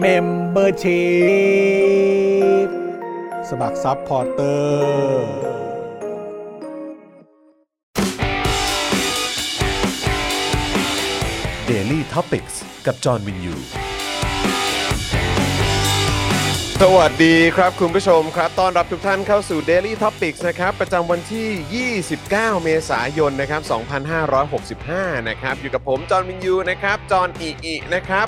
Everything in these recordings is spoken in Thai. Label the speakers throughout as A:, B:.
A: เมมเบอร์ชีพสมัครซัพพอร์เตอร์
B: Daily t o p i c กกับจอห์นวินยู
C: สวัสดีครับคุณผู้ชมครับ ต้อนรับทุกท่านเข้าสู่ Daily Topics นะครับ ประจำวันที่ 29 เมษายน นะครับ 2565 นะครับ อยู่กับผม จอห์นวินยู นะครับ จอห์นอิอินะครับ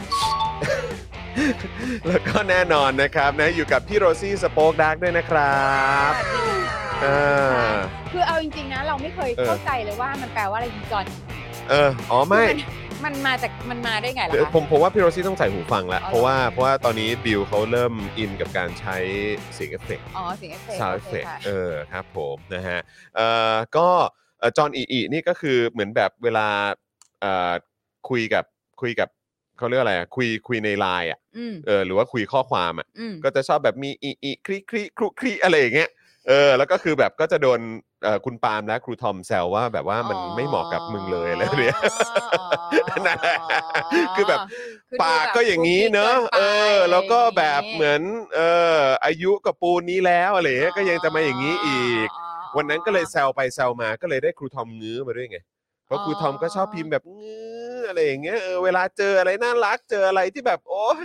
C: แล้วก็แน่นอนนะครับนะอยู่กับพี่โรซี่สโป๊กดาร์กด้วยนะครับอ่า
D: คือเอาจริงๆนะเราไม่เคย
C: เออ
D: เข้าใจเลยว่ามันแปลว่าอะไรจริง
C: เออ อ๋อ
D: ๆ
C: ไม่
D: นมันมาจากมันมาได้ไงล่ะ
C: เดี๋ยว
D: คะ
C: ผมผมว่าพี่โรซี่ต้องใส่หูฟังแล้ว
D: อ๋อ
C: เพราะว่าเพราะว่าตอนนี้บิวเขาเริ่มอินกับการใช้เสียงเอฟเฟกต์
D: อ๋อเสียงเอฟเฟกต์
C: ซาวด์เอฟ
D: โอเค
C: เฟก
D: ค่ะ
C: เออครับผมนะฮะเอ่อก็จอห์นอีอีนี่ก็คือเหมือนแบบเวลาเอ่อคุยกับคุยกับเขาเรียกอะไรอะคุยคุยในไลน์อ่ะ
D: อืม
C: เออหรือว่าคุยข้อความอ่ะ
D: อืม
C: ก็จะชอบแบบมีอีอีคลิคลิครุคลิอะไรอย่างเงี้ยเออแล้วก็คือแบบก็จะโดนเอ่อคุณปาล์มและครูทอมแซวว่าแบบว่ามันไม่เหมาะกับมึงเลยอะไรเนี่ย
D: อ๋อ
C: นั่นแหละคือแบบ
D: คือ
C: ปากก็อย่างนี้เนอะ
D: ดูแบบ
C: เออ แล้วก็แบบ
D: ะไรย่างงี้
C: เหมือนเอออายุกับปูนนี้แล้วอะไรเงี้ยก็ยังจะมาอย่างนี้อีก วันนั้นก็เลยแซวไปแซวมาก็เลยได้ครูทอมงื้อมาด้วยไง เพราะครูทอมก็ชอบพิมพ์แบบงื้ออะไรอย่างเงี้ยเออเวลาเจออะไรน่ารักเจออะไรที่แบบโอ้ย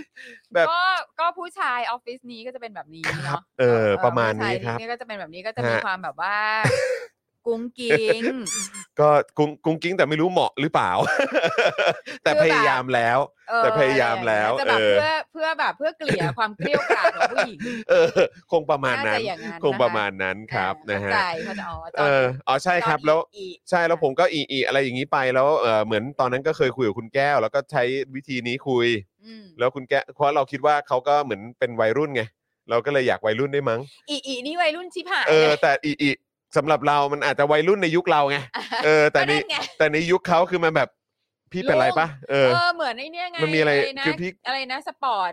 C: แบบ
D: ก็ก็ผู้ชายออฟฟิศนี้ก็จะเป็นแบบนี้เนาะ
C: เออ ประมาณนี้
D: ผู้ชย
C: ครับ
D: นี่ก็จะเป็นแบบนี้ก็จะ
C: ฮะ
D: มีความแบบว่า กุ้งกิ้ ง
C: ก็กุ้งกุ้งกิ้งแต่ไม่รู้เหมาะหรือเปล่า แต่
D: คือ
C: พ
D: แบบ
C: ยายามแล้ว
D: เออ
C: แต่พยายามแล้ว
D: จะแบบ
C: เออ
D: เพื่อเพื่อแบบเพื่อเกลี่ยความเกลี้ยวกล่อมของผู้หญิง
C: เออ คงประมาณ
D: น่า
C: นั้น
D: จะอย่างนั้น
C: คงประมาณนั้นครับ
D: เออ
C: นะฮะ
D: เข้าใจเขาใจะอ๋อ
C: เอออ๋อใช่ครับแล้ว ใช่แล้วผมก็อีอีอะไรอย่างนี้ไปแล้วเออเหมือนตอนนั้นก็เคยคุยกับคุณแก้ว แล้วก็ใช้วิธีนี้คุย แล้วคุณแก้วเพราะเราคิดว่าเขาก็เหมือนเป็นวัยรุ่นไง เราก็เลยอยากวัยรุ่นได้วยมั้ง
D: อีอีนี่วัยรุ่นชิบหาย
C: เออ แต่อีอีสำหรับเรามันอาจจะวัยรุ่นในยุคเราไงเออ แต่ใน
D: แต่นี่นไง
C: แต่ในยุคเขาคือมันแบบพี่เป็นไรปะเอ
D: เอ
C: อ
D: อเหมือนไอ้เนี่ยไง
C: มันมีอะไร
D: นะ
C: คือพี่
D: อะไรนะสปอร์ต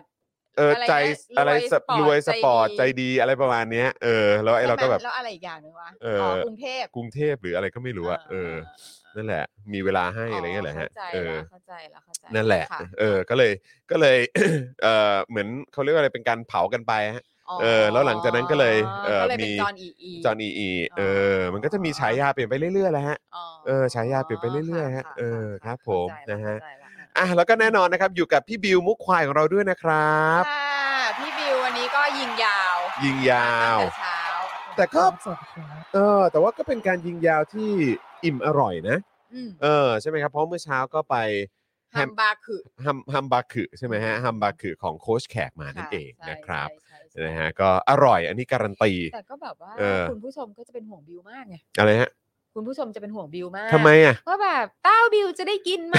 C: เออ
D: อะไรนะ
C: ใจอะไร
D: รวย
C: สป
D: สปอร์ต
C: รวยสปอร์ต
D: ใจ
C: ใจ
D: ดี
C: ดีอะไรประมาณเนี้ยเออแล้วไอ้เราก็แบบ
D: แล้วอะไรอีกอย่างหนึงวะ
C: เอออ๋
D: กรุงเทพ
C: กรุงเทพหรืออะไรก็ไม่รู้อะเออ
D: เ
C: นั่นแหละ มีเวลาให้อะไรเงี้ยแหละฮะ
D: เข้าใจ
C: เออ
D: แล้วเข้าใจแล้วเข้าใจ
C: นั่นแหละ
D: ค่
C: เออ ก็เลย ก็เลย เออเหมือนเขาเรียกว่าอะไร เป็นการเผากันไปฮะ เออแล้วหลังจากนั้นก็เลยเออ
D: ก็เลย
C: มี
D: ป็นจอห์นอีอี
C: จอห์นอีอี เออ มันก็จะมี
D: อ๋อ
C: ฉายาเปลี่ยนไปเรื่อยๆแหล้วฮะ
D: อ๋อ
C: เออฉายาเปลี่ยนไปเรื่อยๆฮะ
D: ค่
C: เออค
D: ค่ะ
C: รับผม
D: เข้าใจแล้ว
C: นะฮะ
D: เข้าใจแล้ว
C: อ่ะ แล้วก็แน่นอนนะครับ อยู่กับพี่บิวมุกควายของเราด้วยนะครับ
D: ค่ะพี่บิววันนี้ก็ยิงยาว
C: ยิงยาว
D: ตั้งแต่เช้า
C: แต่ก็ เออ แต่ว่าก็เป็นการยิงยาวที่อิ่มอร่อยนะ
D: อืม
C: เออ ใช่ไหมครับ เพราะเมื่อเช้าก็ไป
D: ฮัมบาคือ
C: ฮัมฮัมบาคือใช่ไหมฮะ ฮัมบาคือของโค้ชแขกมานั่นเอง
D: ใช่
C: นะครับ
D: ใช่ใช่
C: นะฮะ ก็อร่อย อันนี้การันตี
D: แต่ก็แบบว่า
C: เออ
D: คุณผู้ชมก็จะเป็นห่วงบิวมากไง
C: อะไรฮะ
D: คุณผู้ชมจะเป็นห่วงบิวมาก
C: ทำไมอ่ะ
D: ว่าแบบเต้าบิวจะได้กิน ไหม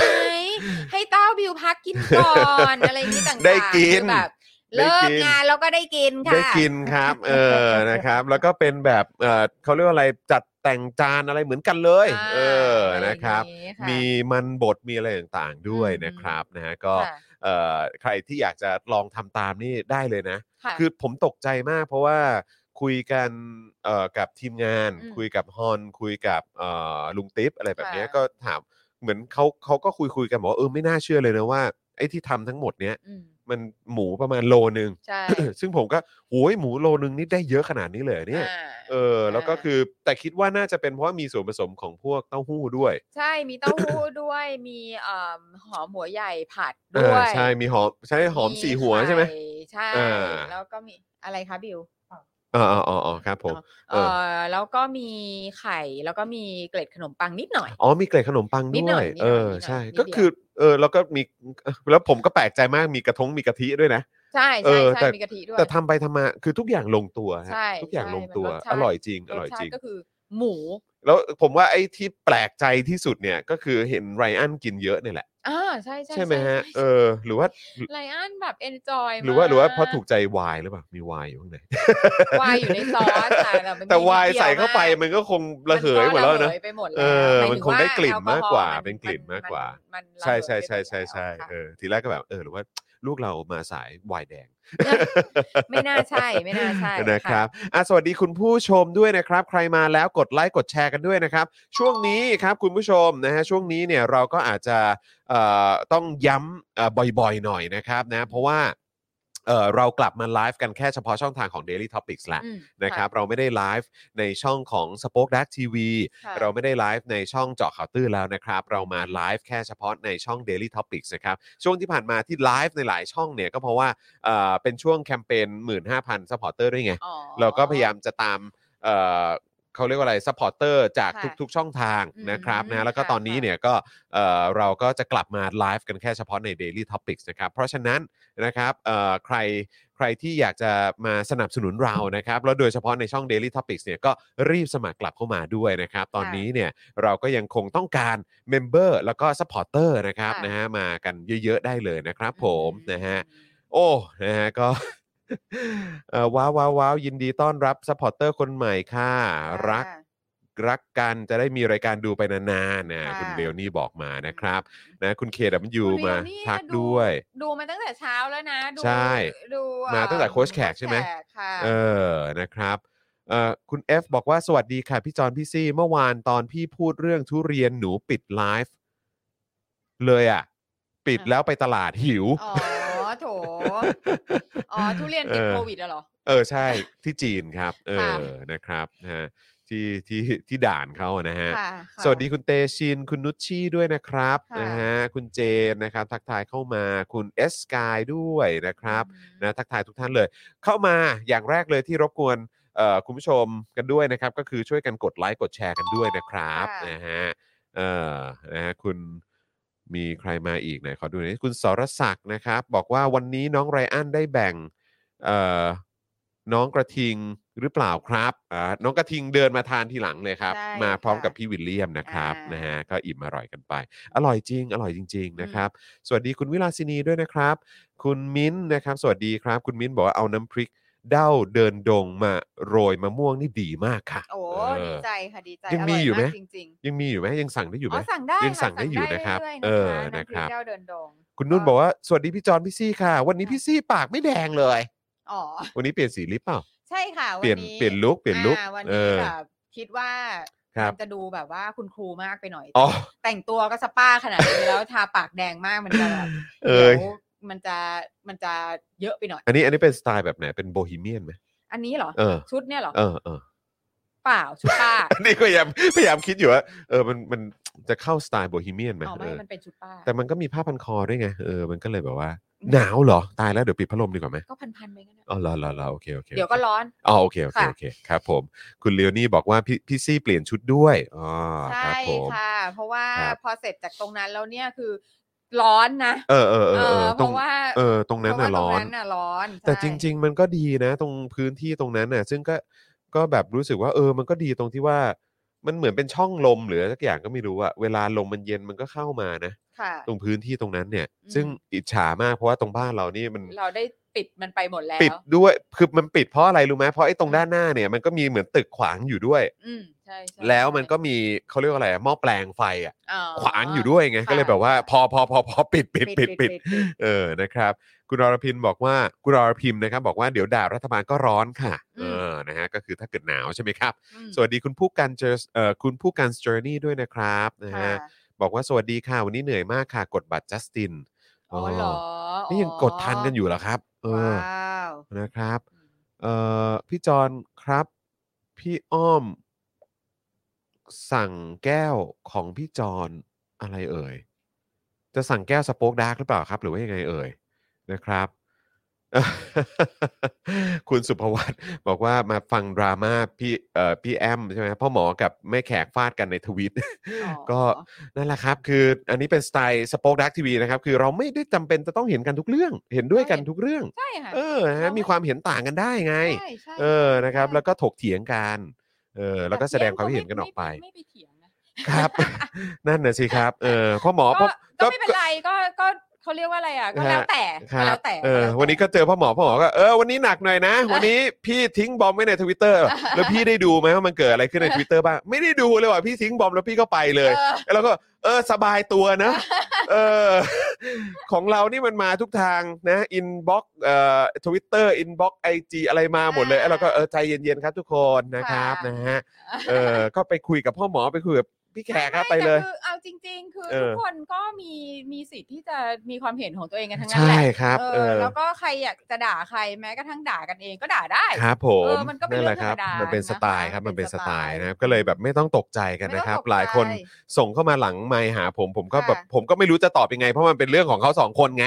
D: ให้เต้าบิวพักกินก่อนอะไรอย่างนี้ต่างๆ
C: ได้กิน
D: คือแบบ
C: ได้
D: เลิ
C: กิ
D: ก
C: น
D: งานแล้วก็ได้กินค่ะ
C: ได้กินครับ เออ นะครับ แล้วก็เป็นแบบ เออเขาเรียกว่าอะไร จัดแต่งจานอะไรเหมือนกันเลย
D: า
C: เออ
D: ะไรย่าง
C: นะครับ
D: งี้ค่ะ
C: มีมันบด มีอะไรต่างๆด้วย
D: อืม
C: นะครับ นะฮะ ก็
D: ค่ะ
C: เอ่อ ใครที่อยากจะลองทำตามนี่ได้เลยนะ
D: ค่ะ
C: คือผมตกใจมาก เพราะว่าคุยกัน เอ่อ กับทีมงาน
D: อืม
C: คุยกับฮอน คุยกับ เอ่อ ลุงติ๊บอะไรแบบเนี้ย
D: ค่ะ
C: ก็ถาม เหมือนเขาเขาก็คุยคุยๆกันบอกว่าเออ ไม่น่าเชื่อเลยนะว่า ไอ้ที่ทำทั้งหมดเนี้ย
D: อืม
C: มันหมูประมาณโลนึง
D: ใช่
C: ซึ่งผมก็โอ้ยหมูโลนึงนี่ได้เยอะขนาดนี้เลยเหรอเนี่ย
D: อ่า
C: เออ แล้วก็คือแต่คิดว่าน่าจะเป็นเพราะว่ามีส่วนผสมของพวกเต้าหู้ด้วย
D: ใช่ มีเต้าหู้ ด้วยมีเอิ่มหอมหัวใหญ่ผัด
C: เอ
D: ด้
C: อ
D: วย
C: ใช่มีหอมใช่หอมสี่หัวใช่ไหม
D: ข่ ใช่
C: อ่า
D: แล้วก็มีอะไรคะบิว
C: อ๋ออ๋ออ๋อครับผม
D: เออแล้วก็มีไข่แล้วก็มีเกล็ดขนมปังนิดหน่อย
C: อ๋อมีเกล็ดขนมปัง
D: นิด
C: ด้ว
D: หน่อย
C: ย
D: นิดหน่อย
C: เออ
D: นิดหน่อย
C: ใช่
D: นิดเดียว
C: ก็คือเออแล้วก็มี แล้วผมก็แปลกใจมากมีกระทงมีกะทิด้วยนะ
D: ใช่
C: เอ
D: ใช่
C: อ
D: ใช่
C: แต่
D: มีกะทิด้วย
C: แต่ทำไปทำมาคือทุกอย่างลงตัวฮะ
D: ใช่
C: ทุกอย่าง
D: ใช่
C: ลงตัว
D: มันรสชาติ
C: อร่อยจริง อ
D: ร
C: ร่อ
D: ส
C: ย
D: ชา
C: จริ
D: ติ
C: ง
D: ก็คือหมู
C: แล้วผมว่าไอ้ที่แปลกใจที่สุดเนี่ยก็คือเห็นไรอันกินเยอะเนี่ยแหละ
D: อ่าใช่ใช่
C: ใช่ไหมฮะ เอ
D: ใช่
C: อ หรือว่า
D: ไลออนแบบเอนจอย
C: หรือว่าหรือว่าเพราะถูกใจวายหรือเปล่ามีวายอยู่ข้างใน
D: วายอยู่ในซอสอะแต่ มันมี
C: แต่วาย
D: นิดดี
C: ใส่เข้าไป
D: มก
C: มันก็คงระเหยหมดแล้วเนอะ
D: มัก็ระเหยไปหมด
C: เออ
D: แล้วหาย
C: มัน
D: ถึ
C: คงได้กลิ่น
D: แออฮอ
C: มากกว่า
D: มั
C: เป็นกลิ่นมากกว่า
D: นระเหย
C: ใช่ใช่ใช่
D: ไปหมด
C: ใช่ใช่
D: แล้ว
C: เออทีแรกก็แบบเออหรือว่าลูกเรามาสายวายแดง
D: ค่ะไม่น่าใช่ไม่น่า ใช่
C: นะครับอ่ะสวัสดีคุณผู้ชมด้วยนะครับ ใครมาแล้วกดไลค์กดแชร์กันด้วยนะครับ ช่วงนี้ครับคุณผู้ชมนะฮะช่วงนี้เนี่ยเราก็อาจจะเอ่อต้องย้ำเอ่อบ่อยๆหน่อยนะครับนะเพราะว่าเอ่อเรากลับมาไลฟ์กันแค่เฉพาะช่องทางของ Daily Topics ละ
D: อืม
C: นะครับเราไม่ได้ไลฟ์ในช่องของ Spoke Dark TV
D: ค่ะ
C: เราไม่ได้ไลฟ์ในช่องเจาะข่าวตื้อแล้วนะครับ เรามาไลฟ์แค่เฉพาะในช่อง Daily Topics นะครับช่วงที่ผ่านมาที่ไลฟ์ในหลายช่องเนี่ยก็เพราะว่าเอ่อเป็นช่วงแคมเปญ15,000 ซัพพอร์เตอร์ด้วยไง
D: อ๋อ
C: เราก็พยายามจะตามเอ่อเขาเรียกว่าอะไรซัพพอร์เตอร์จาก
D: ค่ะ
C: ทุกๆช่องทาง
D: อืม
C: นะครับนะแล้วก็
D: ค่ะ
C: ตอนนี้
D: ค่ะ
C: เนี่ยก็เอ่อเราก็จะกลับมาไลฟ์กันแค่เฉพาะใน Daily Topics นะครับ เพราะฉะนั้นนะครับเอ่อใครใครที่อยากจะมาสนับสนุนเรานะครับ แล้วโดยเฉพาะในช่อง Daily Topics เนี่ยก็รีบสมัครกลับเข้ามาด้วยนะครับ ตอนนี้เนี่ยเราก็ยังคงต้องการเมมเบอร์แล้วก็ซัพพอร์เตอร์นะครับนะฮะมากันเยอะๆได้เลยนะครับผมนะฮะ โอ้ นะฮะ ก็ เอ่อว้าวว้าวว้าวยินดีต้อนรับซัพพอร์เตอร์คนใหม่ค่ะ
D: ค่ะ
C: รัก รักกันจะได้มีรายการดูไปนานๆนะ
D: ค่ะ
C: คุณเบลนี่บอกมานะครับ นะคุณเคดัมยู
D: คุณเรี
C: มา
D: ยนนี่
C: ทักด้วย
D: ดูมาตั้งแต่เช้าแล้วนะดู
C: ใช่
D: ดู
C: มาตั้งแต่
D: อ่อ
C: โค้ชแขกใช่ไหม
D: โค้ชแขกค่ะ
C: เออ นะครับเอ่อคุณ F บอกว่าสวัสดีค่ะ พี่จอนพี่ซี่ เมื่อวานตอนพี่พูดเรื่องทุเรียนหนูปิดไลฟ์เลยอ่ะ ปิดแล้วไปตลาดหิว
D: อ๋อโถอ๋อทุเรียนติดโควิดแล้วเหรอ
C: เออใช่ที่จีนครับ เอ
D: ค่ะ
C: อนะครับนะฮะที่ที่ที่ด่านเขาอะนะฮะ
D: ค่ะค่ะ
C: สวัสดีคุณเตชิน คุณนุชชี่ด้วยนะครับ
D: ค่ะ
C: นะฮะคุณเจนนะครับ ทักทายเข้ามาคุณเอสกายด้วยนะครับ
D: อืม
C: นะทักทายทุกท่านเลย เข้ามาอย่างแรกเลยที่รบกวนเอ่อคุณผู้ชมกันด้วยนะครับ ก็คือช่วยกันกดไลค์กดแชร์กันด้วยนะครับ
D: ค่ะ
C: นะฮะเอ่อนะฮะคุณมีใครมาอีกไหนขอดูหน่อยคุณสรศักดิ์นะครับ บอกว่าวันนี้น้องไรอันได้แบ่ง เอ่อน้องกระทิงหรือเปล่าครับอ่าน้องกระทิงเดินมาทานทีหลังเลยครับ
D: ใช่
C: มาพร้อม
D: ค่ะ
C: กับพี่วิลเลียมนะครับ
D: อ่าน
C: นะฮะก็อิ่มอร่อยกันไป อร่อยจริง อร่อยจริง ๆ นะครับ สวัสดีคุณวิลาสินีด้วยนะครับ คุณมิ้นท์นะครับ สวัสดีครับ คุณมิ้นท์บอกว่าเอาน้ำพริกเด้าเดินดงมาโรยมะม่วงนี่ดีมากค่ะ
D: โอ้
C: เออ
D: ดีใจค่ะดีใจ
C: ยังมี
D: ร่
C: อยู่ไหม
D: ากจริงๆ
C: ยังมีอยู่ไหมยังสั่งได้อยู่ไหม
D: อ๋อสั่งได้
C: ยัง
D: ค่ะ
C: สั่งได้อยู่นะครับ
D: สั่ง
C: เอ
D: ได้
C: อ
D: เรื่อ
C: นะ
D: ยๆนะ
C: ค
D: ค
C: รั
D: รับ บำพริกแก้วเดินดง
C: คุณนุ่นบอกว่าสวัสดีพี่จอนพี่ซี่ค่ะ วันนี้พี่ซี่ปากไม่แดงเลย
D: อ๋ อ
C: วันนี้เปลี่ยนสีลิปเปล่า
D: ใช่ค่ะวั
C: เปลี่ยนเปลี่ยนลุกเปลี่ยนลุก
D: อ่าวัน
C: เอ
D: นี้
C: อ
D: แบบคิดว่า
C: ครับ
D: มันจะดูแบบว่าคุณครูมากไปหน่อย
C: อ๋อ
D: แต่งตัวก็สป้าขนาดนี้แล้วทาปากแดงมากมันจะแบบ
C: เออ
D: ดี๋วมันจะมันจะเยอะไปหน่อย
C: อันนี้อันนี้เป็นสไตล์แบบไหน เป็นโบฮีเมียนไหม
D: อันนี้เหรอ
C: เออ
D: ชุดเนี่ยเหรอ
C: เออเออ
D: เปล่าชุดป้า
C: อันนี้ก็พยายามพยายามคิดอยู่ว่าเออมันมันจะเข้าสไตล์โบฮีเมียนไหม
D: อ๋อไม่
C: เออ
D: มันเป็นชุดป้า
C: แต่มันก็มีผ้าพันคอด้วยไงเออมันก็เลยแบบว่า
D: อืม
C: หนาวเหรอ ตายแล้วเดี๋ยวปิดพัดลมดีกว่าไหม
D: ก็พันๆไปกันนะ
C: อ๋อเหรอเหรอเหรอโอเคโอเค
D: เดี๋ยวก็ร้อน
C: อ๋อโอเคโอเค
D: ค่ะ
C: โอเคครับผม คุณเลโอนี่บอกว่าพี่พี่ซี่เปลี่ยนชุดด้วยอ๋อค
D: ใช่
C: รับผม
D: ค่ะ เพราะว่า
C: ครับ
D: พอเสร็จจากตรงนั้นแล้วเนี่ยคือร้อนนะ
C: เออเออเออเออ
D: เพ
C: ตรง
D: ราะว่า
C: เออตรงนั้นน่ะ
D: เพา
C: ร้
D: ว่า
C: อ
D: ต
C: น
D: งะร้อน
C: แต่
D: ใช่
C: จริง ๆ มันก็ดีนะ ตรงพื้นที่ตรงนั้นน่ะ ซึ่งก็ก็แบบรู้สึกว่า เออ มันก็ดีตรงที่ว่า มันเหมือนเป็นช่องลมหรืออะไรสักอย่างก็ไม่รู้อะเวลาลมมันเย็นมันก็เข้ามานะ
D: ค่ะ
C: ตรงพื้นที่ตรงนั้นเนี่ย
D: อืม
C: ซึ่งอิจฉามากเพราะว่าตรงบ้านเรานี่มัน
D: เราได้ปิดมันไปหมดแล้ว
C: ปิดด้วยคือมันปิดเพราะอะไรรู้ไหมเพราะไอ้ตรงด้านหน้าเนี่ยมันก็มีเหมือนตึกขวางอยู่ด้วย
D: อืมใช่ใช่
C: แล้วมันก็
D: ใช่
C: มีเขาเรียกว่าอะไรอะหม้อแปลงไฟอะ
D: อ๋อ
C: ขวางอยู่ด้วยไง
D: ค่ะ
C: ก็เลยแบบว่า พอพอพอพอปิดปิดปิดปิด
D: ปิด
C: เออ นะครับ คุณอรพินบอกว่า คุณอรพิมพ์นะครับ บอกว่าเดี๋ยวด่ารัฐบาลก็ร้อนค่ะ
D: อื
C: เอ
D: ม
C: อ นะฮะ ก็คือถ้าเกิดหนาวใช่ไหมครับ
D: อืม
C: สวัสดีคุณผู้การเจอเอ่อ คุณผู้การสเจอร์นี่ด้วยนะครับ นะ
D: ค่ะ
C: ฮะ บอกว่าสวัสดีค่ะ วันนี้เหนื่อยมากค่ะ กดบัตรจัสติน
D: อ๋อเหรอ
C: นี่ยังกดทันกันอยู่เหรอครับ เอ
D: ว้
C: อ
D: าว
C: นะครับ เอ่อ พี่จอนครับ พี่อ้อม สั่งแก้วของพี่จอนอะไรเอ่ย จะสั่งแก้วสโป๊กดาร์กหรือเปล่าครับ หรือว่ายังไงเอ่ยนะครับ คุณสุภวัตบอกว่ามาฟังดราม่าพี่เอ่อพี่แอมใช่ไหมพ่อหมอกับแม่แขกฟาดกันในทวิต
D: อ๋อ
C: ก็นั่นแหละครับ คืออันนี้เป็นสไตล์สป็อคดักทีวีนะครับ คือเราไม่ได้จำเป็นจะต้องเห็นกันทุกเรื่อง เห็นด้วยกันทุกเรื่อง
D: ใช่ค่ะ
C: เออฮะมีความเห็นต่างกันได้ไง
D: ใช่ใช่
C: เออนะครับ
D: ใช่
C: แล้วก็ถกเถียงกันเออแล้วก็แสดงความเห็นกันออกไป
D: ม่ม่ม่เถียงนะครับ
C: นั่นน่ะสิครับเอ อพ่อหมอพ่อ
D: ก็ก็ไม่เป็นไรก็ก็เขาเรียกว่าอะไรอ่ะก็แล้วแต่
C: ครั
D: ก็แล้
C: บ
D: วแต่
C: เออ
D: แล้แต่
C: วันนี้ก็เจอพ่อหมอพ่อหมอก็เออวันนี้หนักหน่อย นะ วันนี้พี่ทิ้งบอมไว้ในทวิตเตอร์แล้วพี่ได้ดูไหมว่ามันเกิดอะไรขึ้นในทวิตเตอร์บ้างไม่ได้ดูเลยว่ะพี่ทิ้งบอมแล้วพี่ก็ไปเลย
D: เออ
C: แล้วก็เออสบายตัวนะ เออของเรานี่มันมาทุกทางนะอินบ็อกเอ่อทวิตเตอร์อินบ็อกไอจีอะไรมาหมดเลยแล้วเราก็เออใจเย็นๆครับทุกคนนะครับนะฮะเออก็ไปคุยกับพ่อหมอไปคุยกับพี่แขกครับไป
D: ม่ม่
C: เลย
D: แต่คือเอาจริง ๆ คือ
C: เออ
D: ทุกคนก็มีมีสิทธิ์ที่จะมีความเห็นของตัวเองกันทั้งนั้น
C: ใช่
D: แหละ
C: ครับ
D: เอ
C: เอ
D: อ
C: อ
D: แล้วก็ใครอยากจะด่าใครแม้กระทั่งด่ากันเองก็ด่าได้
C: ครับผ
D: เอ
C: ม
D: อมันก็เป็น
C: แหละครั
D: เรื่องธรรมดา
C: มันเป็นสไตล์
D: นะคะ
C: ครับ
D: มั
C: มัน
D: นเป็
C: เป็น
D: น
C: สไตล์
D: สไตล์
C: นะครับก็เลยแบบไม่ต้องตกใจกัน
D: ไม่
C: นะ
D: ต้อง
C: ครับ
D: ตกใจ
C: หลายคนส่งเข้ามาหลังไมค์หาผมผมก็
D: ค่ะ
C: แบบผมก็ไม่รู้จะตอบยังไง เพราะมันเป็นเรื่องของเขาสองคนไง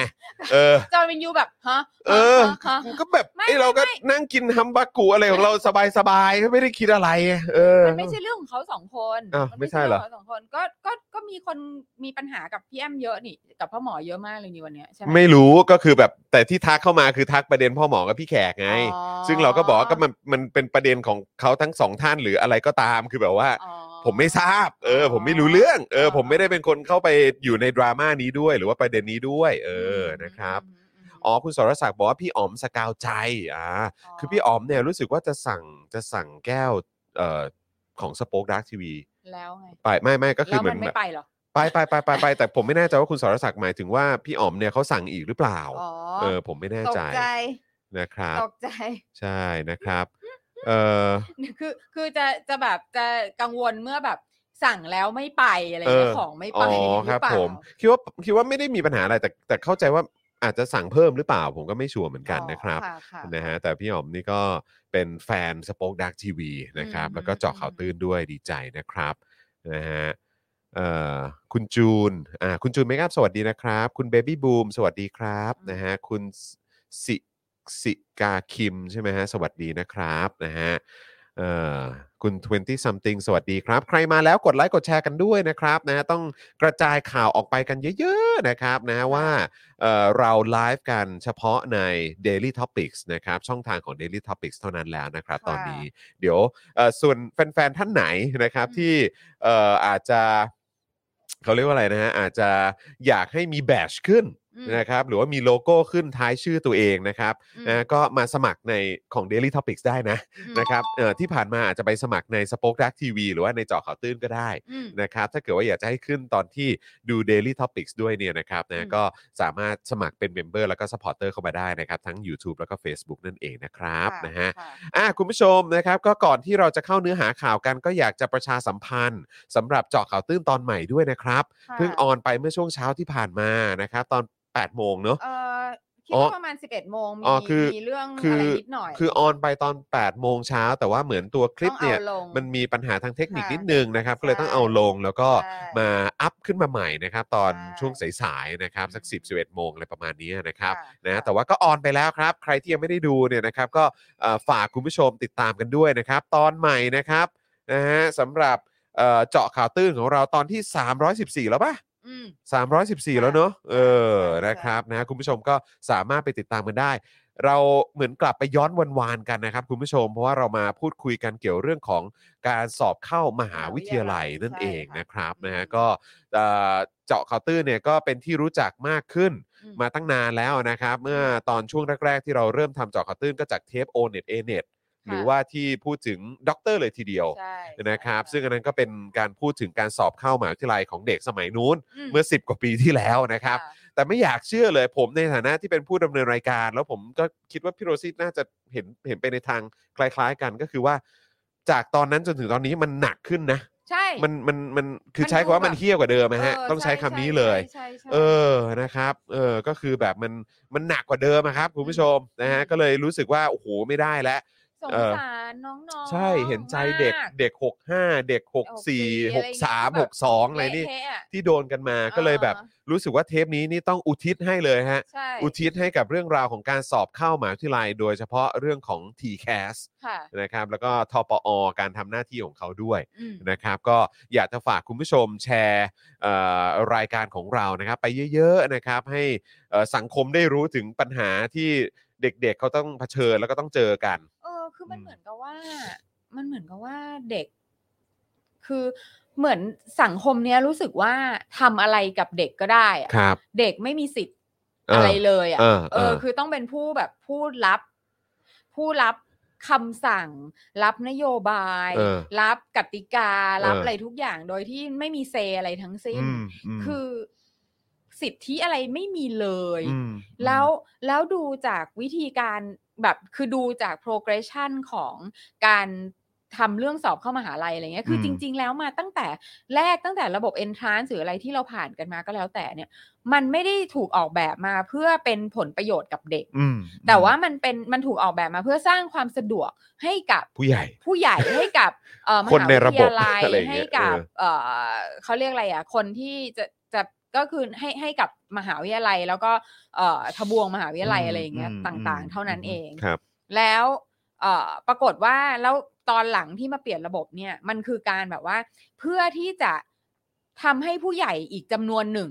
C: เออ
D: จอร์นวินยูแบบฮะ
C: เออ
D: ฮะ
C: ก็แบบ
D: ไม่
C: ไอ้ยเราก็
D: ไม่
C: นั่งกินฮัมบากุอะไรของเราสบายสบายๆไม่ได้คิดอะไรไงเออ
D: มันไม่ใช่เรื่องของเขาสองคน
C: อ้าว
D: มัน
C: ไม่ใช่เหรอ
D: เรื่องของเขาสองคนก็ก็ก็มีคนมีปัญหากับพี่แอมเยอะนี่กับพ่อหมอเยอะมากเลยนี่วันเนี้ยใช่ไหม
C: ไม่รู้ก็คือแบบแต่ที่ทักเข้ามาคือทักประเด็นพ่อหมอกับพี่แขกไง
D: อ๋อ
C: ซึ่งเราก็บอกว่าก็มันมันเป็นประเด็นของเขาทั้งสองท่านหรืออะไรก็ตามคือแบบว่า
D: อ๋อ
C: ผมไม่ทราบ เออ
D: อ๋อ
C: ผมไม่รู้เรื่อง เออ
D: อ๋อ
C: ผมไม่ได้เป็นคนเข้าไปอยู่ในดราม่านี้ด้วย หรือว่าประเด็นนี้ด้วย เออ นะครับ
D: ม
C: อ๋อ คุณสรศักดิ์บอกว่าพี่อ๋อมสกาวใจ อ่า คือพี่อ๋อมเนี่ยรู้สึกว่าจะสั่ง จะสั่งแก้ว เอ่อ ของสป็อคดักทีวี
D: แล้วไง
C: ไป ไม่ไม่ก็คือ
D: แล้ว
C: เหมือ
D: มั
C: น
D: นไม่
C: แบบ
D: ไปเหรอ
C: ไปไปไปไปไปแต่ผมไม่แน่ใจว่าคุณสรศักดิ์หมายถึงว่าพี่อ๋อมเนี่ยเขาสั่งอีกหรือเปล่า
D: อ๋อ
C: เออ ผมไม่แน่
D: ตก
C: ใจ
D: ใจ
C: นะครับ
D: ตกใจ
C: ใช่ นะครับ เออ
D: คือคือจะจะแบบจะกังวลเมื่อแบบสั่งแล้วไม่ไปอะไรเงี้
C: เออ
D: ยของไม่
C: อ๋อ
D: ไปห
C: ค
D: รื
C: รั
D: อบ เปล่า
C: ผมคิดว่าคิดว่าไม่ได้มีปัญหาอะไรแต่แต่เข้าใจว่าอาจจะสั่งเพิ่มหรือเปล่า ผมก็ไม่ชัวร์เหมือนกันนะครับ
D: อ๋อค่ะ
C: นะฮะแต่พี่หอมนี่ก็เป็นแฟนสป็อคดักทีวีนะครับ
D: อืม
C: แล้วก็เจาะข่าวตื้นด้วยดีใจนะครับนะฮะเอ่อคุณจูนอ่าคุณจูนเมคอัพสวัสดีนะครับ คุณเบบี้บูมสวัสดีครับนะฮะคุณสิสิกาคิมใช่ไหมฮะสวัสดีนะครับนะฮะ เอ่อคุณ 20 something สวัสดีครับ ใครมาแล้วกดไลค์กดแชร์กันด้วยนะครับนะต้องกระจายข่าวออกไปกันเยอะๆนะครับนะว่าเอ่อเราไลฟ์กันเฉพาะใน Daily Topics นะครับช่องทางของ Daily Topics เท่านั้นแล้วนะครับ
D: ค่ะ
C: ตอนนี้เดี๋ยวเอ่อส่วนแฟน ๆ ท่านไหนนะครับ
D: อืม
C: ที่เอ่ออาจจะเขาเรียกว่าอะไรนะฮะอาจจะอยากให้มีแบชขึ้น
D: อืม
C: นะครับหรือว่ามีโลโก้ขึ้นท้ายชื่อตัวเองนะครับ
D: อืม
C: นะก็มาสมัครในของ Daily Topics ได้นะ
D: อืม
C: นะครับเอ่อที่ผ่านมาอาจจะไปสมัครในสป็อคดักทีวีหรือว่าในเจอข่าวตื้นก็ได้
D: อืม
C: นะครับถ้าเกิดว่าอยากจะให้ขึ้นตอนที่ดู Daily Topics ด้วยเนี่ยนะครับ
D: อื
C: นะ
D: ม
C: ก็สามารถสมัครเป็นเมมเบอร์แล้วก็สปอร์เตอร์เข้ามาได้นะครับ ทั้ง YouTube แล้วก็ Facebook นั่นเองนะครับ
D: ค่
C: นะฮะ
D: ค่
C: อ่ะคุณผู้ชมนะครับก็ก่อนที่เราจะเข้าเนื้อหาข่าวกันก็อยากจะประชาสัมพันธ์สำหรับเจาะข่าวตื้นตอนใหม่ด้วยนะครับ
D: ค่ะ
C: เพิ่งออนไปเมื่อช่วงเช้าที่ผ่านมานะครับตอน 8 โมงเนอะ
D: เอ่อคิด
C: อ๋อ
D: ว่าประมาณ 11 โมงมี
C: อ๋อคือ
D: มีเรื่อง
C: คือ
D: อะไรนิดหน่อย
C: คือออนไปตอน 8 โมงเช้าแต่ว่าเหมือนตัวคลิป
D: ต้องอา
C: เนี่ย
D: ลง
C: มันมีปัญหาทางเทคนิค
D: ค่ะ
C: นิดนึงนะครับ ก็เลย
D: ใช่
C: ต้องเอาลงแล้วก็
D: ใช่
C: มาอัพขึ้นมาใหม่นะครับ ตอน
D: ใช่
C: ช่วงสายๆนะครับ สัก
D: อืม
C: 10 11โมงอะไรประมาณนี้นะครับ
D: ค่ะ
C: นะ
D: ค่ะ
C: แต่ว่าก็ออนไปแล้วครับ ใครที่ยังไม่ได้ดูเนี่ยนะครับก็เอ่อฝากคุณผู้ชมติดตามกันด้วยนะครับ ตอนใหม่นะครับนะฮะสำหรับเอ่อเจาะข่าวตื้นของเราตอนที่ 314 แล้วปะ
D: อืม
C: 314 แล้วเนอะเออ
D: ใช่
C: นะครับนะคุณผู้ชมก็สามารถไปติดตามกันได้ เราเหมือนกลับไปย้อนวันวานๆกันนะครับ คุณผู้ชมเพราะว่าเรามาพูดคุยกันเกี่ยวเรื่องของการสอบเข้ามหาวิทยาลัย
D: มหาวิทยาลัย
C: นั่นเอง
D: ใช่ค่ะ
C: นะครับ
D: อืม
C: นะฮะก็เอ่อเจาะข่าวตื้นเนี่ยก็เป็นที่รู้จักมากขึ้น
D: อื
C: มาตั้งนานแล้วนะครับ เมื่อตอนช่วงแรก ๆ ที่เราเริ่มทำเจาะข่าวตื้นก็จากเทป o n e t a n e t หรือว่าที่พูดถึงด็อกเตอร์เลยทีเดียว
D: ใช่
C: นะครับ
D: ใช่
C: ซึ่งอันนั้นก็เป็นการพูดถึงการสอบเข้ามหาวิทยาลัยของเด็กสมัยนู้น เมื่
D: อ
C: อ 10 กว่าปีที่แล้วนะครับ แต่ไม่อยากเชื่อเลยผมในฐานะที่เป็นผู้ดำเนินรายการ แล้วผมก็คิดว่าพี่โรซี่น่าจะเห็นเห็นไปในทางคล้าย ๆ กันก็คือว่า จากตอนนั้นจนถึงตอนนี้มันหนักขึ้นนะ
D: ใช่
C: มันมันมันคือ
D: มัน
C: ใช้คำว่า
D: ดูแบบ
C: มันเฮี้ยวกว่าเดิมนะฮะ
D: เ
C: ต้องใช้คำนี้เลย
D: ใช่ใช่ใช่
C: เออ นะครับ เออ ก็คือแบบมันมันหนักกว่าเดิมอะครับคุณผู้ชมนะฮะ
D: อืม
C: ก็เลยรู้สึกว่าโอ้โหไม่ได้แล้ว
D: ส ง
C: เออ
D: สารน้องๆ
C: ใช่เห็นใจเด็ก
D: มาก
C: เด็กหกห้าเด็กหกสี่หกสามหกสองอะไรนี่
D: เละเทะอะ
C: ที่โดนกันมาก็เลยแบบรู้สึกว่าเทปนี้นี่ต้องอุทิศให้เลยฮะ
D: ใช่
C: อุทิศให้กับเรื่องราวของการสอบเข้ามหาวิทยาลัยโดยเฉพาะเรื่องของ t c a s
D: ค่ะ
C: นะครับ แล้วก็ทปอ การทำหน้าที่ของเขาด้วย
D: อืม
C: นะครับ ก็อยากจะฝากคุณผู้ชมแชร์เอ่อรายการของเรานะครับ ไปเยอะๆนะครับ ให้เอ่อสังคมได้รู้ถึงปัญหาที่เด็กๆเขาต้องเผชิญแล้วก็ต้องเจอกัน
D: เออคือมัน
C: อืม
D: เหมือนกับว่า มันเหมือนกับว่าเด็ก คือเหมือนสังคมเนี้ยรู้สึกว่าทำอะไรกับเด็กก็ได้อะ
C: ครับ
D: เด็กไม่มีสิทธิ์
C: เอ
D: อะไร
C: อ
D: เลยอ่ะ
C: เออ
D: เอ
C: เอ
D: อ
C: อ
D: คือต้องเป็นผู้แบบผู้รับ ผู้รับคำสั่ง รับนโยบาย
C: เออ
D: รับกติกา รับ
C: เอออ
D: อะไรทุกอย่างโดยที่ไม่มีเซอะไรทั้งสิ้น
C: อืมม
D: คือสิทธิอะไรไม่มีเลย
C: ม
D: แล้วแล้วดูจากวิธีการแบบคือดูจาก progression ของการทำเรื่องสอบเข้ามหาลัยอะไรเงี้ยคือจริง ๆ แล้วมาตั้งแต่แรกตั้งแต่ระบบ entrance หรืออะไรที่เราผ่านกันมาก็แล้วแต่เนี่ย มันไม่ได้ถูกออกแบบมาเพื่อเป็นผลประโยชน์กับเด็ก
C: อืม
D: แต่ว่ามันเป็นมันถูกออกแบบมาเพื่อสร้างความสะดวกให้กับ
C: ผู้ใหญ่
D: ผู้ใหญ่ ให้กับเอ่อมหา
C: คนในระบบ
D: วิทยาลัย
C: อะไรอย่างเงี้
D: ให้
C: ย
D: กับ
C: เออ
D: เอ่อเขาเรียกอะไรอ่ะคนที่จะจะก็คือให้ให้กับมหาวิทยาลัย แล้วก็เอ่อทบวงมหาวิทยาลัย
C: อืม
D: อะไรอย่างเงี้ย
C: อืม
D: ต่าง
C: อืม
D: ๆ เท่านั้น
C: อืม
D: เอง
C: ครับ
D: แล้วเอ่อปรากฏว่าแล้วตอนหลังที่มาเปลี่ยนระบบเนี่ยมันคือการแบบว่า เพื่อที่จะทำให้ผู้ใหญ่อีกจำนวนหนึ่ง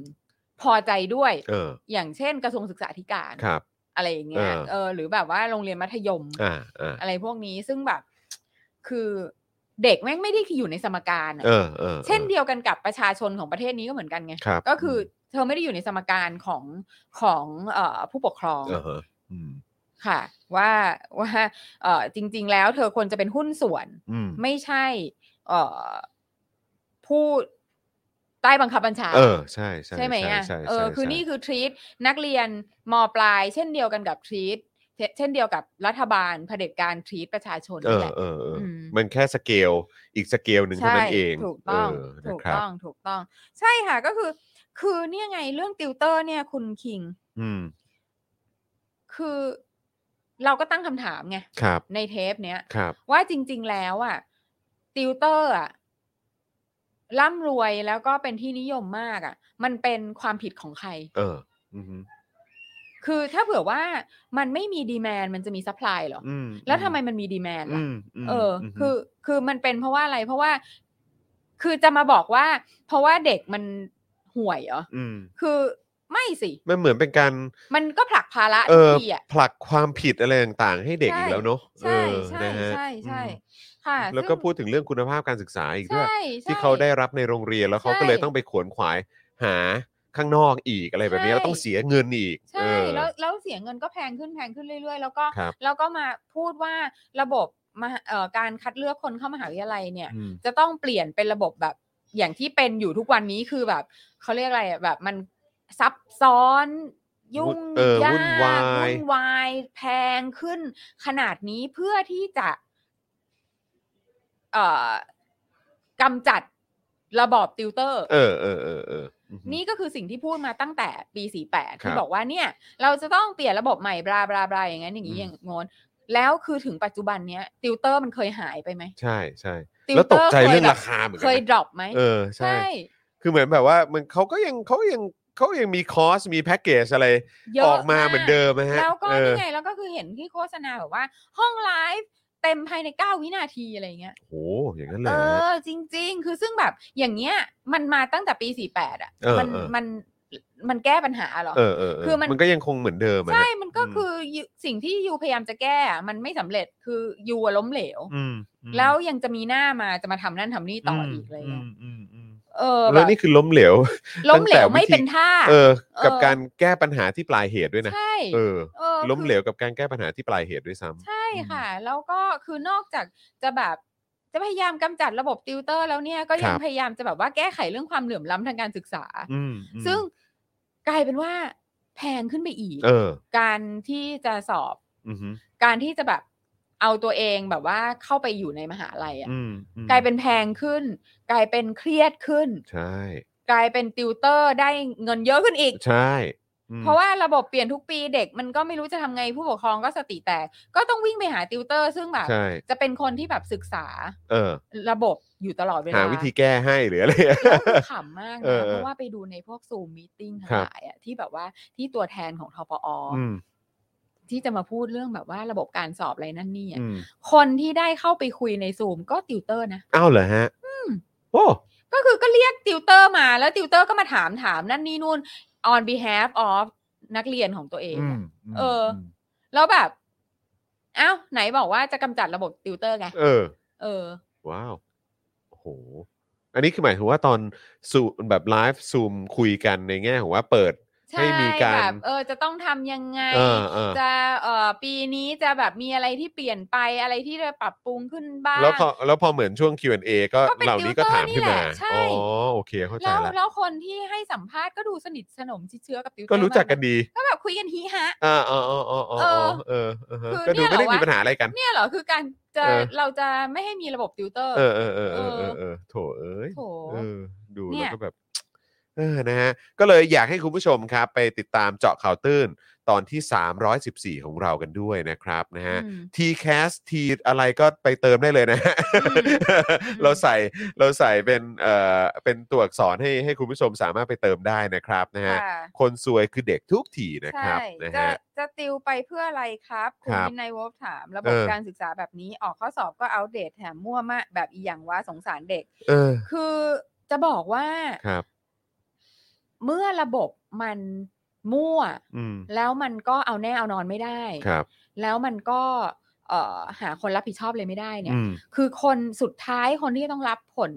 D: พอใจด้วย
C: เออ
D: อย่างเช่น กระทรวงศึกษาธิการ
C: ครับ
D: อะไรอย่างเงี้ย
C: เออ
D: เออหรือแบบว่าโรงเรียนมัธยม
C: อ่าอ่า
D: อะไรพวกนี้ซึ่งแบบ คือเด็กแม่งไม่ได้อยู่ในสมการอะ
C: เออเออออ
D: เช่นเดียวกันกับประชาชนของประเทศนี้ก็เหมือนกันไง
C: ครับ
D: ก็คือเธอไม่ได้อยู่ในสมการของของเอ่อผู้ปกครอง
C: เออฮะอืม
D: ค่ะ ว่าว่าเอ่อจริง ๆ แล้วเธอควรจะเป็นหุ้นส่วน
C: อืม
D: ไม่ใช่ เอ่อผู้ใต้บังคับบัญชา
C: เออใช่ใช่
D: ใช่ไหมอ่ะ
C: ใช่ใช่
D: เออ
C: ใช่
D: คือ
C: ใช่
D: นี่คือทรีตนักเรียนมปลาย เช่นเดียวกันกับทรีตเช่นเดียวกับรัฐบาลเผด็จการทรีตประชาชน
C: เอ
D: นี่
C: อ
D: แหละ
C: เออเอออ
D: ม
C: มันแค่สเกลอีกสเกลหนึ่งเท่า
D: ใช่
C: นั้นเอง
D: ถูกต้อง
C: เออนะ
D: ถูก
C: ครับ
D: ต้องถูกต้อง ใช่ค่ะก็คือ คือเนี่ยไงเรื่องติวเตอร์เนี่ยคุณคิง
C: อืม
D: คือเราก็ตั้งคำถามไง
C: ครับ
D: ในเทปเนี้ย
C: ครับ
D: ว่าจริง ๆ แล้วอ่ะติวเตอร์อ่ะร่ำรวยแล้วก็เป็นที่นิยมมากอ่ะ มันเป็นความผิดของใคร
C: เอออืมฮึ
D: คือถ้าเผื่อว่ามันไม่มีดีแมนมันจะมีซัพพลายหรอ
C: อืม
D: แล้วทำไมมันมีดีแมน
C: อื
D: ล่ะ
C: มม
D: เอออ
C: ม
D: คือ คือมันเป็นเพราะว่าอะไร เพราะว่า คือจะมาบอกว่า เพราะว่าเด็กมันห่วยเหรอ
C: อืม
D: คือไม่สิ
C: มันเหมือนเป็นการ
D: มันก็ผลักภาระ
C: เอ
D: ทุก
C: อ
D: ทีอ่ะ
C: ผลักความผิดอะไรต่างๆ ให้เด็ก
D: ใช่
C: อีกแล้วเนาะ
D: ใช่
C: เออ
D: ใช่
C: นะฮะ
D: ใช่ใช่
C: อืม
D: ค่ะ
C: แล้วก็
D: ซึ่ง
C: พูดถึงเรื่องคุณภาพการศึกษาอีกด้วย
D: ใช่ใช่
C: ที่เขาได้รับในโรงเรียนแล้วเขาก็เลย
D: ใช่
C: ต้องไปขวนขวายหาข้างนอกอีกอะไรแบบนี้
D: ใช่
C: แล้วต้องเสียเงินอีก
D: ใช่
C: เออ
D: แล้วแล้วเสียเงินก็แพงขึ้นแพงขึ้นเรื่อย ๆ แล้วก็
C: ครับ
D: แล้วก็มาพูดว่าระบบมาเอ่อการคัดเลือกคนเข้ามหาวิทยาลัยเนี่ย
C: อืม
D: จะต้องเปลี่ยนเป็นระบบแบบอย่างที่เป็นอยู่ทุกวันนี้คือแบบเขาเรียกอะไรอะแบบมันซับซ้อน ยุ่ง
C: เออย
D: าก
C: วุ่นวาย
D: วุ่นวายแพงขึ้น ขนาดนี้เพื่อที่จะ เอ่อกำจัดระบอบติวเตอร์
C: เออเออเออเอออือฮึ
D: นี่ก็คือสิ่งที่พูดมาตั้งแต่ปี 48
C: ครั
D: ที่
C: บ
D: บอกว่าเนี่ย เราจะต้องเปลี่ยนระบบใหม่บลาบลาบลาอย่างนั้นอย่างนี้
C: อืม
D: อย่างงอนแล้วคือถึงปัจจุบันเนี้ยติวเตอร์มันเคยหายไปไหม
C: ใช่ใช่
D: ติ
C: แล้วตก
D: เร์
C: ใจ
D: คย
C: เรื่อง
D: แบบ
C: ราคาเหมือนกัน
D: เคย
C: นะ
D: ดรอปไหม
C: เออใช่
D: ใช่
C: คือเหมือนแบบว่ามันเขาก็ยังเขายังเขายังมีคอร์สมีแพ็กเกจอะไร
D: เยอะ
C: ออกมาเหมือนเดิมนะฮะ
D: แล้วก็
C: เออ
D: นี่ไงแล้วก็คือเห็นที่โฆษณาแบบว่า ห้องไลฟ์เต็มภายใน 9 วินาทีอะไรเงี้ย
C: โหอย่างนั้นเล
D: เอย
C: ฮะ
D: อ จริง ๆ คือซึ่งแบบอย่างเงี้ย มันมาตั้งแต่ปี 48 อ่ะ
C: เออ
D: มั
C: เออ
D: มันมันแก้ปัญหาเหรอ
C: เออเออเออ
D: คือมัน
C: มันก็ยังคงเหมือนเดิมอะ
D: ใช่
C: ฮะ
D: มันก็
C: อืม
D: คือยูสิ่งที่ยูพยายามจะแก้อะมันไม่สำเร็จคือยูอะล้มเหลว
C: อืมอืม
D: แล้วยังจะมีหน้ามาจะมาทำนั่นทำนี่ต่ออีกอะไรเลย
C: มอืมอืม
D: เออแบ
C: แล้ว
D: บ
C: นี่คือล้มเหลว
D: ล้มเหลว
C: ตั้งแต่วิธี
D: ไม่เป็นท่า
C: เออ
D: เออ
C: กับการแก้ปัญหาที่ปลายเหตุด้วยนะ
D: ใช่
C: เออ
D: เออ
C: ล้ม
D: คือ
C: เหลวกับการแก้ปัญหาที่ปลายเหตุด้วยซ้ำ
D: ใช่
C: อืม
D: ค่ะ แล้วก็คือนอกจากจะแบบจะพยายามกำจัดระบบติวเตอร์แล้วเนี่ยก็ยัง
C: ครับ
D: พยายามจะแบบว่าแก้ไขเรื่องความเหลื่อมล้ำทางการศึกษา
C: อืมอืม
D: ซึ่งกลายเป็นว่าแพงขึ้นไปอีก
C: เออ
D: การที่จะสอบ
C: อืมฮึ
D: การที่จะแบบเอาตัวเองแบบว่าเข้าไปอยู่ในมหาลัยอะ
C: อืมอืม
D: กลายเป็นแพงขึ้น กลายเป็นเครียดขึ้น
C: ใช่
D: กลายเป็นติวเตอร์ได้เงินเยอะขึ้นอีก
C: ใช่ อืม
D: เพราะว่าระบบเปลี่ยนทุกปีเด็กมันก็ไม่รู้จะทำไงผู้ปกครองก็สติแตก ก็ต้องวิ่งไปหาติวเตอร์ ซึ่งแบบ
C: ใช่
D: จะเป็นคนที่แบบศึกษา
C: เออ
D: ระบบอยู่ตลอดเวลา
C: หาวิธีแก้ให้หรืออะไร
D: แล้วคือขำมาก
C: เอ
D: นะ
C: อ
D: เพราะว่าไปดูในพวกซูมมีติ้งทั้ง
C: ครั
D: ห
C: บ
D: ลายอะที่แบบว่าที่ตัวแทนของทปอ
C: อืม
D: ที่จะมาพูดเรื่องแบบว่าระบบการสอบอะไรนั่นนี่อะ
C: อืม
D: คนที่ได้เข้าไปคุยในซูมก็ติวเตอร์นะ
C: อ้าวเหรอฮะ
D: ม
C: โอ้
D: ก็คือก็เรียกติวเตอร์มาแล้วติวเตอร์ก็มาถามถามนั่นนี่นู่น on behalf of นักเรียนของตัวเอง
B: อื
D: อะ
B: มม
D: เออ
B: ม
D: แล้วแบบเอ้าวไหนบอกว่าจะกำจัดระบบติวเตอร์ไง
C: เออ
D: เออ
C: ว้าวโอ้โห อันนี้คือหมายถึงว่าตอนซูแบบไลฟ์ซูมคุยกันในแง่ของว่าเปิด
D: ใช่
C: ให้มีการ
D: แบบเออ จะต้องทำยังไง
C: เออเออ
D: จะเอ่อปีนี้จะแบบมีอะไรที่เปลี่ยนไปอะไรที่จะปรับปรุงขึ้นบ้าง
C: แล้วพอแล้วพอเหมือนช่วง Q&A ก็
D: ก็เป็น
C: เหล่านี้ก็ถามขึ้นมา
D: ติวเตอร์นี่แหละใช่
C: อ๋อ โอเค เข้าใจ
D: แล้ว
C: แล้ว
D: แล้วคนที่ให้สัมภาษณ์ก็ดูสนิทสนมชิดเชื้อกับติวเตอร์
C: ก็รู้จักกันดี
D: ก็แบบคุยกันฮีฮะ
C: อ่าอ๋ออ๋ออ๋ออ๋ออ๋อเออเออฮะ
D: คือ
C: ก็ดูไม่ได้มี
D: เนี่ยเหรอวะ
C: ปัญหาอะไรกัน
D: เนี่ยเหรอคือการจะ
C: เออ
D: เราจะไม่ให้มีระบบติวเตอร์
C: เออเออเออเออเออเออโถเอ้ย
D: โถ
C: เออดู
D: เนี่
C: แล้ว
D: ย
C: ก็แบบ เออนะฮะ ก็เลยอยากให้คุณผู้ชมครับ ไปติดตามเจาะข่าวตื้น ตอนที่ 314 ของเรากันด้วยนะครับนะฮะ
D: อืม
C: ทีแคสทีอะไรก็ไปเติมได้เลยนะฮะ
D: อืม
C: เราใส่เราใส่เป็นเอ่อเป็นตัวอักษรให้ให้คุณผู้ชมสามารถไปเติมได้นะครับนะฮะ
D: ค่ะ
C: คนสวยคือเด็กทุกทีนะครับ
D: ใช่
C: นะ
D: จะ
C: ฮะ
D: จะติวไปเพื่ออะไรครับ คุ
C: ค
D: ณ
C: รับ
D: วินัยวบถาม ระบบ
C: เออ
D: การศึกษาแบบนี้ออกข้อสอบก็อัปเดตแถมมั่วมากแบบอีหยังว่าสงสารเด็ก
C: เออ
D: คือจะบอกว่า
C: ครับ
D: เมื่อระบบมันมั่ว
C: อืม
D: แล้วมันก็เอาแน่เอานอนไม่ได้
C: ครับ
D: แล้วมันก็เอ่อหาคนรับผิดชอบเลยไม่ได้เนี่ย
C: อืม
D: คือคนสุดท้ายคนที่จะต้องรับผล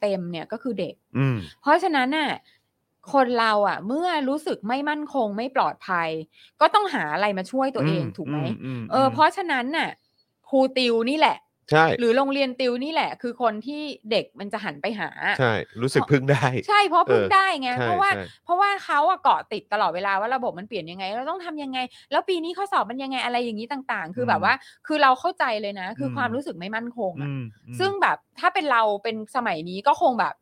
D: เต็มๆเนี่ยก็คือเด็ก
C: อืม
D: เพราะฉะนั้นน่ะคนเราอ่ะ เมื่อรู้สึกไม่มั่นคงไม่ปลอดภัย ก็ต้องหาอะไรมาช่วยตัวเองถูกไหม
C: ม
D: เออเพราะฉะนั้นน่ะครูติวนี่แหละ
C: ใช่
D: หรือโรงเรียนติวนี่แหละ คือคนที่เด็กมันจะหันไปหา
C: ใช่ รู้สึกพึ่งได้
D: ใช่เพราะพึ่ง
C: เออ
D: ได้ไง
C: ใช่
D: เพราะว่า
C: ใช่
D: เพราะว่าเขาอะเกาะติดตลอดเวลาว่าระบบมันเปลี่ยนยังไง เราต้องทำยังไง แล้วปีนี้ข้อสอบมันยังไงอะไรอย่างนี้ต่างๆ คือแบบว่า คือเราเข้าใจเลยนะ คืออ
B: ม
D: ความรู้สึกไม่มั่นคงอะ
B: อืมอืม
D: ซึ่งแบบถ้าเป็นเราเป็นสมัยนี้ก็คงแบบ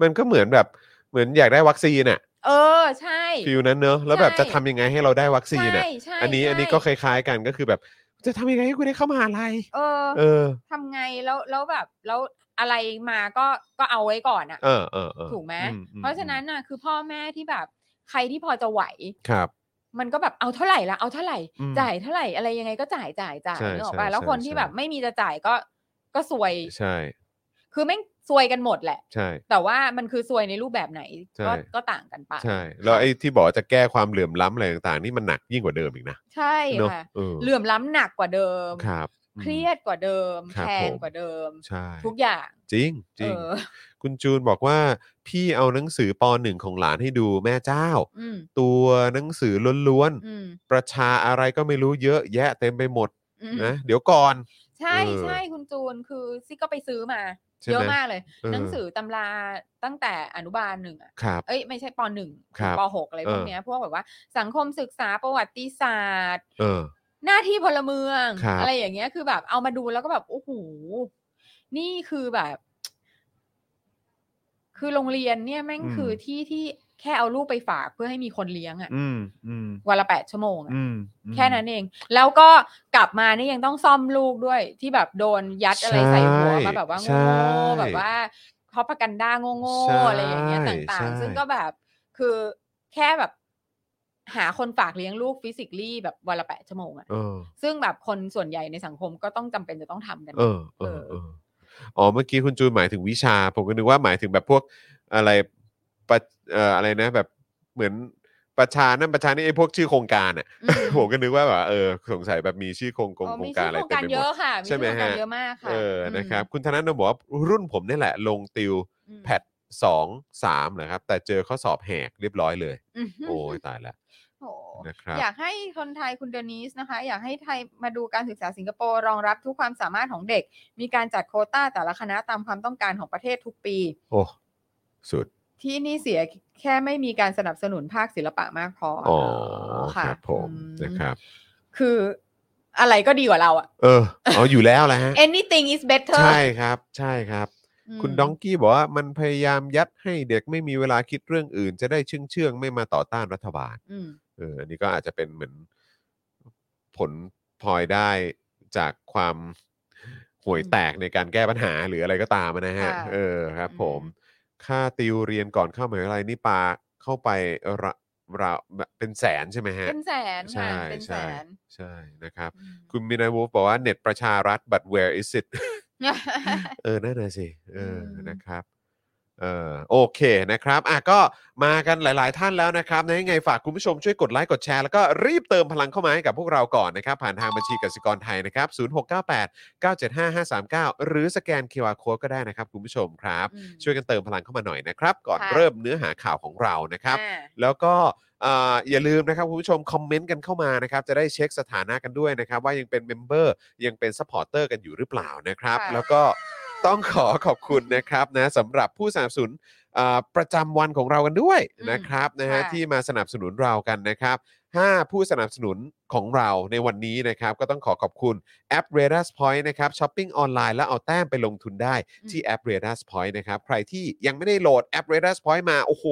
C: มันก็เหมือนแบบเหมือนอยากได้วัคซีนอ่ะ
D: เออใช่
C: ฟิลนั้นเนอะแล้วแบบ
D: ใช่
C: จะทำยังไงให้เราได้วัคซีน
D: ใช่
C: อ่ะ
D: ใช่
C: อันนี้
D: ใช่
C: อันนี้ก็คล้ายๆกันก็คือแบบ จะทำยังไงให้กูได้เข้ามหาลัย
D: เออ
C: เออ
D: ทำไงแล้วแล้วแบบแล้วอะไรมาก็ก็เอาไว้ก่อนอะ
C: เออเออเออ
D: ถูกไหม
C: อือื
D: เพราะฉะนั้นน่ะคือพ่อแม่ที่แบบใครที่พอจะไหว
C: ครับ
D: มันก็แบบเอาเท่าไหร่ละเอาเท่าไหร่
C: อืม
D: จ่ายเท่าไหร่อะไรยังไงก็จ่ายจ่ายจ่าย
C: ใช่
D: นึกออก
C: ใช่
D: ปะแล้ว
C: ใช่
D: คนที่
C: ใช่
D: แบบไม่มีจะจ่ายก็ก็ซวย
C: ใช่
D: คือแม่งซวยกันหมดแหละ
C: ใช่
D: แต่ว่ามันคือซวยในรูปแบบไหน
C: ใช่
D: ก็ก็ต่างกันไป
C: ใช่ แล้วไอ้ที่บอกว่าจะแก้ความเหลื่อมล้ำอะไรต่างๆ นี่มันหนักยิ่งกว่าเดิมอีกนะ
D: ใช่
C: เนอะ
D: ค่ะ
C: เออ
D: เหลื่อมล้ำหนักกว่าเดิม
C: ครับอืม
D: เครียดกว่าเดิม
C: ครับ
D: แพง
C: ผม
D: กว่าเดิม
C: ใช่
D: ทุกอย่าง
C: จริงจริง
D: เออ
C: คุณจูนบอกว่าพี่เอาหนังสือปหนึ่งของหลานให้ดูแม่เจ้า
D: อืม
C: ตัวหนังสือล้วน
D: อืม
C: ๆ ประชาอะไรก็ไม่รู้เยอะแยะเต็มไปหมด
D: อืม
C: นะเดี๋ยวก่อน
D: ใช่
C: เออ
D: ใช่คุณจูนคือซิก็ไปซื้อมา
C: ใช่ไหม
D: เยอะมากเลย
C: เห
D: นังสือตำราตั้งแต่อนุบาลหนึ่งอะ
C: ครับ
D: เอ้ยไม่ใช่ปหนึ่ง
C: ครั
D: ถึง
C: บ
D: ปหกอะไรพวก
C: เออ
D: เนี้ยพวกแบบว่าสังคมศึกษาประวัติศาสตร์
C: เออ
D: หน้าที่พลเมือง
C: ครับ
D: อะไรอย่างเงี้ยคือแบบเอามาดูแล้วก็แบบโอ้โหนี่คือแบบ คือโรงเรียนเนี่ยแม่ง
B: อืม
D: คือที่ที่แค่เอาลูกไปฝากเพื่อให้มีคนเลี้ยงอะ
B: อืมอืม
D: วันละแปดชั่วโมงอะ
B: อืมอืม
D: แค่นั้นเอง แล้วก็กลับมาเนี่ยยังต้องซ่อมลูกด้วย ที่แบบโดนยัดอะไรใส่หัว
C: ใช่
D: มาแบบว่า
C: ใช่
D: โง่ๆแบบว่าเขาประกันด้าโง่
C: ใช่
D: ๆอะไรอย่างเงี้ยต่าง
C: ใช่
D: ๆ ซึ่งก็แบบคือแค่แบบ หาคนฝากเลี้ยงลูกฟิสิกส์ลี่แบบวันละแปดชั่วโมงอะ
C: เออ
D: ซึ่งแบบคนส่วนใหญ่ในสังคมก็ต้องจำเป็นจะต้องทำกัน
C: เออเออ
D: เออ
C: เอออ๋อเมื่อกี้คุณจูนหมายถึงวิชา ผมก็นึกว่าหมายถึงแบบพวกอะไรปะเอ่ออะไรนะแบบเหมือนประชานั่นประชานี่ไอ้พวกชื่อโครงการอ่ะ
D: ม
C: ผมก็นึกว่าแบบเออสงสัยแบบมีชื่อโครงกง
D: อ๋อ
C: โคร
D: มี
C: งกา
D: ชื่
C: ร
D: อ
C: อะ
D: โค
C: ไร
D: รง
C: เต็ม
D: การ
C: ไปห
D: เย
C: มด
D: อะค่ะมี
C: ใช่
D: ชื่อ
C: ไหม
D: โครงกา
C: ฮะ
D: รเยอะมากค่ะ
C: เออนะครับ คุณธนาโนบอกว่ารุ่นผมนี่แหละ ลงติว
D: อืม
C: แพทสองสามนะครับ แต่เจอข้อสอบแหกเรียบร้อยเลย
D: อืม
C: โอ้ยตายแล้ว
D: โอ้
C: นะครับ
D: อยากให้คนไทยคุณเดนิสนะคะ อยากให้ไทยมาดูการศึกษาสิงคโปร์รองรับทุกความสามารถของเด็ก มีการจัดโควต้าแต่ละคณะตามความต้องการของประเทศทุกปี
C: โอ้สุด
D: ที่นี่เสียแค่ไม่มีการสนับสนุนภาคศิลปะมากพอ
C: อ๋อ
D: ค่ะ
C: ครับผม
D: อื
C: นะครับ
D: คืออะไรก็ดีกว่าเราอะ
C: เออ เอาอยู่แล้วแหละฮะ
D: anything is better
C: ใช่ครับ ใช่ครับ
D: ม
C: คุณดองกี้บอกว่ามันพยายามยัดให้เด็กไม่มีเวลาคิดเรื่องอื่น จะได้เชื่องเชื่องๆไม่มาต่อต้านรัฐบาล
D: อืม
C: เอออันนี้ก็อาจจะเป็นเหมือนผลพลอยได้จากความ ห่วยแตกในการแก้ปัญหาหรืออะไรก็ตามอะนะฮะ
D: ค่ะ
C: เออครับ ผม
D: อืม
C: ค่าติวเรียนก่อนเข้ามหาวิทยาลัยนี่ปาเข้าไประระเป็นแสนใช่ไหมฮะ
D: เป็นแสน
C: ใช่
D: ค่ะเป็นแส
C: ใช่
D: น
C: ใช่นะครับ
D: อืม
C: คุณมินาวูฟบอกว่าเน็ตประชารัฐ but where is it เออนั่นน่ะสิเอออ
D: ม
C: นะครับ เออโอเคนะครับ อ่ะก็มากันหลาย ๆ ท่านแล้วนะครับนะยังไงฝากคุณผู้ชมช่วยกดไลค์กดแชร์แล้วก็รีบเติมพลังเข้ามาให้กับพวกเราก่อนนะครับ ผ่านทางบัญชีกสิกรไทยนะครับ 0698 975 539 หรือสแกน QR Code ก็ได้นะครับคุณผู้ชมครับ
D: อืม
C: ช่วยกันเติมพลังเข้ามาหน่อยนะครับ ก่อน
D: ค่ะ
C: เริ่มเนื้อหาข่าวของเรานะครับ
D: อ่า
C: แล้วก็อ่าอย่าลืมนะครับคุณผู้ชมคอมเมนต์กันเข้ามานะครับ จะได้เช็คสถานะกันด้วยนะครับ ว่ายังเป็นเมมเบอร์ยังเป็นซัพพอร์เตอร์กันอยู่หรือเปล่านะครับ
D: ค่ะ
C: แล้วก็ต้องขอขอบคุณนะครับนะสำหรับผู้สนับสนุนอ่าประจำวันของเรากันด้วยนะครับนะฮะ
D: ค่ะ
C: ที่มาสนับสนุนเรากันนะครับห้าผู้สนับสนุนของเราในวันนี้นะครับ ก็ต้องขอขอบคุณแอป r a d a r Point นะครับช้อปปิ้งออนไลน์แล้วเอาแต้มไปลงทุนได้ ที่แอป r a d a r Point นะครับใครที่ยังไม่ได้โหลดแอป r a d a r Point มาโอ้โห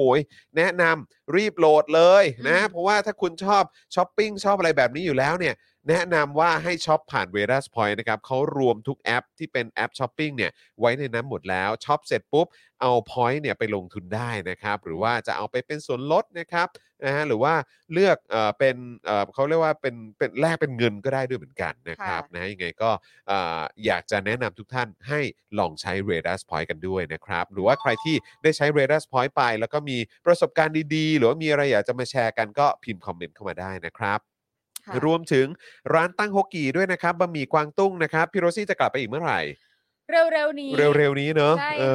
C: แนะนำรีบโหลดเลยนะ
D: อืม
C: เพราะว่าถ้าคุณชอบช้อปปิ้งชอบอะไรแบบนี้อยู่แล้วเนี่ย แนะนำว่าให้ช็อปผ่าน r a d a r Point นะครับเขารวมทุกแอปที่เป็นแอปช้อปปิ้งเนี่ยไว้ในนั้นหมดแล้วช็อปเสร็จปุ๊บ เอา point เนี่ยไปลงทุนได้นะครับ หรือว่าจะเอาไปเป็นส่วนลดนะครับนะฮะหรือว่าเลือกเอ่อเป็นเอ่อเขาเรียกว่าเป็นเป็นแลกเป็นเงินก็ได้ด้วยเหมือนกันนะครับ
D: ค่ะ
C: นะฮะยังไงก็เอ่ออยากจะแนะนำทุกท่านให้ลองใช้ r a d a r Point กันด้วยนะครับ หรือว่าใครที่ได้ใช้ r a d a r Point ไป แล้วก็มีประสบการณ์ดีๆ หรือว่ามีอะไรอยากจะมาแชร์กันก็พิมพ์คอมเมนต์เข้ามาได้นะครับ
D: ค่ะ
C: รวมถึงร้านตั้งฮกกีด้วยนะครับบะหมี่กวางตุ้งนะครับพี่โรซี่จะกลับไปอีกเมื่อไหร่
D: เร็วๆนี้
C: เร็วๆนี้เนอะ
D: ใช่
C: เอ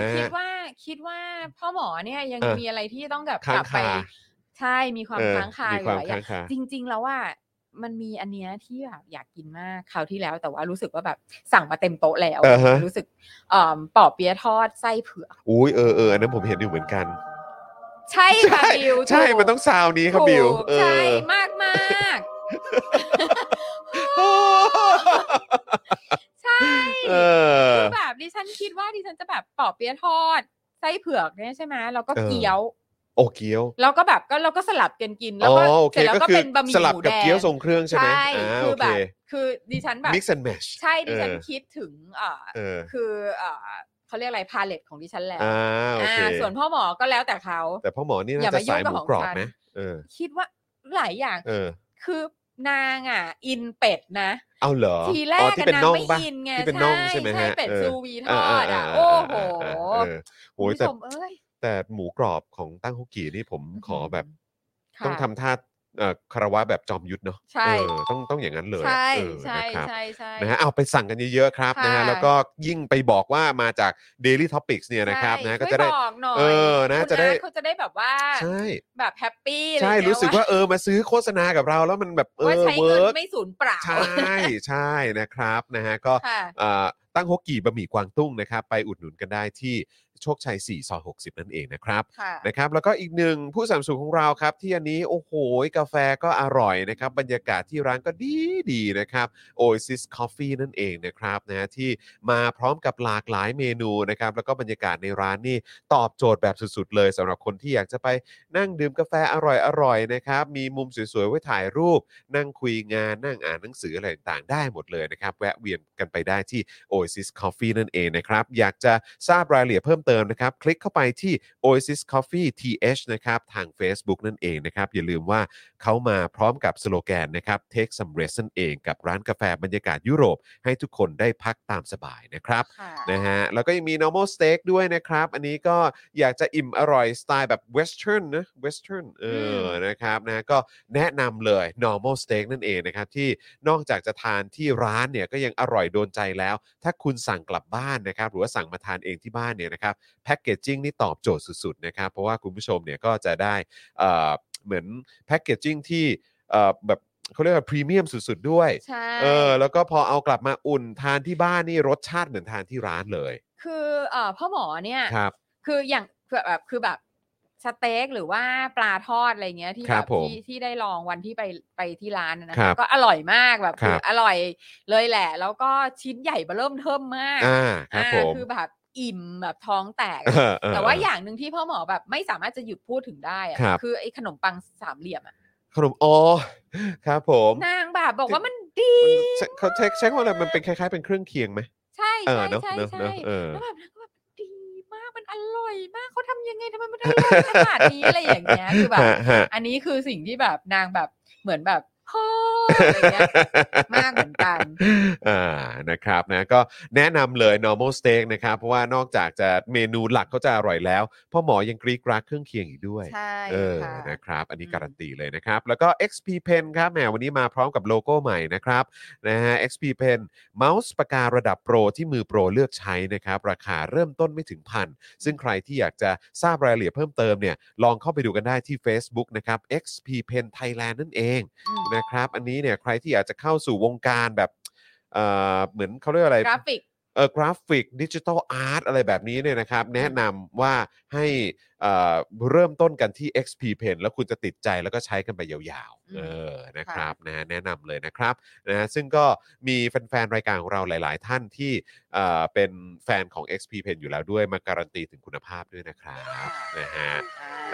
C: อ
D: ค่ะคือ
C: นะ
D: คิด
C: ฮะ
D: ว่าคิดว่าพ่อหมอเนี่ยยัง
C: อ่ะ
D: มีอะไรที่ต้องแบบ
C: ค้าง
D: กลับไป
C: คา
D: ใช่มีความ
C: เออ
D: ค้างคาอ
C: มีค
D: ยู่
C: วาม
D: หลายอย่า
C: ค้าง งคา
D: จริง ๆ แล้วว่ามันมีอันเนี้ยที่แบบอยากกินมากคราวที่แล้ว แต่ว่ารู้สึกว่าแบบสั่งมาเต็มโต๊ะแล้ว
C: เออฮะ
D: รู้สึกเอ่อป่อเปี๊ยะทอดไส้เผือก
C: อุ้ยเออเอออันนั้นผมเห็นอยู่เหมือนกัน
D: ใช่ค่ะ
C: ใช่
D: บิว
C: ใช่
D: ถูก
C: มันต้องซาวนี้ครับบิว
D: ถูก
C: เอ
D: ใช่
C: อ
D: มากมาก
C: โอ้
D: ๆ ใช่
C: เออ
D: คือแบบดิฉันคิดว่าดิฉันจะแบบป่อเปี๊ยะทอดไส้เผือกเนี่ยใช่ไหมแล้วก็
C: เออ
D: เกี๊ยว
C: โอเกี๊ยว
D: แล้วก็แบบก็เราก็สลับกันกิน
C: อ๋
D: แล้ว
C: อ
D: ก็
C: โอเค
D: เสร็จแล้ว
C: ก็
D: ก็
C: คือ
D: เป็นบะหมี่
C: สลับ
D: หมู
C: กับ
D: แดง
C: เกี๊ยวทรงเครื่องใช่ไหมอ่า
D: คื
C: โอ
D: อ
C: เค
D: แบบคือดิฉันแบบ
C: mix and match
D: ใช่ดิฉัน
C: เออ
D: คิดถึงเอ่อ
C: เออ
D: คือเอ่อเขาเรียกอะไรพาเลตของดิฉันแล้ว
C: อ่าโอเค
D: อ่าส่วนพ่อหมอก็แล้วแต่เขา
C: แต่พ่อหมอนี่
D: อย่า
C: น่าจะ
D: มายุ่
C: สาง ยห
D: กับ
C: มู
D: ของ
C: กรอบ
D: ฉัน
C: นะเออ
D: คิดว่าหลายอย่าง
C: เออ
D: คือนางอ่ะ อินเป็ดนะ
C: เอาเหรอ
D: ทีแร
C: อ๋อก ที่
D: อะ
C: เป็น
D: นาง
C: น่อง
D: ไม่
C: ปะ
D: อินไง
C: ที่เป็นน่องใช่ไหม
D: ใช่
C: ฮะ
D: เป็ด
C: ออ
D: ซูวีท
C: า
D: อด
C: าา
D: อ่ะโอ้โห
C: อ่าเออโห
D: คุณ
C: ยแต่
D: ผู้ชมเอ้ย
C: แต่หมูกรอบของตั้งฮกกี้นี่ผมขอแบบ
D: ค่ะ
C: ต้องทำท่าเอ่อคารวะแบบจอมยุทธเนาะ
D: ใช่
C: เออต้องต้องอย่างนั้นเลยอะ
D: ใช่
C: เออ
D: ใช่
C: นะครับ
D: ใช่ใช่
C: นะฮะเอาไปสั่งกันเยอะๆครับ
D: ค่ะ
C: นะฮะแล้วก็ยิ่งไปบอกว่ามาจาก Daily Topics เนี่ยนะครับ
D: ใช่
C: นะ
D: ช่
C: ก็
D: วย
C: จะได้
D: บอกหน่อย
C: เออนะ
D: คุณ
C: จะได้
D: อาเขาจะได้แบบว่า
C: ใช่
D: แบบแฮปปี้
C: ใช่
D: อะไอย่งเงี้ย
C: รู้สึกว่าเออมาซื้อโฆษณากับเราแล้วมันแบบเอ
D: ว่า
C: อ
D: ใช้
C: เวิ
D: เงิน
C: ร์ก
D: ไม่สูญเปล่า
C: ใช่ใช่นะครับนะฮะก็
D: ค่ะ
C: เอ่อตั้งฮกกี่บะหมี่กวางตุ้งนะครับ ไปอุดหนุนกันได้ที่โชคชัย4ซอย60 นั่นเองนะครับ
D: ค่ะ
C: นะครับแล้วก็อีกหนึ่งผู้สนัมสูงของเราครับ ที่อันนี้โอ้โหกาแฟก็อร่อยนะครับบรรยากาศที่ร้านก็ดีดีนะครับ Oasis Coffee นั่นเองนะครับนะฮะที่มาพร้อมกับหลากหลายเมนูนะครับแล้วก็บรรยากาศในร้านนี่ตอบโจทย์แบบสุดๆ เลยสำหรับคนที่อยากจะไปนั่งดื่มกาแฟอร่อยๆนะครับมีมุมสวยๆ ไว้ถ่ายรูป นั่งคุยงานนั่งอ่านหนังสืออะไรต่างๆ ได้หมดเลยนะครับ แวะเวียนกันไปได้ที่ Oasis Coffee นั่นเองนะครับ อยากจะทราบรายละเอียดเพิ่มเติมนะครับ คลิกเข้าไปที่ Oasis Coffee TH นะครับทาง Facebook นั่นเองนะครับ อย่าลืมว่าเขามาพร้อมกับสโลแกนนะครับ Take some rest นั่นเองกับร้านกาแฟบรรยากาศยุโรป ให้ทุกคนได้พักตามสบายนะครับ
D: ค่ะ
C: นะฮะแล้วก็ยังมี normal steak ด้วยนะครับ อันนี้ก็อยากจะอิ่มอร่อยสไตล์แบบ western นะ western เออ
D: ม
C: นะครับนะก็แนะนำเลย normal steak นั่นเองนะครับ ที่นอกจากจะทานที่ร้านเนี่ยก็ยังอร่อยโดนใจแล้ว ถ้าคุณสั่งกลับบ้านนะครับ หรือว่าสั่งมาทานเองที่บ้านเนี่ยนะครับแพ็กเกจจิ้งนี่ตอบโจทย์สุดๆนะครับ เพราะว่าคุณผู้ชมเนี่ยก็จะได้เอ่อเหมือนแพ็กเกจจิ้งที่เอ่อแบบเขาเรียกว่าพรีเมียมสุดๆด้วย
D: ใช่
C: เออแล้วก็พอเอากลับมาอุ่นทานที่บ้านนี่รสชาติเหมือนทานที่ร้านเลย
D: คือเอ่อพ่อหมอเนี่ย
C: ครับ
D: คืออย่างคือแบบคือแบบสเต็กหรือว่าปลาทอดอะไรเงี้ยที่
C: ครั
D: แบบ บ
C: ผม
D: ที่ที่ได้ลองวันที่ไปไปที่ร้านนะ
C: ครั
D: คะ
C: บ
D: ก็อร่อยมากแบบ
C: ครั
D: คือบ อร่อยเลยแหละ แล้วก็ชิ้นใหญ่เบอเริ่มเทิมมาก
C: อ่าครับ
D: อ่า
C: ผม
D: คือแบบ อิ่มแบบท้องแตก
C: เออเออ
D: แต่ว่าอย่างหนึ่งที่พ่อหมอแบบไม่สามารถจะหยุดพูดถึงได้อะ
C: ครับ
D: คือไอ้ขนมปังสามเหลี่ยมอะ
C: ขนมอ๋อครับผม
D: นางแบบบอกว่ามันดี
C: ใช้เขาใช้ใช้คำว่าอะไรมันเป็นคล้ายๆเป็นเครื่องเคียงไหม
D: ใช่
C: เออ
D: ใช่
C: เนอะ
D: ใช่
C: เนอะเน
D: ใช่
C: อะเออ
D: แล้วแบบนางก็แบบดีมากมันอร่อยมากเขาทำยังไงทำไมมันอร่อยขนาดนี้อะไรอย่างเงี้ยคือแบบ
C: ฮะฮะ
D: อันนี้คือสิ่งที่แบบนางแบบเหมือนแบบฮ่ออะไรเงี้ย มากเหมือนกัน
C: อ่านะครับนะก็แนะนำเลย normal steak นะครับ เพราะว่านอกจากจะเมนูหลักเขาจะอร่อยแล้วพ่อหมอยังกรีกรักเครื่องเคียงอีกด้วย
D: ใช่
C: เออ
D: ค่ะ
C: นะครับ อันนี้
D: อืม
C: การันตีเลยนะครับ แล้วก็ XP Pen ครับแหมวันนี้มาพร้อมกับโลโก้ใหม่นะครับ นะฮะ XP Pen เมาส์ปากการะดับโปรที่มือโปรเลือกใช้นะครับ ราคาเริ่มต้นไม่ถึงพัน ซึ่งใครที่อยากจะทราบรายละเอียดเพิ่มเติมเนี่ย ลองเข้าไปดูกันได้ที่ Facebook นะครับ XP Pen Thailand นั่นเอง
D: อืม
C: นะครับ อันนี้เนี่ยใครที่อยากจะเข้าสู่วงการแบบ เอ่อ เหมือนเขาเรียกอะไร
D: กราฟิก
C: เออกราฟิกดิจิทัลอาร์ตอะไรแบบนี้เนี่ยนะครับ แนะนำว่าให้เอ่อเริ่มต้นกันที่ XP Pen แล้วคุณจะติดใจแล้วก็ใช้กันไปยาวๆ
D: อืม
C: เออนะครับนะฮะแนะนำเลยนะครับนะฮะซึ่งก็มีแฟนๆ รายการของเราหลายๆ ท่านที่เอ่อเป็นแฟนของ XP Pen อยู่แล้วด้วยมาการันตีถึงคุณภาพด้วยนะครับ
D: ค่ะ
C: นะฮะ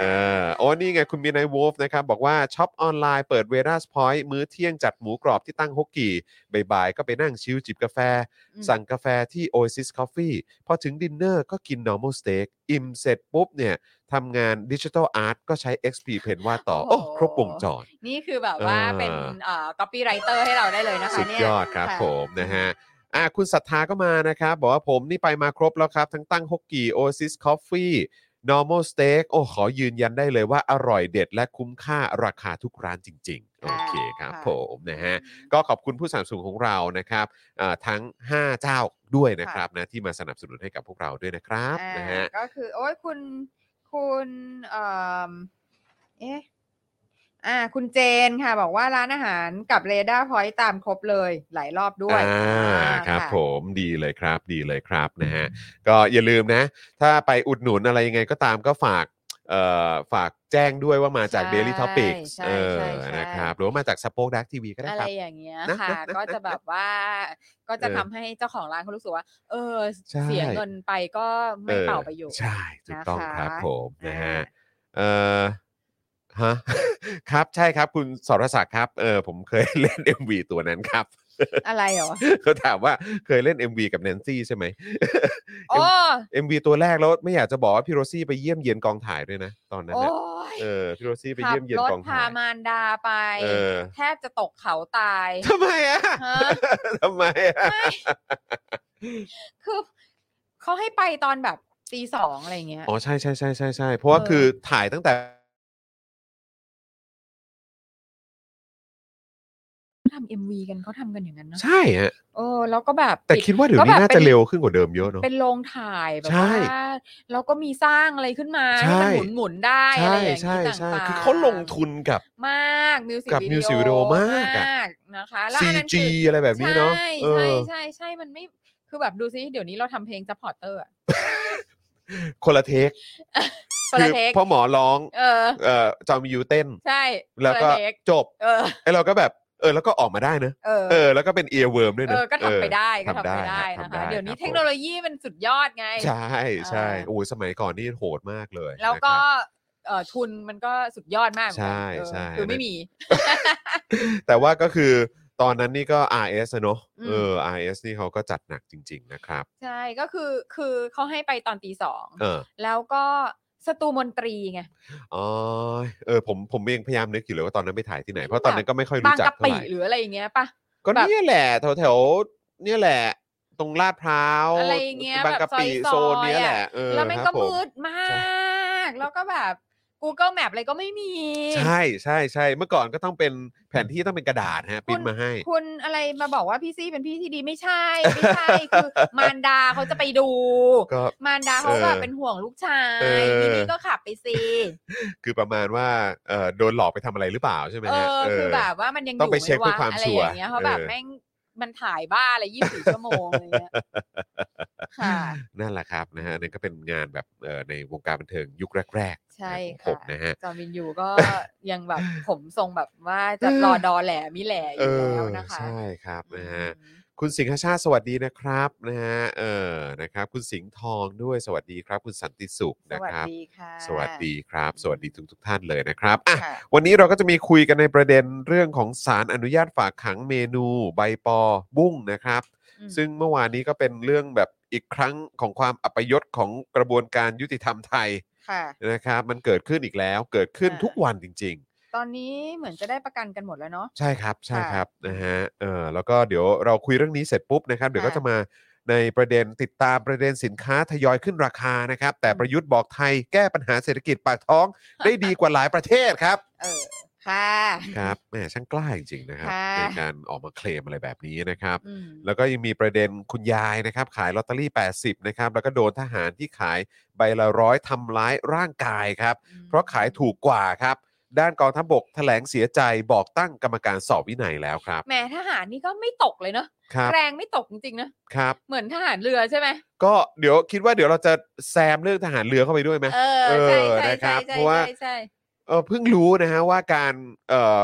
D: อ่า
C: เออโอ้นี่ไง คุณมีนายวอฟนะครับ บอกว่าช็อปออนไลน์เปิดเวรัสพอยต์มื้อเที่ยงจัดหมูกรอบที่ตั้งฮกกี่บ่ายๆ ก็ไปนั่งชิลจิบกาแฟ
D: อืม
C: สั่งกาแฟที่ Oasis Coffee พอถึงดินเนอร์ก็กิน normal steak อิ่มเสร็จปุ๊บเนี่ยทำงานดิจิทัลอาร์ตก็ใช้ XP Pen วาดต่อ โอ้ ครบวงจร
D: นี่คือแบบว่า
C: เออ
D: เป็นเอ่อ copywriter ให้เราได้เลยนะคะ
C: สุด
D: เนี่ย
C: ยอดครับ
D: ะ
C: ผมนะฮะอ่ะคุณศรัทธาก็มานะครับ บอกว่าผมนี่ไปมาครบแล้วครับ ทั้งตั้งฮกกี่ Oasis Coffee Normal Steak โอ้ ขอยืนยันได้เลยว่าอร่อยเด็ดและคุ้มค่าราคาทุกร้านจริง ๆ โอเคครับ
D: ค่ะ
C: ผมนะฮะ ก็ขอบคุณผู้สนับสนุนของเรานะครับเอ่อทั้ง 5 เจ้าด้วยนะครับนะที่มาสนับสนุนให้กับพวกเราด้วยนะครับ
D: อ่า
C: นะฮะ
D: ก็คือ โอ้ยคุณคุณเอ่อเอ๊ะอ่า คุณเจนค่ะ บอกว่าร้านอาหารกับเรดาร์พอยต์ตามครบเลยหลายรอบด้วย
C: อ่า
D: อ่า
C: ครับ
D: ะ
C: ผมดีเลยครับดีเลยครับนะฮะก็อย่าลืมนะ ถ้าไปอุดหนุนอะไรยังไงก็ตามก็ฝากเอ่อฝากแจ้งด้วยว่ามาจาก
D: ใช่
C: Daily Topics
D: ใช่
C: เออ
D: ใช่ใช่
C: นะครับหรือว่ามาจากสป o อ e ดักทีวีก็ได้ค
D: อะไร
C: รับ
D: อย่างเงี้ย
C: นะ
D: ค่ะ
C: นะนะ
D: ก็จะแบบว่าก็จะ
C: เออ
D: ทำให้เจ้าของร้านเขารู้สึกว่า เออ
C: ใช่
D: เสียเงินไปก็ไม่เป่าประโยชน์
C: ใช่ถูกต้อง
D: นะคะ
C: ครับผมนะฮะ
D: อ่า
C: เอ่อฮะ ครับใช่ครับคุณสรศักดิ์ครับเออผมเคยเล่น MV ตัวนั้นครับ
D: อะไรเหรอ
C: เขาถามว่าเคยเล่น MV กับแนนซี่ใช่ไหม
D: โอ้
C: MV ตัวแรกแล้วไม่อยากจะบอกว่าพี่โรซี่ไปเยี่ยมเยียนกองถ่ายด้วยนะตอนนั้น
D: โอ้
C: นะ
D: ย
C: เออพี่โรซี่ไป
D: ขั
C: เยี่ยมเยียน
D: รถ
C: กองถ่า
D: พาย มารดาไป
C: เออ
D: แทบจะตกเขาตาย
C: ทำไมอ่ะ
D: ฮะ
C: ทำไมอ่ะ
D: คือเขาให้ไปตอนแบบตีสองอะไรอย่างเงี้ย
C: อ๋อใช่ใช่ใช่ใช่ใช่เพราะว่า
D: เออ
C: คือถ่ายตั้งแต่
D: ทำเอ็มวีกันเขาทำกันอย่างนั้นเนอะ
C: ใช่ฮะ
D: โอ้แล้วก็แบบ
C: แต่
D: ปิด
C: คิดว่าเดี๋ยว
D: ก็
C: นี้
D: แบบ
C: น่า
D: เป็
C: จะ
D: น
C: เร็วขึ้นกว่าเดิมเยอะเนาะ
D: เป็นโรงถ่ายแบบ
C: ใช่
D: ว่าแล้วก็มีสร้างอะไรขึ้นมา
C: ใช่
D: ให้มันหมุนหมุนๆได้อะไร
C: ใช่
D: อย่าง
C: ใช่ใช่
D: นี้ต่างๆ
C: คือเขาลงทุนกับ
D: มากมิวสิ
C: กับ music video มากอะ
D: นะคะแล้วอันนั้น
C: CG
D: คือ
C: อะไรแบบนี้เนาะ
D: ใช่
C: เอ
D: ใช่
C: อ
D: ใช่ใช่มันไม่คือแบบดูซิเดี๋ยวนี้เราทำเพลง s u p p อร์เตอร์
C: คนละเทค
D: คน
C: คื
D: ละเทค
C: พ่อหมอร้อง
D: เออ
C: เอ่อจอมยูเต้น
D: ใช่คน
C: แล้วก็
D: เทค
C: จบ
D: เออ
C: ไอ้เราก็แบบ เออ แล้วก็ออกมาได้เนอะ
D: เออ
C: เออ แล้วก็เป็นเอียร์เวิร์มด้วย
D: เอ
C: เนอะ
D: อ ก็ทำไป
C: เออ
D: ได้ก็ทำ
C: ทำ
D: ไป
C: ได้
D: ได้
C: ครับ
D: นะ
C: ทำได้
D: คะ เดี๋ยว
C: ค
D: นี้
C: รับผม
D: เทคโนโลยีมันสุดยอดไง
C: ใช่ใช่
D: เออ
C: โอ้ยสมัยก่อนนี่โหดมากเลย
D: แล้ว
C: นะค
D: ก็
C: รับ
D: เอ่อทุนมันก็สุดยอดมากเหมือนกัน
C: ใช่
D: เออ
C: ใช่
D: คือไม่
C: นะ
D: มี
C: แต่ว่าก็คือตอนนั้นนี่ก็ RS อะเนอะ
D: อืม
C: เออ RS นี่เขาก็จัดหนักจริง ๆ นะครับ
D: ใช่ก็คือคือเขาให้ไปตอนตีสอง
C: เออ
D: แล้วก็สตูมนตรีไง
C: อ๋อเออผมผมเองพยายามนึกอยู่เลยว่าตอนนั้นไปถ่ายที่ไหน
D: ที่
C: เพราะตอนนั้น
D: แบบ
C: ก็ไม่ค่อย
D: บา
C: รู้
D: ง
C: จัก
D: กะ
C: เท่า
D: ปิ
C: ไหร่
D: หรืออะไรอย่างเงี้ยปะ
C: ก็
D: แบบ
C: เนี่ยแหละแถวแถวๆเนี่ยแหละ ตรงลาดพร้าว
D: อะไรอย่างเงี้ย
C: บางกะปิ
D: แบบซอยๆ
C: โซนเนี้ยแห
D: อะ
C: ละเออ
D: แล้วมัน
C: ค
D: ก็
C: รับผ
D: มืดมาก แล้วก็แบบ Google Map อะไรก็ไม่มี
C: ใช่ใช่ใช่เมื่อก่อนก็ต้องเป็นแผนที่ต้องเป็นกระดาษฮะ
D: คุ
C: พิม
D: ณ
C: พ์มาให้
D: คุณอะไรมาบอกว่าพี่ซี่เป็นพี่ที่ดีไม่ใช่ ไม่ใช่ คือมารดาเขาจะไปดู
C: ก็
D: มารดาเขาแบบ
C: เออ
D: เป็นห่วงลูกชาย
C: เออ
D: ทีนี้ก็ขับไปสิ
C: คือประมาณว่าเอ่อโดนหลอกไปทำอะไรหรือเปล่าใช่ไหม
D: เอ
C: ฮะ
D: อ
C: เ
D: คือแบบว่ามันยัง
C: ต้องไป
D: ยู่ห
C: เช็คเพื่อความ
D: อะไร
C: ชัว
D: อย่างเงี้ยเขาแบบ
C: ออ
D: แม่งมันถ่ายบ้าอะไรยี่สิบชั่วโมงอะไรเงี้ย ค่ะ
C: นั่นแหละครับนะฮะอันนั่นก็เป็นงานแบบเอ่อในวงการบันเทิงยุคแรกๆ
D: ใช่
C: ของผ
D: ค่ะ
C: มนะฮะ
D: จอมินยูก็ยังแบบผมทรงแบบว่าจะรอดอแหลมิแหลอ
C: เอยู่ อ
D: แล้วนะคะ
C: ใช่ครับนะฮะ คุณสิงหชาติสวัสดีนะครับนะฮะเออนะครับ คุณสิงห์ทองด้วยสวัสดีครับ คุณสันติสุข
E: ส
C: นะ
E: วัส
C: ครับ
E: ดีค่ะ
C: สวัสดีครับ สวัสดีทุกทุกๆท่านเลยนะครับอ่ะ
E: ค่ะ
C: วันนี้เราก็จะมีคุยกันในประเด็นเรื่องของสารอนุญาตฝากขังเมนูใบปอบุ้งนะครับ
D: อืม
C: ซึ่งเมื่อวานนี้ก็เป็นเรื่องแบบอีกครั้งของความอัปยศของกระบวนการยุติธรรมไทย
E: ค่ะ
C: นะครับ มันเกิดขึ้นอีกแล้ว เกิดขึ้น
E: อ่า
C: ทุกวันจริง
D: ตอนนี้เหมือนจะได้ประกันกันหมดแล้วเนาะ
C: ๆ ใช่ครับใช่
E: ค่ะ
C: ครับนะฮะเออแล้วก็เดี๋ยวเราคุยเรื่องนี้เสร็จปุ๊บนะครับ เดี๋ยวก็
E: ค่ะ
C: จะมาในประเด็นติดตามประเด็นสินค้าทยอยขึ้นราคานะครับ แต่ประยุทธ์บอกไทยแก้ปัญหาเศรษฐกิจปากท้ องได้ดีกว่าหลายประเทศครับ
E: เออค่ะ
C: ครับแหมช่างกล้าจริงๆนะครับ
E: ค่ะ
C: ในการออกมาเคลมอะไรแบบนี้นะครับ
E: อืม
C: แล้วก็ยังมีประเด็นคุณยายนะครับ ขายลอตเตอรี่ 80 นะครับ แล้วก็โดนทหารที่ขายใบละร้อยทำร้ายร่างกายครับ เพราะขายถูกกว่าครับ ด้านกองทัพบกแถลงเสียใจบอกตั้งกรรมการสอบวินัยแล้วครับ
D: แหมทหารนี่ก็ไม่ตกเลยเนาะ
C: ครับ
D: แรงไม่ตกจริงๆนะครับ เหมือนทหารเรือใช่ไหม
C: ก็เดี๋ยวคิดว่าเดี๋ยวเราจะแซมเรื่องทหารเรือเข้าไปด้วยไหม
D: เออใช่
C: เออ
D: ใช่
C: นะครับ
D: ใช่ใช่
C: เพราะว่า
D: ใช่ใช่
C: เออเพิ่งรู้นะฮะว่าการเอ่ อ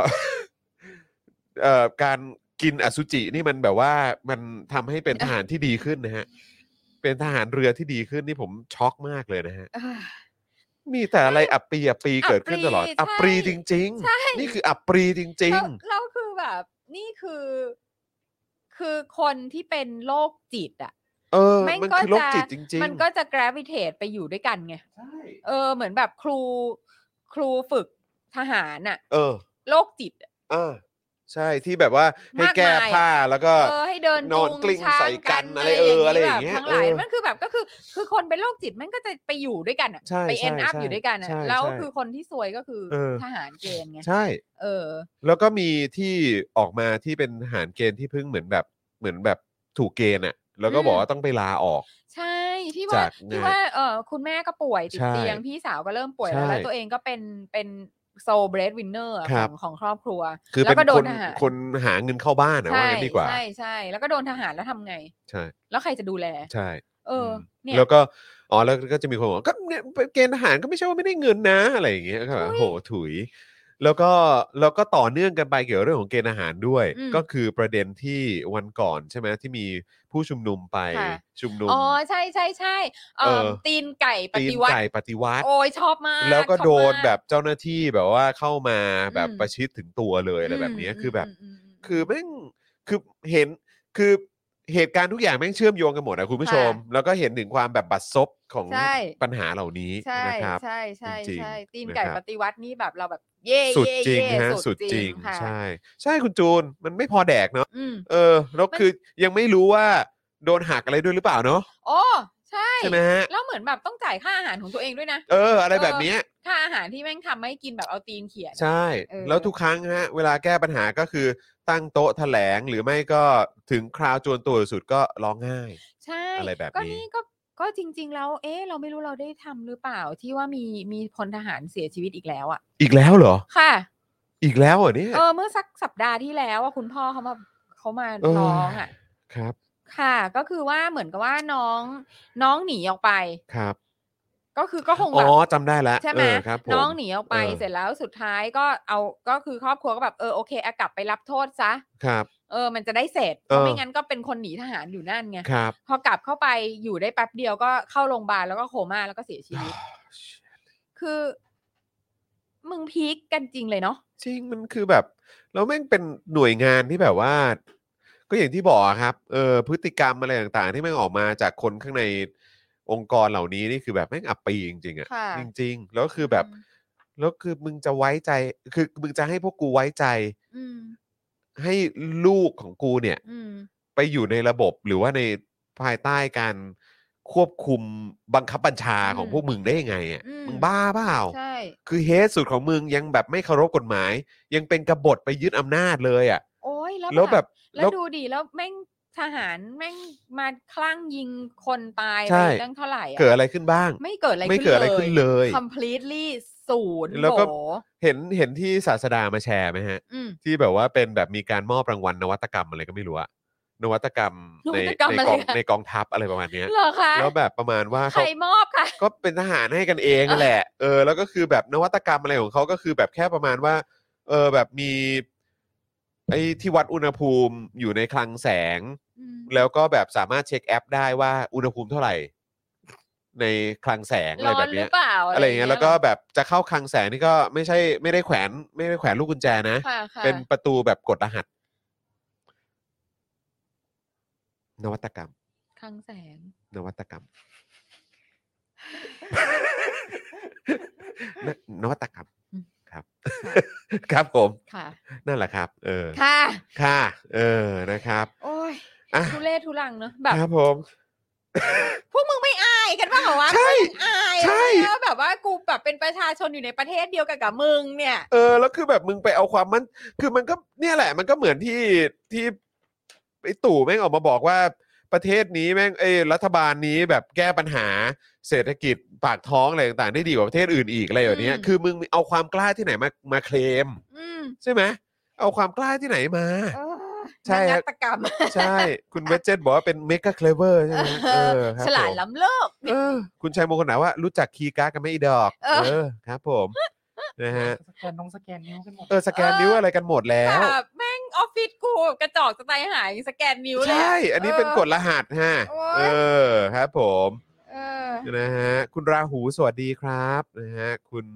C: เอ่อการกินอสุจินี่มันแบบว่ามันทำให้เป็นทหารที่ดีขึ้นนะฮะ เป็นทหารเรือที่ดีขึ้นนี่ผมช็อกมากเลยนะฮะ มีแต่อะไรอับปรีอับปรีเกิดขึ้นตลอด
D: อั
C: อั
D: บบ ป
C: ป
D: รี
C: รี
D: ใช่
C: จริง
D: ใช่
C: ๆ นี่คืออับปรีจริง
D: เราเราคือแบบนี่คือ คือคนที่เป็นโรคจิต อ่ะ
C: ๆ เออ
D: แม่ง
C: มัน
D: ก็
C: คือโรค
D: จะ
C: จิตจริง ๆ
D: มันก็จะกราวิเทตไปอยู่ด้วยกันไงเออ เหมือนแบบครูครูฝึกทหารน่ะ
C: เออ
D: โรคจิตอะ
C: อ่าใช่ที่แบบว่าให้
D: มาก
C: แก้
D: มาย
C: ผ้าแล้วก็
D: เออให้เดิน
C: นอน
D: จู
C: กลิ้ง
D: ช้า
C: ใส่กันอะไรเอออะไรอย่างเงี้ย
D: แบบทั้งหลาย
C: เออ
D: มันคือแบบก็คือ คือคนเป็นโรคจิตมันก็จะไปอยู่ด้วยกันอ่ะ
C: ใช่
D: ไป
C: ใช่
D: เอ็นอัพ
C: ใช่
D: อยู่ด้วยกันอ่ะ
C: ใช่
D: แล้ว
C: ใช่
D: คือคนที่ซวยก็คือ
C: เออ
D: ทหารเกณฑ์ไง
C: ใช่
D: เออ
C: แล้วก็มีที่ออกมาที่เป็นทหารเกณฑ์ที่เพิ่งเหมือนแบบเหมือนแบบถูกเกณฑ์อ่ะ แล้วก็บอกว่าต้องไปลาออก
D: ใช่ที่ว่า
C: จากงา
D: ที่
C: น
D: ว่าเออคุณแม่ก็ป่วยติด
C: ใช่
D: เตียงพี่สาวก็เริ่มป่วยแล้ว
C: ใช่
D: แล้วตัวเองก็เป็นเป็นโซเบรดวินเนอร์
C: ค
D: ข
C: รั
D: อบ งของครอบครัว
C: คือ
D: แล้
C: เป็
D: วก็
C: น
D: โด
C: คน น
D: ทหาร
C: คนหาเงินเข้าบ้านนะว่า
D: ใช่
C: งั้นดีกว่า
D: ใช่ใช่แล้วก็โดนทหารแล้วทำไง
C: ใช่
D: แล้วใครจะดูแล
C: ใช่
D: เอออ
C: ม
D: เนี่ย
C: แล้วก็อ๋อแล้วก็จะมีคนบอกว่าก็เนี่ยเกณฑ์ทหารก็ไม่ใช่ว่าไม่ได้เงินนะอะไรอย่างเงี้ยก็แบบ
D: อุ๊ย
C: โหถุย แล้วก็แล้วก็ต่อเนื่องกันไปเกี่ยวกับเรื่องของเกณฑ์อาหารด้วย
D: อืม
C: ก็คือประเด็นที่วันก่อนใช่ไหมที่มีผู้ชุมนุมไป
D: ค่ะ
C: ชุมนุม
D: อ๋อใช่ใช่ใช่เออ
C: เออ
D: ตีนไก่ป
C: ตีน
D: ฏิวัติ
C: ไก่ปฏิวัติ
D: โอ้ยชอบมาก
C: แล้วก็
D: ชอ
C: โดน
D: มา
C: แบบเจ้าหน้าที่แบบว่าเข้ามาแบบ
D: อืม
C: ประชิดถึงตัวเลยอะไรแบบเนี้ย
D: ม
C: คือแบบ
D: มม
C: คือแม่งคือเห็นคือเหตุการณ์ทุกอย่างแม่งเชื่อมโยงกันหมดนะคุณผู้ชม
D: ค่ะ
C: แล้วก็เห็นถึงความแบบบัดซบของ
D: ใช่
C: ปัญหาเหล่านี้
D: ใช่
C: นะครับ
D: ใช่ใช่
C: จริงๆ
D: ใช่ตีนไก่
C: นะครับ
D: ปฏิวัตินี่แบบเราแบบเย่
C: สุด
D: เย่
C: จริง
D: เย่
C: ฮะสุดจริง
D: ค่ะ
C: ใช่ ใช่คุณจูนมันไม่พอแดกเนาะ
D: อืม
C: เออแล้ว
D: มัน
C: คือยังไม่รู้ว่าโดนหักอะไรด้วยหรือเปล่าเนาะ
D: โอ้ใช่
C: ใช่ไหมฮะ
D: แล้วเหมือนแบบต้องจ่ายค่าอาหารของตัวเองด้วยนะ
C: เออ อะไร
D: เออ
C: แบบเนี้ย
D: ค่าอาหารที่แม่งทำให้กินแบบเอาตีนเขียน
C: ใช่
D: เออ
C: แล้วทุกครั้งฮะเวลาแก้ปัญหาก็คือตั้งโต๊ะแถลงหรือไม่ก็ถึงคราวจวนตัวสุดก็ร้องไห้
D: ใช่
C: อะไรแบบ
D: ก็
C: นี้
D: นี่ก็ก็จริง ๆ แล้ว เอ๊ะเราไม่รู้เราได้ทำหรือเปล่าที่ว่ามีมีพลทหารเสียชีวิตอีกแล้วอ่ะ
C: อีกแล้วเหรอ
D: ค่ะ
C: อีกแล้วเหรอเนี่ย
D: เออเมื่อสักสัปดาห์ที่แล้วอ่ะคุณพ่อเขามาเขามา
C: เออ
D: ร้องอ่ะ
C: ครับ
D: ค่ะ ก็คือว่าเหมือนกับว่าน้องน้องหนีออกไป
C: ครับ
D: ก็คือก็คง
C: อ๋
D: แบ
C: อบ จำได้แล้ว
D: ใช่ไหม
C: เออครับผม
D: น้องหนีออกไป
C: เออ
D: เสร็จแล้วสุดท้ายก็เอาก็คือครอบครัวก็แบบเออโอเคอะกลับไปรับโทษซะ
C: ครับ
D: เออ มันจะได้เสร็จเพ
C: เออ
D: ราะไม่งั้นก็เป็นคนหนีทหารอยู่นั่นไง
C: ครับ
D: พอกลับเข้าไปอยู่ได้แป๊บเดียวก็เข้าโรงพยาบาลแล้วก็โคม่าแล้วก็เสียชี วิต คือ มึงพีคกันจริงเลยเนาะ
C: จริงมันคือแบบแล้วแม่งเป็นหน่วยงานที่แบบว่า ก็อย่างที่บอกอะครับเออพฤติกรรมอะไรต่างๆ ที่แม่งออกมาจากคนข้างในองค์กรเหล่านี้นี่คือแบบแม่งอับปีจริงๆอะ
E: ค่ะ
C: จริง ๆ แล้วคือแบบแล้วคือมึงจะไว้ใจ คือมึงจะให้พวกกูไว้ใจ
D: อืม
C: ให้ลูกของกูเนี่ย
D: อืม
C: ไปอยู่ในระบบหรือว่าในภายใต้การควบคุมบังคับบัญชาของ
D: อืม
C: พวกมึงได้ยังไงอ่ะ
D: อืม
C: มึงบ้าเปล่า
D: ใช่
C: คือเฮดสุดของมึงยังแบบไม่เคารพกฎหมาย ยังเป็นกบฏไปยึดอำนาจเลยอ่ะ
D: โอ้ยแล้ว
C: แล้วแบบ
D: แล้วดูดิแล้วแม่งทหารแม่งมาคลั่งยิงคนตายไป
C: ใช่
D: ตั้งเท่าไหร่อะ
C: เกิดอะไรขึ้นบ้าง
D: ไม่เกิดอะไร
C: ไม่เกิดอะไรขึ้นเลย
D: completely ศูนย์
C: แล้วก็
D: โห
C: เห็นเห็นที่ศาสดามาแชร์ไหมฮะ
D: อืม
C: ที่แบบว่าเป็นแบบมีการมอบรางวัลนวัตกรรมอะไรก็ไม่รู้อะนวัตกรรมใน
D: นวัตกรรม
C: ในกอง
D: อะไรอะ
C: ในกองทัพอะไรประมาณเนี้ย
D: เหรอคะ
C: แล้วแบบประมาณว่า
D: ใคร
C: เขา
D: มอบค่ะ
C: ก็เป็นทหารให้กันเองนั่นแหละ เออ แล้วก็คือแบบนวัตกรรมอะไรของเขาก็คือแบบแค่ประมาณว่า เออ แบบมี ไอ้ที่วัดอุณหภูมิอยู่ในคลังแสง
D: อืม
C: แล้วก็แบบสามารถเช็คแอปได้ว่าอุณหภูมิเท่าไหร่ ในคลังแสงอะไร
D: ร้อ
C: แบ
D: น
C: บ
D: หรื
C: เนี้ย
D: อเปล่า
C: อะไรอย่างเงี้ยแล้วก็แบบจะเข้าคลังแสงนี่ก็ไม่ใช่ไม่ได้แขวนไม่ได้แขวนลูกกุญแจนะ
D: ค่ะค่ะ
C: เป็นประตูแบบกดรหัส นวัตกรรม
D: คลังแสง
C: นวัตกร รม นนวัตกรรม
D: อืม
C: ครับ ครับผม
D: ค่ะ
C: นั่นแหละครับ เออ
D: ค่ะ
C: ค่ะ เออนะครับ
D: โอ้ย
C: อ่ะ
D: ทุเรศทุลังเนอะแบบ
C: ครับผม
D: พวกมึงไม่อายกันบ้างเหรอวะ
C: ใช่
D: มึงอาย
C: ใช่
D: แล้วแบบว่ากูแบบเป็นประชาชนอยู่ในประเทศเดียวกันกับมึงเนี่ย
C: เออแล้วคือแบบมึงไปเอาความมันคือมันก็เนี่ยแหละ มันก็เหมือนที่ที่ไอ้ตู่แม่งออกมาบอกว่าประเทศนี้แม่งเอยรัฐบาลนี้แบบแก้ปัญหาเศรษฐกิจปากท้องอะไรต่างๆได้ดีกว่าประเทศอื่นอีกอะไรอย่างเนี้ย
D: อืม
C: คือมึงเอาความกล้าที่ไหนมามาเคลม
D: อืม
C: ใช่ไหมเอาความกล้าที่ไหนมา
D: เออ
C: ใช่
D: น
C: ฮะ
D: วัตกรรม
C: ใช่ คุณเวจเจตบอกว่าเป็นเมกะเคลเวอร์ใช่ไหมเออครับ
D: ฉลาด
C: ผม
D: ล้ำเลิก
C: เออคุณชัยมงคลหนาว่ารู้จักคีย์การ์ดกันไหมอีดอก
D: เออ
C: เออครับผมนะฮะ
A: สแกนน้องสแกนนิ้วกันหมด
C: เออสแกนนิ้วอะไรกันหมดแล้ว
D: แบบแม่งออฟฟิศกูกระจอกจะตายหายสแกนนิ้วเลยอะ
C: ใช่ อันนี้เป็นกฎรหัสฮะ
D: โอ๊ย
C: เออครับผม
D: เออ
C: นะฮะคุณราหูสวัสดีครับนะฮะคุณ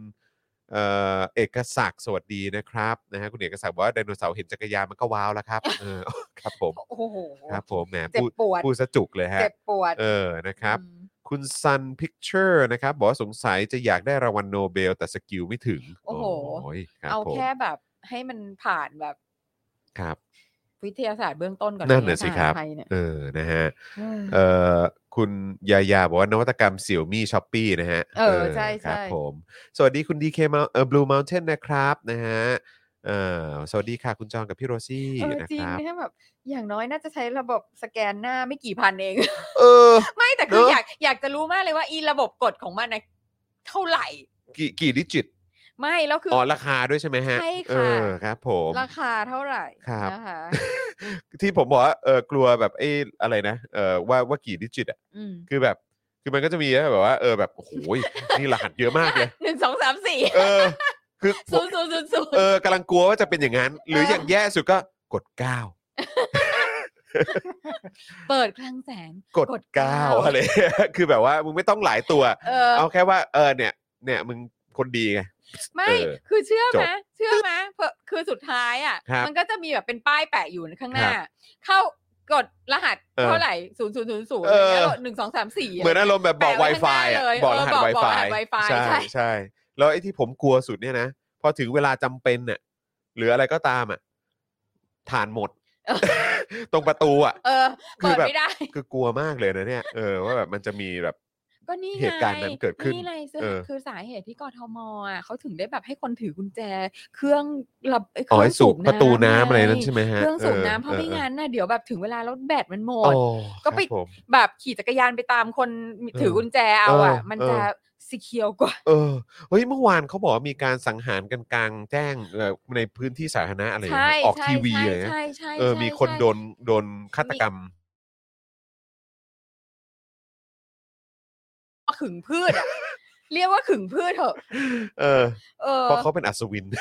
C: เอ่อเอกศักดิ์สวัสดีนะครับนะฮะคุณเอกศักดิ์บอกว่าไดโนเสาร์เห็นจักรยานมันก็ว้าวแล้วครับเออ ครับผม
D: โอ้โห
C: ครับผมแหม
D: เจ็บ
C: พูด
D: ปวด
C: พูดสะจุกเลยฮะ
D: เจ็บปวด
C: เออนะครับ
D: อืม
C: คุณซันพิกเ u อร์นะครับ บอกว่าสงสัยจะอยากได้รางวัลโนเบล แต่สกิลไม่ถึง
D: โอ้โห
C: ยครับ
D: เอา
C: ผม
D: แค่แบบให้มันผ่านแบบ
C: ครับ
D: วิทยาศาสตร์เบื้องต้นก่อน
C: นั่นน่ะสิครับ
D: ไทยเนี่ย
C: เออนะฮะ
D: เออ
C: เอ่อคุณยายาบอกว่านวัตกรรมเสี่ยวมี่ช้อปปี้นะฮะ
D: เออใช่
C: ครั
D: ใช่
C: ผม สวัสดีคุณดีเคมาเออบลูม u นเทนนะครับนะฮะเอ่อสวัสดีค่ะคุณจองกับพี่โรซี่
D: เออ
C: นะ
D: จ
C: ค
D: ริง
C: รับ
D: นะแบบอย่างน้อยน่าจะใช้ระบบสแกนหน้าไม่กี่พันเอง
C: เออ
D: ไม่แต่คือ
C: เนอะ
D: อยากอยากจะรู้มากเลยว่าอีระบบกดของมันนะเท่าไหร่
C: กี่กี่ดิจิต
D: ไม่แล้วคือ
C: อ๋อ
D: อ
C: ราคาด้วยใช่ไหมฮะ
D: ใช่ค่ะ
C: เออครับผม
D: ราคาเท่าไหร่
C: ครับ
D: นะคะ
C: ที่ผมบอกว่าเออกลัวแบบไอ้อะไรนะเออว่าว่ากี่ดิจิตอ่ะ
D: อืม
C: คือแบบคือมันก็จะมีแบบว่าเออแบบโอ้โหนี่รหัสเยอะมากเลย
D: หนึ่งสองสามสี่
C: เออ คือ
D: ศูนย์ศูนย์ศูนย์ศูน
C: เออ
D: ย์
C: กำลังกลัวว่าจะเป็นอย่างนั้น หรือ
D: เออ
C: อ
D: อ
C: ย่างแย่สุดก็กดเก้า
D: เปิดคลังแสง
C: กด
D: กด
C: เก้า
D: เก้า
C: อะไร คือแบบว่ามึงไม่ต้องหลายตัว
D: เออ
C: เอาแค่ว่าเออเนี่ย เนี่ยมึงคนดีไง
D: ไม่
C: เออ
D: คือเชื่อ
C: จ
D: ไหม
C: บ
D: เชื่อไหมเพราะคือสุดท้ายอ่ะ
C: ครับ
D: มันก็จะมีแบบเป็นป้ายแปะอยู่ข้างหน้า
C: ครับ
D: เข้ากดรหัส
C: เออ
D: เท่าไหร่ศูนย์ศูนย์ศูนย์ศูนย์
C: เออ
D: หนึ่งสองสามสี่
C: เหมือนอารมณ์แบบบอก
D: แปะไว้
C: Wi-Fi อ่ะ
D: ข้างหน้าเลย
C: บอกรหัส
D: เออบอกบอกร
C: Wi-Fi
D: หัส Wi-Fi
C: ใช่
D: ใช่
C: ใช่ แล้วไอ้ที่ผมกลัวสุดเนี่ยนะ พอถึงเวลาจำเป็นน่ะหรืออะไรก็ตามอ่ะฐานหมด
D: เออ
C: ตรงประตูอ่ะ
D: เออ
C: คือ
D: เปิด
C: แบบ
D: ไม่ได้
C: คือกลัวมากเลยนะเนี่ย เออว่าแบบมันจะมีแบบ
D: ก็นี่ไง
C: เหตุการณ์นั้นเกิดขึ้น
D: นี่ไงซึ่ง
C: เออ
D: คือสาเหตุที่กทมอ่ะเขาถึงได้แบบให้คนถือกุญแจ เครื่องระเยเค
C: ๋อ
D: รื่
C: ไอ้สูบประตูน้ำอะไร
D: ง
C: นั้นใช่ไหมฮะ
D: เครื่องสูบ
C: อ
D: น้ำเพราะไม่งั้นน่ะเดี๋ยวแบบถึงเวลาแล้วแบตมันหม
C: เออ
D: ด
C: โอ้
D: ก็ไป
C: ครับผม
D: แบบขี่จักรยานไปตามคนถือกุญแจเอาอ่ะ
C: เออ
D: มัน
C: เออ
D: จะสิเคียวกว่า
C: เออเฮ้ยเมื่อวานเขาบอกว่ามีการสังหารกันกลางแจ้งเอ่อในพื้นที่สาธารณะอะไรอย่าง
D: ใช่
C: เงี้ยออก
D: ใช่
C: ทีวี
D: ใช่
C: เลยนะ
D: ใช่ใช่
C: เออ
D: ใช่
C: มีคน
D: ใช่
C: โดนโดนฆาตกรรม
D: ขึงพืชอะเรียกว่าขึงพืชเถอะ
C: เออ
D: เออ
C: เพราะเขาเป็นอัศวิน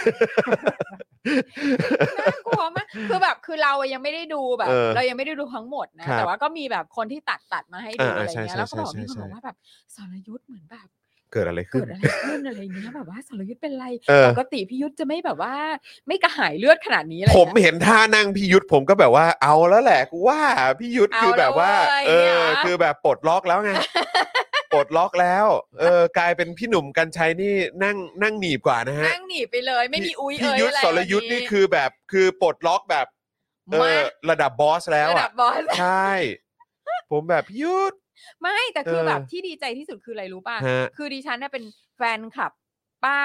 D: น่ากลัวมากคือแบบคือเราอะยังไม่ได้ดูแบบ
C: เออ
D: เรายังไม่ได้ดูทั้งหมดนะครับ แต่ว่าก็มีแบบคนที่ตัดตัดมาให้ดู
C: อ่า
D: อะไร
C: ใช่
D: เงี้ย
C: ใช่
D: แล้วก็บอก
C: ใช่
D: มี
C: ใช่
D: คน
C: ใช่
D: บอกว่าแบบสรยุทธ์เหมือนแบบ
C: เกิดอะไรขึ้
D: เกิ
C: น
D: ดอะไรขึ้นอะไรเงี้ยแบบว่าสรยุทธ์เป็นไร
C: เออ
D: ปกติพี่ยุทธจะไม่แบบว่า ไม่กระหายเลือดขนาดนี้อะไร
C: ผม
D: เงี้ย
C: เห็นท่านั่งพี่ยุทธผมก็แบบว่าเอาแล้วแหละกูว่าพี่ยุทธ
D: เอา
C: คือแบบว่า
D: แล้วเว้
C: เอ
D: ยเนี่ย
C: อ คือแบบปลดล็อกแล้ว ไง ปลดล็อกแล้ว เออกลายเป็นพี่หนุ่มกัญชัยนี่นั่งนั่งหนีบกว่านะฮะ
D: นั่งหนีไปเลยไม่มีอุ้ย
C: พี่
D: เอ้ย
C: ยุทธ
D: อะไร
C: สรยุทธนี่คือแบบคือปลดล็อกแบบ เออ
D: มา
C: ระดับบอสแล้ว
D: ระดั
C: อ่ะ
D: บบอส
C: ใช่ ผมแบบพี่ยุทธ
D: ไม่แต่คือ
C: เออ
D: แบบที่ดีใจที่สุดคืออะไรรู้ป่ะ
C: ฮะ
D: คือดิฉันน่ะเป็นแฟนคลับ ป้า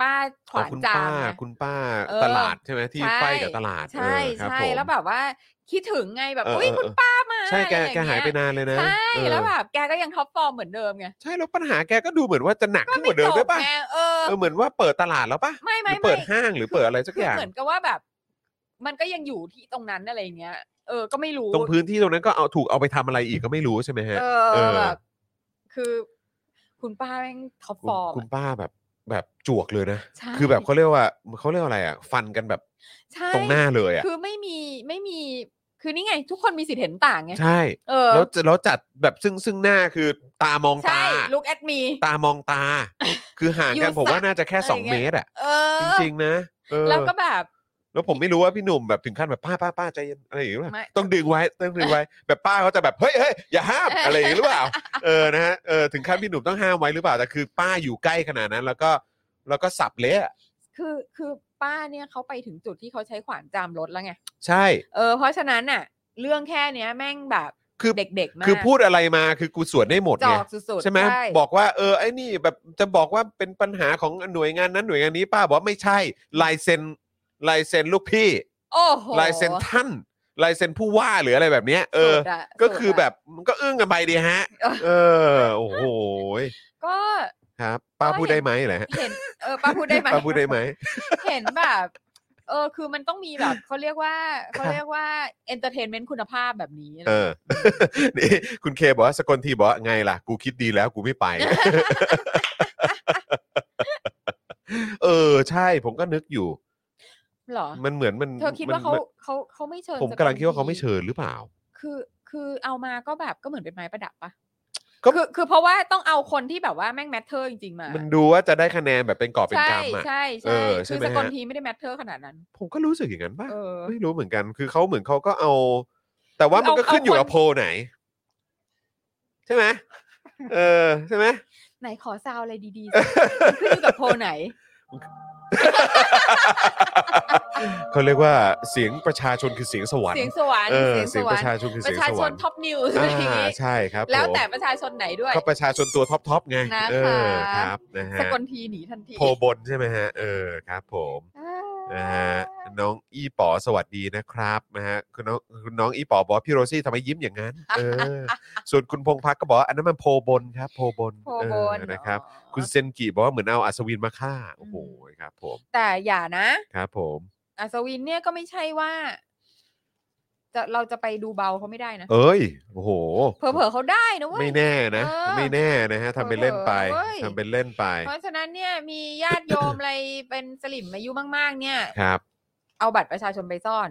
D: ป้าข
C: อ๋อ
D: วาน
C: คุณ
D: จา
C: ป้าม
D: ไง
C: คุณป้า
D: เออ
C: ตลาดใช่ไหมที่
D: ใช่
C: ไฟกับตลาด
D: ใช่
C: เออครับ
D: ใช่
C: ผม
D: แล้วแบบว่าคิดถึงไงแบบ
C: เออ
D: อุ้ย
C: เออ
D: คุณ
C: เออ
D: ป้ามา
C: ใช่แก
D: อะไรอง
C: แกหายไปนานเลยนะ
D: ใช่
C: เออ
D: แล้วแบบแกก็ยังท็อปฟอร์มเหมือนเดิมไง
C: ใช่แล้วปัญหาแกก็ดูเหมือนว่าจะหนักขึ้นก
D: ไม่
C: ว่าเดิม
D: จ
C: ด้วย
D: บ
C: ป่ะ
D: ไงเออ
C: เออเหมือนว่าเปิดตลาดแล้วป่ะ
D: ไม่ไม่
C: หรือเปิด
D: ไม่
C: ห้างหรือเปิดอะไรสัก
D: คื
C: อย่าง
D: เหมือนกับว่าแบบ มันก็ยังอยู่ที่ตรงนั้นอะไรอย่างเงี้ยเออก็ไม่รู้
C: ตรงพื้นที่ตรงนั้นก็เอาถูกเอาไปทำอะไรอีกก็ไม่รู้ใช่ไหมฮะ
D: เอ
C: เอ
D: อ
C: อ
D: แบบคือ คุณป้าแม่งท็อป
C: คุ
D: ฟ
C: ณ
D: อร์ม
C: คุณ
D: อะ
C: ป้าแบบแบบจวกเลยนะ
D: ใช่
C: คือแบบเขาเรียกว่าเขาเรียกว่าอะไรอ่ะ ฟันกันแบบ
D: ใช่
C: ตรงหน้าเลยอ่ะ
D: คือไม่มีไม่มี คือนี่ไง ทุกคนมีสิทธิ์เห็นต่างไง
C: ใช่
D: เออ
C: แล้วแล้วจัดแบบซึ่งซึ่งหน้าคือตามอง
D: ใช่
C: ตา
D: ลุกแอดมี
C: ตามองตา คือห่างกัน
D: อยู่
C: ผมว่า
D: สัก
C: น่าจะแค่
D: อะไร
C: 2
D: เงี้
C: เม
D: ย
C: ตรอ่ะ
D: เอ
C: จ
D: อ
C: ริง ๆ นะเออ
D: แล้วก็แบบ
C: แล้วผมไม่รู้ว่าพี่หนุ่มแบบถึงขั้นแบบป้าป้าป้าใจเย็นอะไรอย่างเงี้ยหรือเป
D: ไม่
C: ล่าต้องดึงไว้ต้องดึงไว้ แบบป้าเขาจะแบบเฮ้ยเฮ้ยอย่าห้ามอะไรอย่างเงี้ยหรือเปล่าเออนะฮะเออถึงขั้นพี่หนุ่มต้องห้ามไว้หรือเปล่าแต่คือ ป้าอยู่ใกล้ขนาดนั้น แล้วก็แล้วก็สับเละอะ
D: คือคือป้าเนี่ยเขาไปถึงจุดที่เขาใช้ขวานจามรถแล้วไง
C: ใช่
D: เออเพราะฉะนั้นน่ะ เรื่องแค่เนี้ยแม่งแบบ
C: คือ
D: เด็กๆมาก
C: คือพูดอะไรมาคือกูสวนได้หมด
D: จ
C: ไง
D: อกสุดๆ
C: ใช่ไหมบอกว่าเออไอ้นี่แบบจะบอกว่าเป็นปัญหาของหน่วยงานนั้นหน่วยงานนี้ป้าบอกว่าไม่ใช่ลายเซ็นลายเซ็นลูกพี่
D: โอ้โห
C: ลายเซ็นท่านลายเซ็นผู้ว่าหรืออะไรแบบเนี้ยเออ
D: สุดะ
C: ก็คือ
D: สุดะ
C: แบบมันก็อึ้งกันไปดีฮะ
D: เออ
C: เออโอ้โหย
D: ก็
C: ครับ ป้าพูดได้ไหมเหรอฮะ
D: เห็นเออป้าพูดได้ไหม
C: ป้าพูดได้ไหม
D: เห็นแบบ เออ คือมันต้องมีแบบเขาเรียกว่าเขาเรียกว่าเอนเตอร์เทนเมนต์คุณภาพแบบนี้อะไร
C: เออ นี่คุณเคบอกว่าสกลทีบอกว่าไงล่ะ กูคิดดีแล้วกูไม่ไป เออ ใช่ผมก็นึกอยู่
D: หรอ
C: มันเหมือนมัน
D: เธอคิดว่าเขา
C: มัน
D: เขาเขาไม่เชิญ
C: ผม
D: สั
C: กำลังคิดว่าเขาไม่เชิญหรือเปล่า
D: คือ คือเอามาก็แบบก็เหมือนเป็นไม้ประดับปะ
C: ก็
D: คือคือเพราะว่าต้องเอาคนที่แบบว่าแม่งแมทเทอร์จริงๆมา
C: มันดูว่าจะได้คะแนนแบบเป็นกอบเป็น
D: ใช่
C: กำอ่ะ
D: ใช่
C: เอ
D: ใช่
C: อใช่
D: คือ
C: ไหม
D: สกล
C: ฮะ
D: ทีไม่ได้แมทเทอร์ขนาดนั้น
C: ผมก็รู้สึกอย่างนั้นป่ะ
D: เออ
C: ไม่รู้เหมือนกัน คือเขาเหมือนเขาก็เอา แต่ว่ามันก็
D: เอา
C: ขึ้นอยู่กับ
D: เอาคน
C: โพลไหน ใช่ไหมเออใช่ไหม
D: ไหนขอซาวอะไรดีๆสิมันขึ้นอยู่กับโพล ไหน
C: เขาเรียกว่าเสียงประชาชนคือเสียงสวรร
D: เสียง
C: ค์
D: สวรรค์
C: เออ
D: เสี
C: เสี
D: ย
C: ย
D: ง
C: ง
D: ส
C: ป
D: วรร
C: ระ
D: ค์
C: ชาชนคือ
D: ป
C: เสีย
D: ระ
C: ง
D: ชา
C: ส
D: ช
C: วร
D: น
C: รค์
D: ท็อปนิวส์อะไรอย่างงี้
C: อ่าใช่ครับ
D: แล้วแต่
C: ผม
D: ประชาชนไหนด้วย
C: ก็ประชาชนตัวท็อปท็อปไง
D: นะคะ
C: เออครับนะฮะ
D: สกลทีหนีทันที
C: โพลบนใช่ไหมฮะเออครับ ผม
D: อ่า
C: นะฮะน้องอีป๋อสวัสดีนะครับนะฮะคุณน้องคุณน้องอีป๋อบอกว่าพี่โรซี่ทำไมยิ้มอย่างนั้นเออ ส่วนคุณพงพักก็บอกว่าอันนั้นมันโพลบนครับ โพลบน
D: โพลบน
C: เออนะครับ
D: อ๋อ
C: คุณเซนกิบอกว่าเหมือนเอาอัศวินมาฆ่าโอ้โห
D: อืม
C: ครับ ผม
D: แต่อย่านะครับ
C: ผม
D: อัศวินเนี่ยก็ไม่ใช่ว่าจะเราจะไปดูเบาเขาไม่ได้นะ
C: เอ้ยโอ้โห
D: เผลอๆเขาได้นะเว้ย
C: ไม่แน่นะ
D: เออ
C: ไม่แน่นะฮะทำเป็นเล่นไป
D: เผลอๆเว้ย
C: ทำเป็นเล่นไป
D: เพราะฉะนั้นเนี่ยมีญาติโยม อะไรเป็นสลิมอายุมาก ๆ เนี่ย
C: ครับ
D: เอาบัตรประชาชนไปซ่อน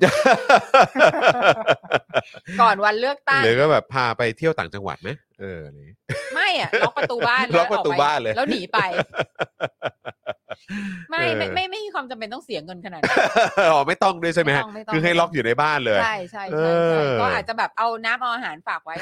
D: ก่อนวันเลือก ตั้ง
C: หรือก็แบบพาไปเที่ยวต่างจังหวัดไหมเอออะไรอย่างงี้
D: ไม่อะล็อกประตูบ้าน แว
C: ล็อกประตูบ้านเลย
D: แล้วหนีไปไม่
C: เออ
D: ไม่ไม่ไม่มีความจำเป็นต้องเสียเงินขนาดนั้น
C: อ๋อไม่ต้องด้วยใช่ไหมฮะ
D: ไม่ต้องไม่ต้อง
C: คือให้ล็อกอยู่ในบ้านเลย
D: ใช่ใช่
C: เอ
D: ใช่ใช่
C: อ
D: ก็อาจจะแบบเอาน้ำเอาอาหารฝากไว้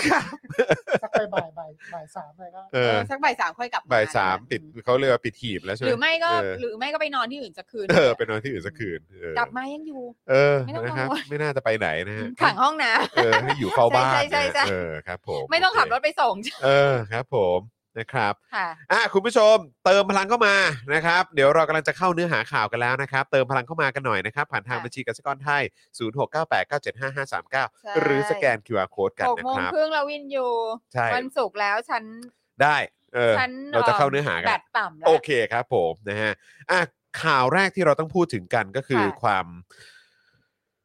A: สักไปบ่ายบ่ายบ่ายสามเลยก็
C: เออ
D: เออสักบ่ายสามค่อยกลับ
C: บ่ายสาม
D: นะคะ
C: ปิดเขาเรียกว่าปิดหีบแล้วใช่ไหม
D: หรือไม่ก็
C: เออ
D: หรือไม่ก็ไปนอนที่อื่นสักคืน
C: เออไปนอนที่อื่นสักคืนเออก
D: ลับมายังอยู่
C: เออ
D: ไม่ต้องกังวล
C: นะครับ ไม่น่าจะไปไหนนะฮะ
D: ขังห้องน้
C: เออให้อยู่เฝ้าบ้าน
D: ใช่ใช่
C: นะ
D: ใช่
C: เออครับ ผม
D: ำไม่ต้องขับรถไปส่ง
C: เออครับ ผมนะครับ
D: ค่ะ
C: อ่ะคุณผู้ชมเติมพลังเข้ามานะครับ เดี๋ยวเรากำลังจะเข้าเนื้อหาข่าวกันแล้วนะครับ เติมพลังเข้ามากันหน่อยนะครับ ผ่านทาง
D: ค่ะ
C: บัญชีกสิกรไทย
D: ใช่
C: 0698975539 หรือสแกน QR Code กัน
D: หก
C: นะ
D: โมง
C: ครับ
D: ครึ่งเราวินอยู่
C: ใช่
D: วันศุกร์แล้วฉัน
C: ได้เออ
D: ฉัน
C: เราจะเข้าเนื้อหากั
D: แบ
C: น
D: ตต่ำแล้ว
C: โอเคครับผมนะฮะอ่ะข่าวแรกที่เราต้องพูดถึงกันก็คือ
D: ค่ะ
C: ความ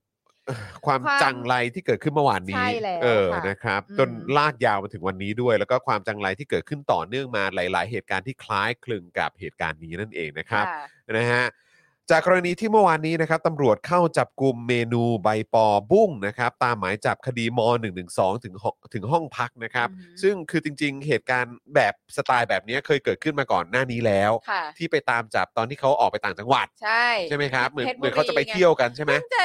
C: เอ่อความ
D: ความ
C: จังไรที่เกิดขึ้นเมื่อวานนี้
D: ใช่แล้ว
C: เออ
D: ค่ะ
C: นะครับ
D: อืม
C: จนลากยาวมาถึงวันนี้ด้วย แล้วก็ความจังไรที่เกิดขึ้นต่อเนื่องมาหลาย ๆ เหตุการณ์ที่คล้ายคลึงกับเหตุการณ์นี้นั่นเองนะครับ
D: ะ
C: นะฮะจากกรณีที่เมื่อวานนี้นะครับตำรวจเข้าจับกลุ่มเมนูใบปอบุ้งนะครับตามหมายจับคดีม .112 ถึงห้องถึงห้องพักนะครับ
D: อืม
C: ซึ่งคือจริง ๆ เหตุการณ์แบบสไตล์แบบนี้เคยเกิดขึ้นมาก่อนหน้านี้แล้ว
D: ค่ะ
C: ที่ไปตามจับตอนที่เขาออกไปต่างจังหวัด
D: ใช่
C: ใช่ไหมครับ เหมือน
D: พช
C: เหมือนเขาจะไป
D: บุรีง
C: เที่ยวกันใช่ไหม
D: เพิ่งจะ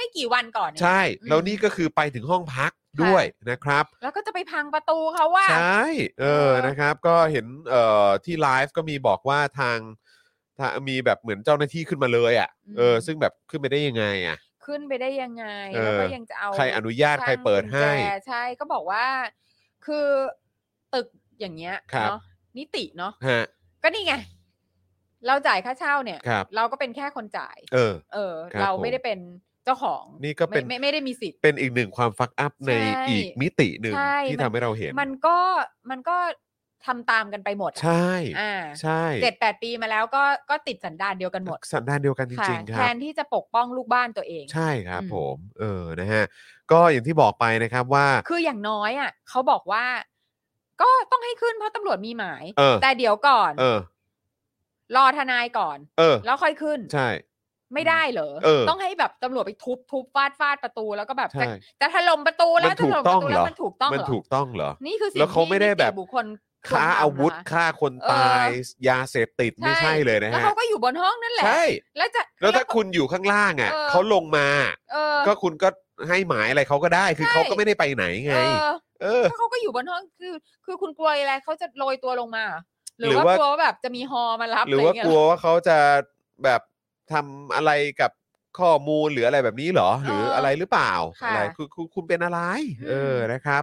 D: ไม่กี่วันก่อนเอง
C: ใช่
D: อืม
C: แล้วนี่ก็คือไปถึงห้องพักด้วย
D: ค่ะ
C: นะครับ
D: แล้วก็จะไปพังประตูเขาว่า
C: ใช่เออ
D: เออ
C: นะครับ ก็เห็นเอ่อที่ไลฟ์ก็มีบอกว่าทางทางมีแบบเหมือนเจ้าหน้าที่ขึ้นมาเลยอ่ะเออซึ่งแบบขึ้นไปได้ยังไงอ่ะ
D: ขึ้นไปได้ยังไง
C: เออ
D: แล้วก็ยังจะเอา
C: ใครอนุญาตใครเปิดให้
D: ช่างกุญแจใช่ก็บอกว่า คือตึกอย่างเงี้ย
C: ครับ
D: เนาะนิติเนาะ
C: ฮะ
D: ก็นี่ไง เราจ่ายค่าเช่าเนี่ย
C: ครับ
D: เราก็เป็นแค่คนจ่าย
C: เออ
D: เออ
C: ครับ
D: เรา
C: ผม
D: ไม่ได้เป็นเจ้าของ
C: นี่ก็เป็น
D: ไม่ไม่ไม่ได้มีสิทธิ์
C: เป็นอีกหนึ่งความฟักอัพใน
D: ใช่
C: อีกมิติหนึ่ง
D: ใช่
C: ที่
D: มัน
C: ทำให้เราเห็น
D: มันก็มันก็ทำตามกันไปหมดอะ
C: ใช่
D: อ่า
C: ใช่
D: เจ็ดแปดปีมาแล้วก็ก็ติดสันดานเดียวกันหมด
C: สันดานเดียวกันจ
D: ค่ะ
C: ริง ๆ ค
D: แท
C: รับ
D: นที่จะปกป้องลูกบ้านตัวเอง
C: ใช่ครับ
D: อืม
C: ผม เออนะฮะ ก็อย่างที่บอกไปนะครับว่า
D: คืออย่างน้อยอ่ะเขาบอกว่า ก็ต้องให้ขึ้นเพราะตำรวจมีหมาย
C: เออ
D: แต่เดี๋ยวก่อน
C: เออ
D: รอทนายก่อน
C: เออ
D: แล้วค่อยขึ้น
C: ใช่
D: ไม่ได้เหรอ
C: เออ
D: ต้องให้แบบตำรวจไปทุบทุบฟาดฟาดประตูแล้วก็แบบ
C: ใช่
D: จะจะถล่มประตูแล้ว
C: มัน
D: จะ
C: ถู
D: ถ
C: ก
D: ล่มป
C: ต้องเหร
D: ระตูแล้ว
C: อ
D: มันถูกต้อง
C: มัน
D: เหรอ
C: ถูกต้องเหรอ
D: นี่คือสิ่ง
C: แล้วเขา
D: ที่
C: ไม่ได้
D: นิติ
C: แบบ
D: บุคคลควร
C: ค้า
D: ทำนะ
C: อาวุธฆ่าคนตาย
D: เอ
C: ยาเสพติดไม่ใช่เลยนะ
D: แล้ว
C: ฮะ
D: เขาก็อยู่บนห้องนั่นแหละ
C: ใช่
D: แล้วจะ
C: แล้วถ้าคุณอยู่ข้างล่างอ่ะ
D: เออ
C: เขาลงมา
D: เออ
C: ก็คุณก็ให้หมายอะไรเขาก็ได้ คือ
D: ใช่
C: เขาก็ไม่ได้ไปไหนไง
D: เออ
C: เออ
D: ถ้าเขาก็อยู่บนห้องคือ คือคุณกลัวอะไรเขาจะโรยตัวลงมา หรือ
C: หรือ
D: ว่า
C: ว่า
D: กลัวว่าแบบจะมีฮอมารับ
C: หรือว่า
D: ะไเงี้
C: ก
D: ย
C: ลัวว่าเขาจะแบบทำอะไรกับข้อมูลหรืออะไรแบบนี้เหรอ หรืออะไรหรือเปล่า
D: ค่ะ
C: อะไรคุณคุณคุณเป็นอะไร
D: อืม
C: เออนะครับ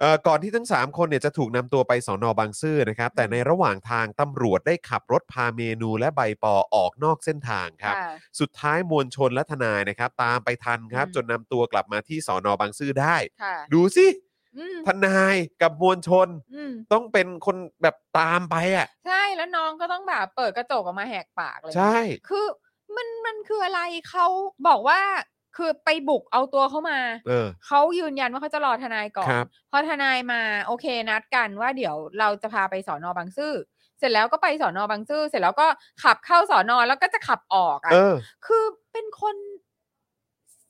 C: เอ่อก่อนที่ทั้ง 3 คนเนี่ยจะถูกนำตัวไปสอนอบางซื่อนะครับ แต่ในระหว่างทางตำรวจได้ขับรถพาเมนูและใบปอออกนอกเส้นทางครับ
D: ะ
C: สุดท้ายมวลชนและทนายนะครับ ตามไปทันครับ
D: อืม
C: จนนำตัวกลับมาที่สอนอบางซื่อได้
D: ค่ะ
C: ดูสิ
D: อืม
C: ทนายกับมวลชน
D: อืม
C: ต้องเป็นคนแบบตามไปอ่ะ
D: ใช่แล้วน้องก็ต้องแบบเปิดกระจกออกมาแหกปากเลย
C: ใช่
D: คือมันมันคืออะไรเขาบอกว่าคือไปบุกเอาตัวเข้ามา
C: เออ
D: เขายืนยันว่าเขาจะรอทนายก่อน
C: ครับ
D: พอทนายมาโอเคนัดกันว่าเดี๋ยวเราจะพาไปสอนอบางซื่อ เสร็จแล้วก็ไปสอนอบางซื่อ เสร็จแล้วก็ขับเข้าสอนอแล้วก็จะขับออกอ่ะ
C: เออ
D: คือเป็นคน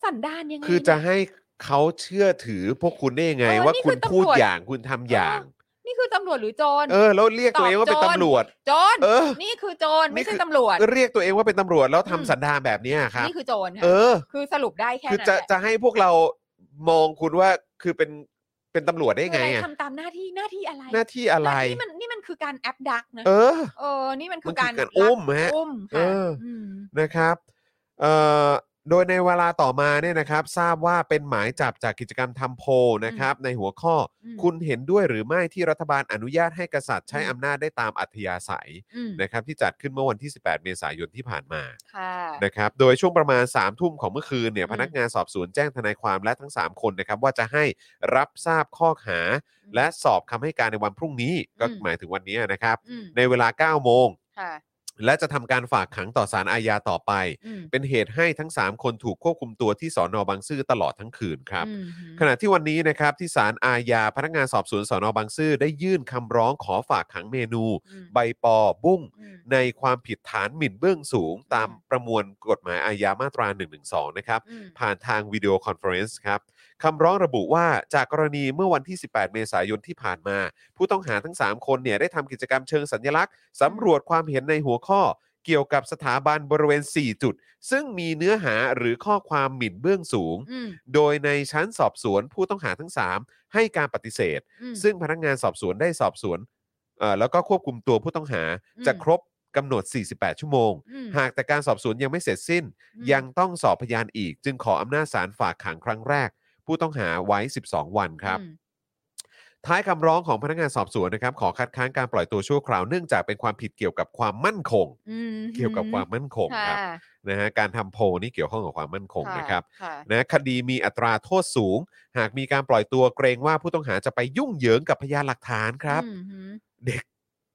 D: สันดานยังไง
C: คือจะ
D: เนี่ย
C: ให้เขาเชื่อถือพวกคุณได้ยังไง
D: เออ
C: ว่า
D: นี่
C: คุ
D: คื
C: ณ
D: อตำรวจ
C: พูดอย่างคุณทำอย่าง
D: นี่คือตำรวจหรือโจร
C: เออ แล้วเรียกตัวเองว่าเป็น
D: ตอบโจร
C: ตำรวจ
D: โจร
C: เออ
D: นี่คือโจร
C: นี่
D: ไม่
C: คื
D: ใช่
C: อ
D: ตำรวจ
C: เรียกตัวเองว่าเป็นตำรวจแล้ว
D: อื
C: ทำ
D: ม
C: สันดานแบบเนี้ยครับ
D: นี่คือโจรค่ะ
C: เออ
D: คือสรุปได้แค่
C: คือ
D: นั้น
C: จะ
D: แหละ
C: จะให้พวกเรามองคุณว่าคือเป็นเป็นตำรวจได้
D: คือ
C: ไง
D: อะไร
C: อะ
D: ทำตามหน้าที่หน้าที่อะไร
C: หน้าที่อะไร
D: หน้าที่มันนี่มันคือการแอปดักนะ
C: เออ
D: เออ นี่มันคื
C: มั
D: อน กา
C: คื
D: ร
C: อการอุ้มฮะ
D: อุ้ม
C: เอ
D: ค่ะ
C: อ
D: ม
C: นะครับ เอ่อ โดยในเวลาต่อมาเนี่ยนะครับ ทราบว่าเป็นหมายจับจากกิจกรรมทำโพลนะครับ ในหัวข้ออ
D: ม
C: คุณเห็นด้วยหรือไม่ที่รัฐบาลอนุญาตให้กษัตริย์ใช้
D: อืม
C: อำนาจได้ตามอัธยาศัย
D: อืม
C: นะครับ ที่จัดขึ้นเมื่อวันที่ 18 เมษายนที่ผ่านมา
D: ค่ะ
C: นะครับ โดยช่วงประมาณ 3 ทุ่มของเมื่อคืนเนี่ย
D: อืม
C: พนักงานสอบสวนแจ้งทนายความและทั้ง 3 คนนะครับ ว่าจะให้รับทราบข้อหา และสอบคำให้การในวันพรุ่งนี้ก็หมายถึงวันนี้นะครับ
D: อืม
C: ในเวลา 9 โมง
D: ค่ะ
C: และจะทำการฝากขังต่อศาลอาญาต่อไป
D: อืม
C: เป็นเหตุให้ทั้ง 3 คนถูกควบคุมตัวที่สอนอบางซื่อตลอดทั้งคืนครับ
D: อืม
C: ขณะที่วันนี้นะครับที่ศาลอาญาพนักงานสอบสวนสอนอบางซื่อได้ยื่นคำร้องขอฝากขังเมนู
D: อืม
C: ใบปอบุ้ง
D: อืม
C: ในความผิดฐานหมิ่นเบื้องสูง ตาม
D: อืม
C: ประมวลกฎหมายอาญามาตรา 112 นะครับ
D: อืม
C: ผ่านทางวิดีโอคอนเฟอเรนซ์ครับคำร้องระบุว่าจากกรณีเมื่อวันที่ 18 เมษายนที่ผ่านมา ผู้ต้องหาทั้ง 3 คนเนี่ยได้ทำกิจกรรมเชิงสัญลักษณ์สำรวจความเห็นในหัวข้อ เกี่ยวกับสถาบันบริเวณ 4 จุด ซึ่งมีเนื้อหาหรือข้อความหมิ่นเบื้องสูง
D: อืม
C: โดยในชั้นสอบสวนผู้ต้องหาทั้ง 3 ให้การปฏิเสธ
D: อืม
C: ซึ่งพนักงานสอบสวนได้สอบสวนเอ่อแล้วก็ควบคุมตัวผู้ต้องหา
D: อืม
C: จะครบกำหนด 48 ชั่วโมง
D: อืม
C: หากแต่การสอบสวนยังไม่เสร็จสิ้น
D: อืม
C: ยังต้องสอบพยานอีก จึงขออำนาจศาลฝากขังครั้งแรก ผู้ต้องหาไว้ 12 วันครับ
D: อืม
C: ท้ายคำร้องของพนักงานสอบสวนนะครับ ขอคัดค้านการปล่อยตัวชั่วคราวเนื่องจากเป็นความผิดเกี่ยวกับความมั่นคง
D: อืม
C: เกี่ยวกับความมั่นคง
D: ค่ะ
C: ครับนะฮะการทำโพลนี่เกี่ยวข้องกับความมั่นคงนะครับ
D: ค่ะ
C: นะคดีมีอัตราโทษสูง หากมีการปล่อยตัวเกรงว่าผู้ต้องหาจะไปยุ่งเหยิงกับพยานหลักฐานครับ
D: อืมหือ
C: เด็ก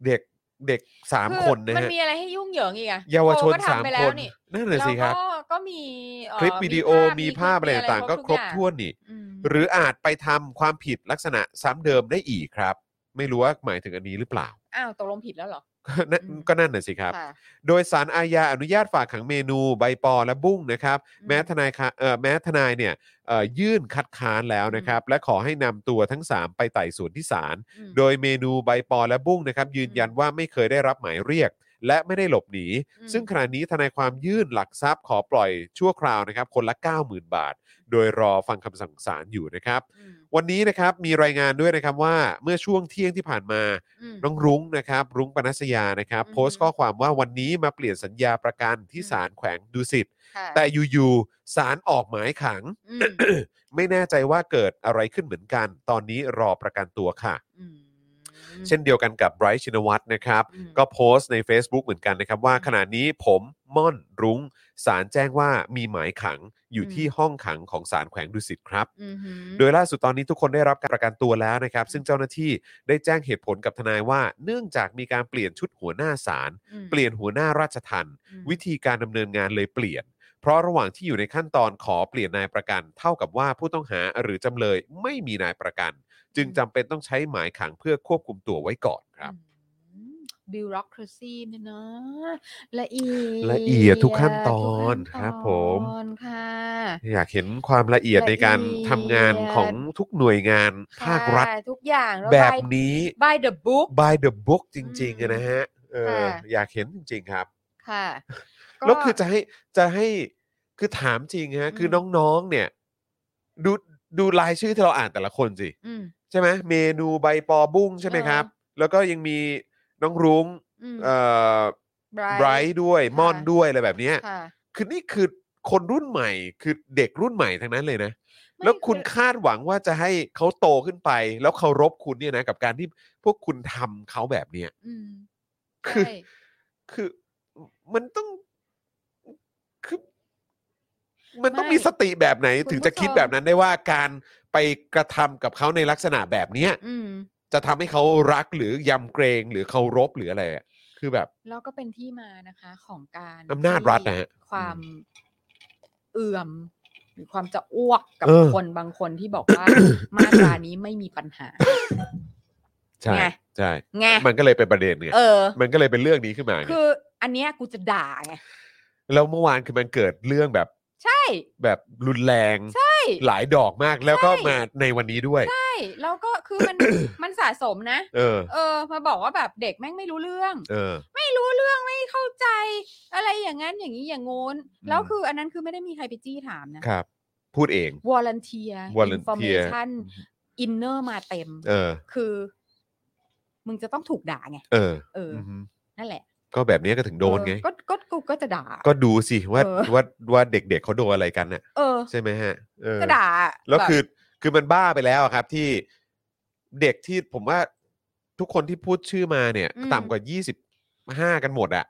C: เด็กเด็กสามคนนะ
D: มัน
C: ฮะ
D: มีอะไรให้ยุ่งเหยิงอีกอะ
C: เยาวชน
D: โทรก็
C: สาม
D: ทำไป
C: ค
D: แล้ว
C: น
D: นี่
C: นั่นแหละสิครับ
D: แล้วก็ก็มีเอ่อ
C: คลิปวิดีโอมีภาพอะไรต่างๆก็ครบถ้วนนี่
D: อืม
C: หรืออาจไปทำความผิดลักษณะซ้ำเดิมได้อีกครับ ไม่รู้ว่าหมายถึงอันนี้หรือเปล่า
D: อ้าวตกลงผิดแล้วเหรอ
C: ก็นั่น
D: อืม
C: ก็นั่นน่ะสิครับ
D: ค่ะ
C: โดยสารอาญาอนุญาตฝากขังเมนูใบปอและบุ้งนะครับ
D: อืม
C: แม้ทนายค่ะเอ่อแม้ทนายเนี่ยเอ่อยื่นคัดค้านแล้วนะครับ และขอให้นำตัวทั้ง 3 ไปไต่สวนที่ศาล
D: อืม
C: โดยเมนูใบปอและบุ้งนะครับ ยืนยันว่าไม่เคยได้รับหมายเรียก และไม่ได้หลบหนี
D: อืม
C: ซึ่งขณะนี้ทนายความยื่นหลักทรัพย์ขอปล่อยชั่วคราวนะครับ คนละ 90,000 บาท โดยรอฟังคำสั่งศาลอยู่นะครับ
D: อืม
C: วันนี้นะครับมีรายงานด้วยนะครับว่าเมื่อช่วงเที่ยงที่ผ่านมา
D: อื ม
C: น้องรุ้งนะครับรุ้งปนัสยานะครับ
D: อือฮึ
C: โพสต์ข้อความว่าวันนี้มาเปลี่ยนสัญญาประกันที่
D: อืม
C: ศาลแขวงดุสิต
D: ค่ะ
C: แต่อยู่ๆศาลออกหมายขัง
D: อืม
C: ไม่แน่ใจว่าเกิดอะไรขึ้นเหมือนกัน ตอนนี้รอประกันตัวค่ะ
D: อืม
C: เช่นเดียวกันกับไบรท์ชินวัตรนะครับ
D: อืม
C: ก็โพสต์ใน Facebook เหมือนกันนะครับ ว่าขณะนี้ผมม่อนรุ้งศาลแจ้งว่ามีหมายขังอยู่ที่ห้องขังของศาลแขวงดุสิตครับ
D: อืมหือ
C: โดยล่าสุดตอนนี้ทุกคนได้รับการประกันตัวแล้วนะครับ ซึ่งเจ้าหน้าที่ได้แจ้งเหตุผลกับทนายว่า เนื่องจากมีการเปลี่ยนชุดหัวหน้าศาล
D: อืม
C: เปลี่ยนหัวหน้าราชทัน
D: อืม
C: วิธีการดำเนินงานเลยเปลี่ยน เพราะระหว่างที่อยู่ในขั้นตอนขอเปลี่ยนนายประกัน เท่ากับว่าผู้ต้องหาหรือจำเลยไม่มีนายประกัน จึงจำเป็นต้องใช้หมายขังเพื่อควบคุมตัวไว้ก่อนครับ
D: อืม บิวโรครซีเนี่ยนะละเอียด
C: ละเอียดทุกขั้นตอน
D: ทุก
C: ค
D: ขั้น
C: รับผม
D: ตอนค่ะ
C: อยากเห็นความละเอียดในการทำงานของทุกหน่วยงานภาครัฐ
D: ใช่ทุกอย่างล้ว
C: แบบ
D: by-
C: นี้
D: by the book
C: by the book จริง
D: อื
C: ๆ
D: ม
C: อะนะฮะเออ
D: ค่ะ
C: อยากเห็นจริง ๆ ครับ
D: ค่ะ
C: แล้วคือ
D: ก็
C: จะให้จะให้คือถามจริงฮะ
D: อืม
C: คือน้องๆเนี่ย ดูดูรายชื่อที่เราอ่านแต่ละคนสิ
D: อืม
C: ใช่ไหมเมนูใบปอบุ้งใช่ไหมครับ แล้วก็ยังมีน้องรุ้ง
D: อืม
C: เอ่อไบร
D: Bright
C: ท์ด้วยม่อนด้วยอะไรแบบเนี้ย
D: ค่ะ
C: คือนี่คือคนรุ่นใหม่คือเด็กรุ่นใหม่ทั้งนั้นเลยนะ
D: ไม่
C: แล้วคุณ
D: คือ
C: คาดหวังว่าจะให้เขาโตขึ้นไป แล้วเคารพคุณเนี่ยนะกับการที่พวกคุณทำเขาแบบเนี้ย
D: อืม
C: คือ
D: ใช่
C: คือมันต้องคือมันต้องมี
D: ไ
C: สติแบบไหน
D: คุณ
C: ถึง
D: ผู้
C: จะคิด
D: ชม
C: แบบนั้นได้ว่าการไปกระทำกับเขาในลักษณะแบบเนี้ย
D: อืม
C: จะทำให้เขารักหรือยำเกรงหรือเคารพหรืออะไรอะคือแบบ
D: แล้วก็เป็นที่มานะคะของการ
C: อำนาจรัฐนะฮะ
D: ที่ความเอื่อม หรือความจะอ้วกกับ
C: เออ
D: คนบางคนที่บอก ว่า มาตรานี้ไม่มีปัญหา
C: ใช่
D: ไง
C: ใช่
D: ไง
C: มันก็เลยเป็นประเด็นเนี่ย
D: เออ
C: มันก็เลยเป็นเรื่องนี้ขึ้นมาไง
D: คืออันเนี้ยกูจะด่าไง
C: แล้วเมื่อวานคือมันเกิดเรื่องแบบ
D: ใช่
C: แบบรุนแรง
D: ใช่
C: หลายดอกมากแล้วก็มาในวันนี้ด้วย
D: ใช่แล้วก็คือมัน มันสะสมนะ
C: เออ
D: เออ มาบอกว่าแบบเด็กแม่งไม่รู้เรื่อง
C: เออ
D: ไม่รู้เรื่องไม่เข้าใจ อะไรอย่างนั้นอย่างนี้อย่างโน้น แล้วคืออันนั้นคือไม่ได้มีใครไปจี้ถามนะครับ
C: พูดเอง
D: วอลันเทีย
C: volunteer
D: ชันอินเนอร์มาเต็ม
C: เออ
D: คือ มึงจะต้องถูกด่าไง
C: เออ
D: เอออ
C: อฮึ
D: นั่นแหละ
C: ก็แบบนี้ก็ถึงโดนไง
D: เออก็ก็กูก็จะด่า
C: ก็ดูสิว่า
D: เออ
C: ว่าว่าเด็กๆเขาโดนอะไรกันน่ะ
D: เออ
C: ใช่ไหมฮะเออ
D: ก็ด่า
C: แล้วคือ
D: บบ
C: คือมันบ้าไปแล้วอะครับที่เด็กที่ผมว่าทุกคนที่พูดชื่อมาเนี่ย
D: อืม
C: ต่ำกว่า 25 กันหมดอะ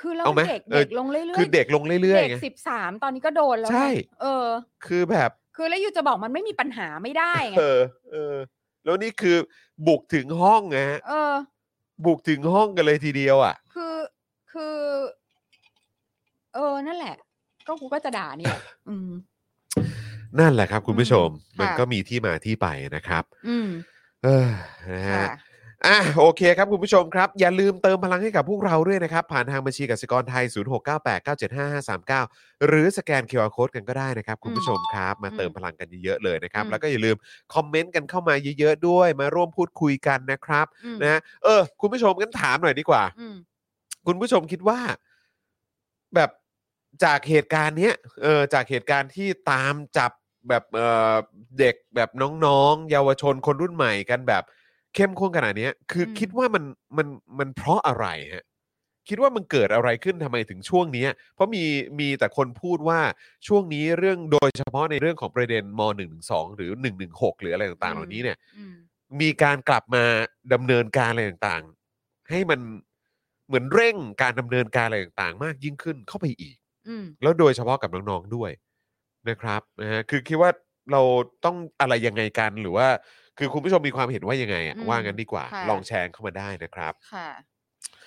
D: คือแล้ว
C: เอาไหม
D: เด็ก
C: เออ
D: เด็กลงเรื่อยๆ
C: คือเด็กลงเรื่อยๆ
D: เด็
C: ไง
D: กสิบสามตอนนี้ก็โดนแล้วนะ
C: ใช่
D: เออ
C: คือแบบ
D: คือแล้วอยู่จะบอกมันไม่มีปัญหาไม่ได้ไง
C: เออเออ แล้วนี่คือบุกถึงห้องนะฮะ
D: เออ
C: บุกถึงห้องกันเลยทีเดียวอ่ะ
D: คือคือ เออ นั่นแหละ ก็กูก็จะด่าเนี่ย อืม
C: นั่นแหละครับ คุณผู้ชม
D: อืม
C: มัน
D: ค่ะ
C: ก็มีที่มาที่ไปนะครับ
D: อืม
C: เออนะฮะ
D: ค่ะ
C: อ่ะโอเคครับ คุณผู้ชมครับ อย่าลืมเติมพลังให้กับพวกเราด้วยนะครับ ผ่านทางบัญชีกสิกรไทย 0698975539 หรือสแกน QR Code กันก็ได้นะครับ คุณผู้ชมครับ มาเติมพลังกันเยอะๆเลยนะครับ
D: อืม
C: แล้วก็อย่าลืมคอมเมนต์กันเข้ามาเยอะๆด้วย มาร่วมพูดคุยกันนะครับ
D: อืม
C: นะฮะเออ คุณผู้ชมกันถามหน่อยดีกว่า
D: อืม
C: คุณผู้ชมคิดว่า แบบจากเหตุการณ์เนี้ยเออจากเหตุการณ์ที่ตามจับแบบเออเด็กแบบน้องๆ เยาวชนคนรุ่นใหม่กันแบบเข้มข้นขนาดเนี้ย คืออ
D: ม
C: คิดว่ามันมันมันเพราะอะไรฮะคิดว่ามันเกิดอะไรขึ้นทำไมถึงช่วงเนี้ย เพราะมีมีแต่คนพูดว่าช่วงนี้เรื่องโดยเฉพาะในเรื่องของประเด็นม .112 หรือ 116 หรืออะไรต่างๆ เหล่านี้เนี่ย
D: อืม
C: มีการกลับมาดำเนินการอะไรต่างๆ ให้มันเหมือนเร่งการดำเนินการอะไรต่างๆ มากยิ่งขึ้นเข้าไปอีก
D: อืม
C: แล้วโดยเฉพาะกับน้องๆด้วยนะครับนะฮะคือคิดว่าเราต้องอะไรยังไงกันหรือว่า คือคุณผู้ชมมีความเห็นว่ายังไงอะ
D: อืม
C: ว่างั้นดีกว่า
D: ค่ะ
C: ลองแชร์เข้ามาได้นะครับ
D: ค่ะ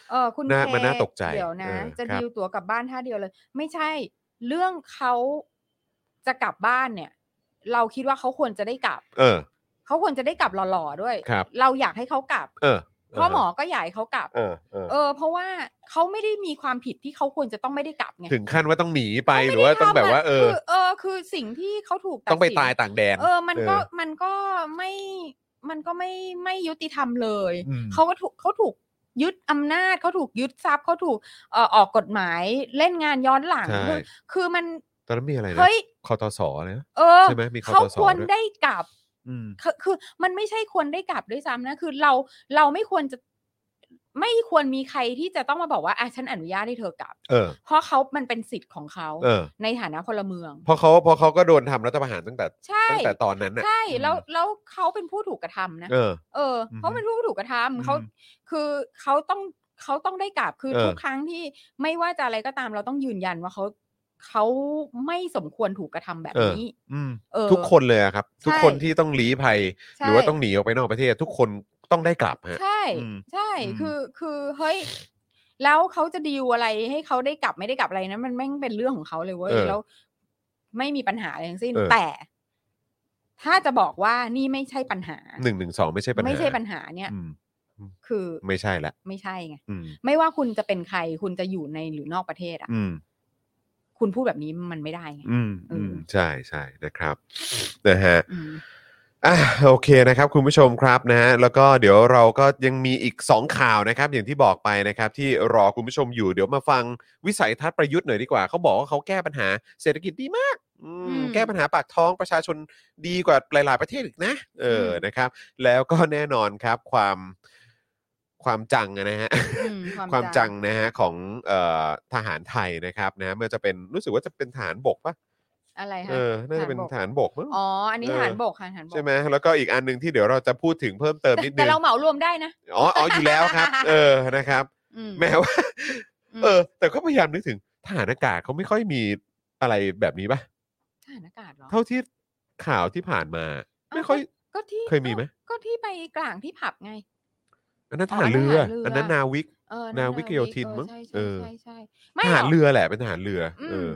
D: เออคุณ
C: น่า
D: เค
C: มันน่าตกใจ
D: เดี๋ยวนะ
C: เออ
D: จะ
C: ครับ
D: ดีลตั๋วกลับบ้านท่าเดียวเลย ไม่ใช่ เรื่องเขาจะกลับบ้านเนี่ย เราคิดว่าเขาควรจะได้กลับ
C: เออ
D: เขาควรจะได้กลับหล่อๆด้วย
C: ครับ
D: เราอยากให้เขากลับ
C: เออ
D: เพราะหมอก็อยากให้เขากลับ
C: เออเออ
D: เออ เพราะว่าเขาไม่ได้มีความผิดที่เขาควรจะต้องไม่ได้กลับไง
C: ถึงขั้นว่าต้องหนีไป
D: เขไม่
C: หรือว่า
D: ได้
C: ต้อง
D: ทำะ
C: แบบว่า เออ
D: คืเออ คือสิ่งที่เขาถูกด
C: ต้องไป
D: สิน
C: ตายต่างแดน
D: เออ มันก็มันก็ไม่ มันก็ไม่ไม่ยุติธรรมเลย
C: อืม
D: เขาก็ถูกเขาถูกยึดอำนาจเขาถูกยึดทรัพย์เขาถูกเอ่อออกกฎหมายเล่นงานย้อนหลัง
C: ใช่
D: คือคือมัน
C: ตอนนั้นมีอะไรนะ
D: เฮ้ย
C: คอตสนะ
D: เออ
C: ใช่ไหมมีคอ
D: เขา
C: ตส
D: ควร
C: ด้วย
D: ได้กลับ
C: อืม
D: คือคือมันไม่ใช่ควรได้กลับด้วยซ้ำนะคือเราเราไม่ควรจะไม่ควรมีใครที่จะต้องมาบอกว่าอ่ะฉันอนุญาตให้เธอกลับ
C: เออ
D: เพราะเขามันเป็นสิทธิ์ของเขา
C: เออ
D: ในฐานะพลเมือง
C: เพราะเขาเพราะเขาก็โดนทำรัฐประหารตั้งแต่
D: ใช่
C: ตั้งแต่ตอนนั้นน่ะ
D: ใช่แล้ว
C: อืม
D: แล้วเขาเป็นผู้ถูกกระทำนะ
C: เออ
D: เออ
C: อือฮึ
D: เขาเป็นผู้ถูกกระทำ
C: อืม
D: เขาคือเขาต้องเขาต้องได้กลับคือ
C: เออ
D: ทุกครั้งที่ไม่ว่าจะอะไรก็ตามเราต้องยืนยันว่าเขาเขาไม่สมควรถูกกระทำแบบนี้
C: อืม
D: เออ
C: ทุกคนเลยอะครับ ทุกคน
D: ใช่
C: ที่ต้องลี้ภัย หรือว่าต้องหนีออกไปนอกประเทศ ทุกคนต้องได้กลับฮะ
D: ใช่
C: อืม
D: ใช่
C: อืม
D: คือคือเฮ้ยแล้วเขาจะดีลอะไรให้เขาได้กลับไม่ได้กลับอะไรนะมันแม่งเป็นเรื่องของเขาเลยเว้ย
C: เออ
D: แล้ว ไม่มีปัญหาอะไรทั้งสิ้น
C: เออ
D: แต่ ถ้าจะบอกว่านี่ไม่ใช่ปัญหา
C: หนึ่งหนึ่งสองไม่ใช่ปัญหา
D: ไม่ใช่ปัญหาเนี่ย
C: อืม
D: คือ
C: ไม่ใช่ละ
D: ไม่ใช่ไง
C: อืม
D: ไม่ว่าคุณจะเป็นใครคุณจะอยู่ในหรือนอกประเทศอ่ะ
C: อืม
D: คุณพูดแบบนี้มันไม่ได้ไง
C: อืมอืม
D: เออ
C: ใช่ใช่นะครับนะฮะ
D: อืม
C: อ่ะโอเคนะครับคุณผู้ชมครับนะฮะแล้วก็เดี๋ยวเราก็ยังมีอีก 2 ข่าวนะครับ อย่างที่บอกไปนะครับ ที่รอคุณผู้ชมอยู่เดี๋ยวมาฟังวิสัยทัศน์ประยุทธ์หน่อยดีกว่าเขาบอกว่าเขาแก้ปัญหาเศรษฐกิจดีมากอืม
D: อืม
C: แก้ปัญหาปากท้องประชาชนดีกว่าหลาย ๆ ประเทศอีกนะ เอออ
D: ม
C: นะครับ แล้วก็แน่นอนครับความความจังอะนะฮะ
D: อืม
C: ความจังนะฮะของเอ่อทหารไทยนะครับนะเมื่อจะเป็นรู้สึกว่าจะเป็นฐานบกปะ
D: อะไร
C: เออ
D: ฮะ
C: น่าจะเป็นฐานบกมั้ง
D: อ๋ออันนี้
C: เออ
D: ฐานบกค่ะฐานบก
C: ใช่ไหมแล้วก็อีกอันหนึ่งที่เดี๋ยวเราจะพูดถึงเพิ่มเติม
D: แต่
C: นิดนึ
D: แต่
C: ง
D: เราเหมารวมได้นะ
C: อ๋ออ๋ออยู่แล้ว ครับ เออ นะครับ
D: อืม
C: แม้ว่า เออ แต่ก็พยายามนึกถึงทหารอากาศเขาไม่ค่อยมีอะไรแบบนี้ป่ะ
D: ฐานอากาศเหรอ
C: เท่าที่ข่าวที่ผ่านมา ไม่ค่อย
D: ก็ที่
C: เคยมีไหม
D: ก็ที่ไปกลางที่ผับไง
C: อันนั้น
D: อ๋
C: ท
D: อ
C: หารเรือ
D: อั
C: อัน
D: นนั้
C: นั้น
D: น
C: นาวิก
D: เออ
C: นาวิกโยธิน
D: เออ
C: มั้ง
D: ใช่ใช่
C: เออ
D: ใช่ใช่ไม่
C: ทหาร
D: หรอก
C: เรือแหละ เป็นทหารเรืออ
D: อืม
C: เออ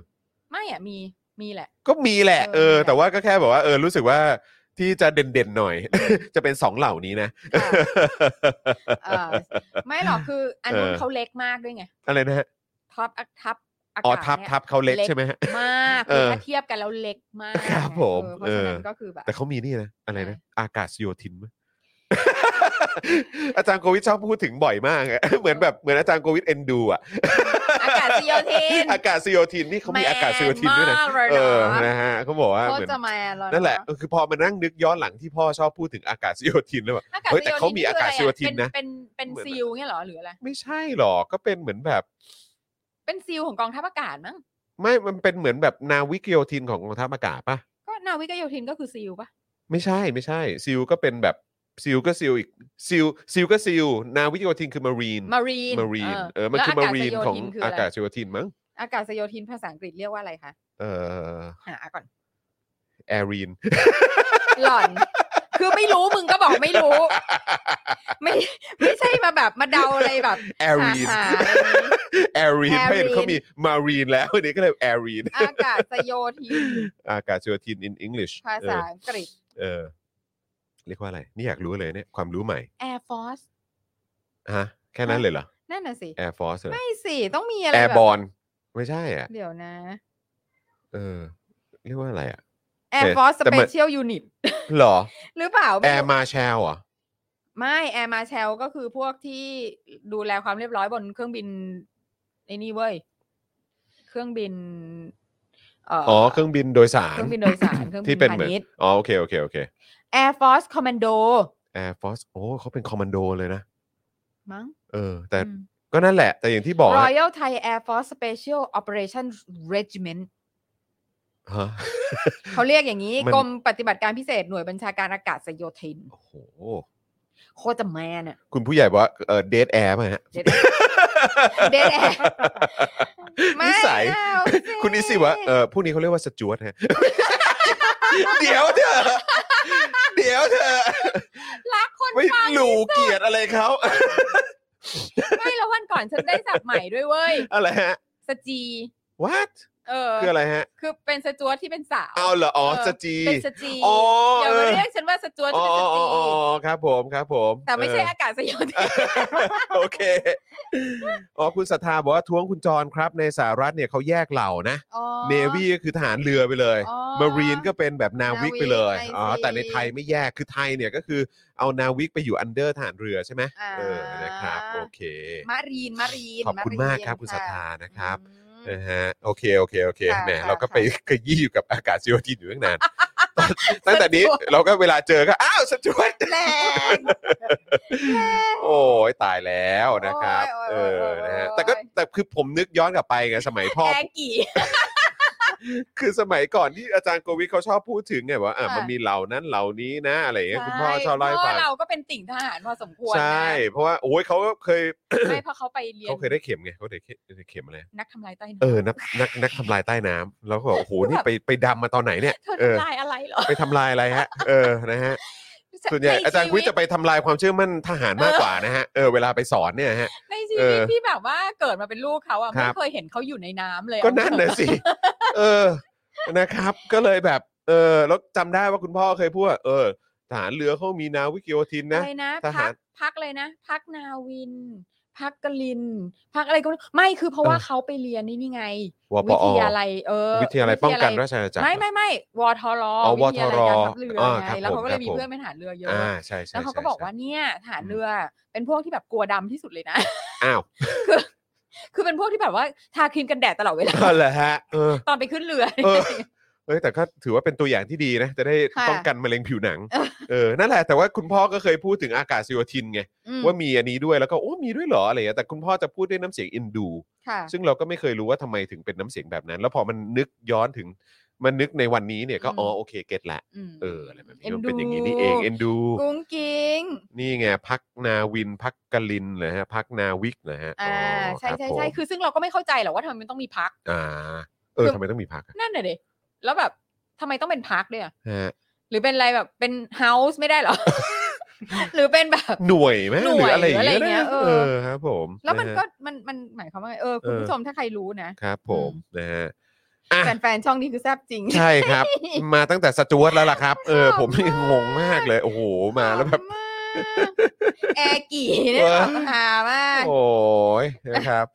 D: ไม่อ่ะมีมีแหละ
C: ก็มีแหละ เอ
D: เอ
C: อ
D: อ
C: แต่ว่าก็แค่บอกว่า เออ รู้สึกว่าที่จะเด่นๆหน่อย จะเป็นสองเหล่านี้นะ
D: ค่ะเออไม่หรอกคืออันนู้น
C: เออ
D: เขาเล็กมากด้วยไง
C: อะไรนะฮะ
D: ท็อปอักทับ
C: อ๋อก
D: อาาศ
C: ทับ
D: เนี่ย
C: ทับเขาเล็กใช่ไหมฮะ
D: มาก
C: เอ
D: คือ
C: อ
D: ถ้าเทียบกันแล้วเล็กมาก
C: ครับ
D: ไง
C: ผม
D: เออเพราะฉะนั้
C: เออ
D: นก็คือแบบ
C: แต่เขามีนี่นะ อะไรนะ
D: ใช่
C: อากาศโยธินมั้ย อาจารย์โควิดชอบพูดถึงบ่อยมากอะ เหมือนแบบเหมือนอาจารย์โควิดเอ็นดูอะ
D: อากาศโยธิน
C: อากาศโยธินนี่เขามีอากาศโยธินด้วยนะ
D: แมมากเลย
C: เอ
D: เน
C: อ
D: อะ
C: นะฮะเขาบอกว่า
D: โค
C: เหมื
D: ตร
C: อน
D: จะแมนเยเอ
C: นั่นแหละเออคือพอมานั่งนึกย้อนหลังที่พ่อชอบพูดถึงอากาศโยธินแล้วแบบ
D: อากาศ
C: เฮ้ยแต่เขามีอากาศโยธินนะ
D: เป็นเป็น
C: เหมือน
D: ซีลเงี้ยเหรอหรืออะไร
C: ไม่ใช่หรอกก็เป็นเหมือนแบบ
D: เป็นซีลของกองทัพอากาศมั้ง
C: ไม่มันเป็นเหมือนแบบนาวิกโยธินของกองทัพอากาศปะ
D: ก็นาวิกโยธินก็คือซีลปะ
C: ไม่ใช่ไม่ใช่ซิลก็เป็นแบบซิลก็ซิลอีกซิลซิลก็ซิลนาวิกโยธินคือมารีน
D: มารีน
C: มารีนเออมันคือมารีนของอากาศโยธินมั้ง
D: อากาศโยธินภาษาอังกฤษเรียกว่าอะไรคะ
C: เออ
D: หาก่อน
C: แอรี น
D: ห ล่อน คือไม่รู้มึงก็บอกไม่รู้ ไม่ไม่ใช่มาแบบมาเดาอะไรแบบ
C: แอ รีน
D: หาๆอะไรอย่างงี้
C: แอรีน
D: Aireen
C: เพราะเห็นเขามีมารีนแล้วอันนี้ก็เลยแอรีน
D: อากาศโยธิน
C: อากาศโยธิน in English
D: ภาษาอังกฤษ
C: เออเออ เรียกว่าอะไร นี่อยากรู้เลยเนี่ย ความรู้ใหม่
D: Air Force
C: ฮะ แค่นั้นเลยเหรอ
D: นั่นน่ะสิ
C: Air Force เหรอ
D: ไม่สิต้องมีอะไร
C: Air
D: แบบ
C: Born ไม่ใช่อ่ะ
D: เดี๋ยวนะ
C: เออ เรียกว่าอะไรอ่ะ
D: Air
C: โอเค
D: Force
C: แต่มัน
D: Special Unit
C: หรอ
D: หรือเปล่า
C: Air Marshal เหรอ
D: ไม่ Air Marshal ก็คือพวกที่ดูแลความเรียบร้อยบนเครื่องบินไอ้นี่เว้ย เครื่องบินเอ่ออ
C: อ๋อ เครื่องบินโดยสาร
D: เครื่องบินโดย สารเครื่องบิ
C: ที่
D: น
C: เป็น
D: พา
C: เหมือน
D: ณิชย์
C: อ๋อโอเคโอเคโอเค
D: Air Force Commando
C: Air Force โอ้เขาเป็นคอมมานโดเลยนะ
D: มั้ง
C: เออ แต่
D: อืม
C: ก็นั่นแหละ แต่อย่างที่บอกอะ
D: Royal Thai Air Force Special Operation Regiment
C: ฮะ
D: เขาเรียกอย่างนี้
C: มัน
D: กรมปฏิบัติการพิเศษหน่วยบัญชาการอากาศโยธิน
C: โอ้โห
D: โคตรจะแมนอะ
C: คุณผู้ใหญ่บอกว่าเออเดทแอร์มาฮะ
D: Dead Air Dead Air ไม่
C: นิสัย
D: เอาสิ
C: คุณนิสิวะเออผู้นี้เขาเรียกว่าสจวตฮะ เดี๋ยวเธอะเดี๋ยวเธอะ
D: รักคน
C: ไม่
D: ฟัง
C: หลูเกียรติอะไรเขา
D: ไม่แล้ววันก่อนฉันได้สับใหม่ด้วยเว้ย
C: อะไรฮะ
D: สจี
C: what
D: เออ
C: คืออะไรฮะ
D: คือเป็นสจวตที่เป็นสาว
C: เอาเหรออ๋อส
D: เ
C: จี
D: เป็นสจี
C: อ๋อ
D: อย่า
C: เอ
D: มา
C: อ
D: เรียกฉันว่าสจวต
C: อ๋
D: ฉั
C: อน
D: เป็น
C: อ๋
D: สจี
C: ออ๋ออ๋อครับผมครับผม
D: แต่ไม่ใช่
C: เออ
D: อากาศโยธิน
C: โอเคอ๋อคุณศรัทธาบอกว่าท้วงคุณจรครับในสหรัฐเนี่ยเขาแยกเหล่านะ
D: อ๋อ
C: เนวี่ก็คือทหารเรือไปเลย
D: อ๋อ
C: มารีนก็เป็นแบบนาวิกไปเลย
D: นาวิก
C: อ๋อ
D: I see
C: แต่ในไทยไม่แยก คือไทยเนี่ยก็คือเอานาวิกไปอยู่อันเดอร์ทหารเรือใช่ไหม
D: อ่า
C: เออ นะครับ โอเค
D: มารีนมารีน
C: ขอบคุณมากครับคุณศรัทธานะครับ
D: อืม
C: นะฮะ โอเค โอเค โอเค
D: ค่ะ
C: แหม
D: ค่ะ
C: เราก็ไปขยี้อยู่กับอากาศโยธินอยู่ตั้งนาน ตั้งแต่นี้
D: สจวต
C: เราก็เวลาเจอก็ อ้าวสจวต
D: แรง
C: โอ้ยตายแล้วนะครับ เออ
D: โอ้ยโอ้ย
C: นะฮะ
D: โอ้ย
C: แต่ก็ แต่คือผมนึกย้อนกลับไปไง สมัย พ่อ
D: แรงกี่
C: คือสมัยก่อนที่อาจารย์โกวิทเขาชอบพูดถึงไงว่าอ่ะ
D: ค่ะ
C: มันมีเหล่านั้นเหล่านี้นะอะไรอย่างเงี้ยคุณพ่อชอบเล่าให้ฟั
D: ใช่
C: ง
D: พระว่เราก็เป็นติ่งทหารพอสมควรนะ
C: ใช่ เพราะว่าโอ้ยเขาก็เคย
D: ไม่เพราะเขาไปเรียน
C: เขาเคยได้เข็มไงเขาได้เข็มได้เข็มอะไร
D: นักทำลายใต้น้ำ
C: เออนักนักนักทำลายใต้น้ำแล้วก็บอกโอ้โหนี่ไปไปดำมาตอนไหนเนี่ย
D: เธอ
C: เออ
D: ทำลายอะไรเหรอ
C: ไปทำลายอะไรฮะ เออนะฮะส่วนใหญ่อาจารย์
D: ชี
C: วิทย์จะไปทำลายความเชื่อมั่นทหารมากกว่านะฮะเออเวลาไปสอนเนี่ยฮะ
D: ในชี
C: เอ
D: วิต
C: อ
D: ที่แบบว่าเกิดมาเป็นลูกเขาอ่ะ
C: ครั
D: ไม่
C: บ
D: เคยเห็นเขาอยู่ในน้ำเลย
C: ก็นั่นน่ะสิ เออ นะครับ ก็เลยแบบ เออ แล้วจำได้ว่าคุณพ่อเคยพูดว่าเออ ทหารเรือเขามีนาวิกโยธินนะ
D: อะไรนะ
C: ทหา
D: พั
C: ร
D: กพักเลยนะ พักนาวิน พักกลิน พักอะไรก็ไม่ไม่คือเพราะว่า
C: เออ
D: เขาไปเรียนนี่นี่ไง
C: วป
D: วิ
C: อ
D: ทยาลัยเออ
C: วิทยาลัยป้องกันราชอาณาจักร
D: ไม่ไม่ไม่วทร
C: อ๋อ
D: วิทยาลัยการทัพเรือ
C: วทร
D: ไง
C: อ่าครับ
D: แล้ว
C: ผ
D: เขา
C: ม
D: ก็เลยมี
C: ครับผม
D: เพื่อนเป็นทหารเรือเยอะ
C: อ่าใช่ใช่
D: แล้วเขาก็
C: ใช่
D: บอกว่า
C: ใช่
D: เนี่ยทหาร
C: อืม
D: เรือเป็นพวกที่แบบกลัวดำที่สุดเลยนะ
C: อ้าว
D: คือเป็นพวกที่แบบว่าทาครีมกันแดดตลอดเวลา
C: เอาเหรอฮะเออ
D: ตอนไปขึ้นเรือ
C: เอ อ เอ้ยแต่ก็ถือว่าเป็นตัวอย่างที่ดีนะ จะได้
D: ค่ะ
C: ป้องกันมะเร็งผิวหนัง เออ นั่นแหละ แต่ว่าคุณพ่อก็เคยพูดถึงอากาศโยธินไง
D: อืม
C: ว่ามีอันนี้ด้วยแล้วก็โอ้มีด้วยเหรออะไรอย่างเงี้ยแต่คุณพ่อจะพูดด้วยน้ำเสียงอินดู
D: ค่ะ
C: ซึ่งเราก็ไม่เคยรู้ว่าทำไมถึงเป็นน้ำเสียงแบบนั้น แล้วพอมันนึกย้อนถึง มันนึกในวันนี้เนี่ยก็
D: อืม
C: อ๋อโอเคเก็ตละ
D: อืม
C: เอออะไรแบบนี้
D: น
C: มัน
D: ดู
C: เป็นอย่างนี้นี่เองเอ็นดู
D: กุ้งกิ้ง
C: นี่ไงพักนาวินพักกลินเหรอฮะพักนาวิกเหรอฮะ
D: อ่าใช่
C: ครับผม
D: ใช่ใช่คือซึ่งเราก็ไม่เข้าใจหรอกว่าทำไมมันต้องมีพัก
C: อ่า เออ
D: คือ
C: ทำไมต้องมีพักอะ
D: นั่นน่ะดิแล้วแบบทำไมต้องเป็นพักด้วยอะ
C: ฮะ
D: หรือเป็นอะไรแบบเป็นเฮาส์ไม่ได้ เหรอ หรือเป็นแบบ
C: หน่วยไหม
D: ห
C: ห
D: น่
C: รือ
D: วย
C: อะไรอย่าง
D: หรืออะไร
C: เงี้ย
D: เงี้ย
C: นะ
D: เออ
C: เออครับผม
D: แล้วมันะ ก็
C: ฮะ
D: มันมันหมายความว่าไงเออคุณ
C: เออ
D: ผู้ชมถ้าใครรู้นะ
C: ครับ ผมนะฮะอ่ะ
D: แฟนๆช่องนี้คือแซบจริง
C: ใช่ครับ มาตั้งแต่สจวตแล้วล่ะครับ เออ
D: ชอบ
C: ผมนี่
D: มาก
C: งงมากเลย โอ้โห มาแล้วแบบ
D: ชอบมากแอร์กี่เนี่ย
C: เออ
D: หามาก
C: โอ้ยนะครับ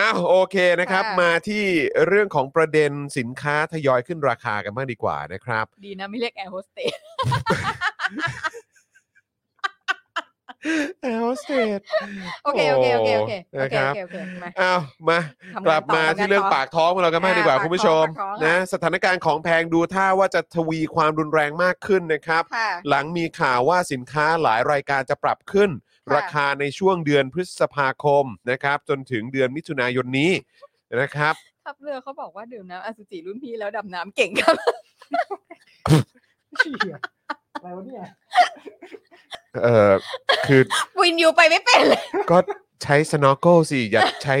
C: อ้าวโอเคนะครับ
D: ค่ะ
C: มาที่เรื่องของประเด็นสินค้าทยอยขึ้นราคากันมากดีกว่านะครับ
D: ดีนะไม่เรียกแอร์โฮสเตส
C: แอลสเตด
D: โอเคโอเคโอเคโอเค
C: โอ้
D: โอเค
C: นะครับ
D: โอเคโอเคมา
C: อ้าวมา
D: ทำงน
C: กลับ
D: ต่
C: มา
D: ทำน
C: ที่เรื่อง
D: ต่
C: ปากท้องของเรากันมากดีกว่า
D: อ่า
C: คุณผู้ชม
D: ปากท้อง
C: นะ
D: ค่ะ
C: สถานการณ์ของแพงดูท่าว่าจะทวีความรุนแรงมากขึ้นนะครับ
D: ค่ะ
C: หลังมีข่าวว่าสินค้าหลายรายการจะปรับขึ้น
D: ค่ะ
C: ราคาในช่วงเดือนพฤษภาคมนะครับ จนถึงเดือนมิถุนายนนี้นะครับ
D: ทัพเรือเขาบอกว่าดื่มน้ำอสุจิรุ่นพี่แล้วดำน้ำเก่ง ครับ
A: เชี่ยอะไรวะเนี่ย
C: เออคือ
D: วินยูไปไม่เป็นเลย
C: ก็ใช้สโนโกสิ อย่าใช้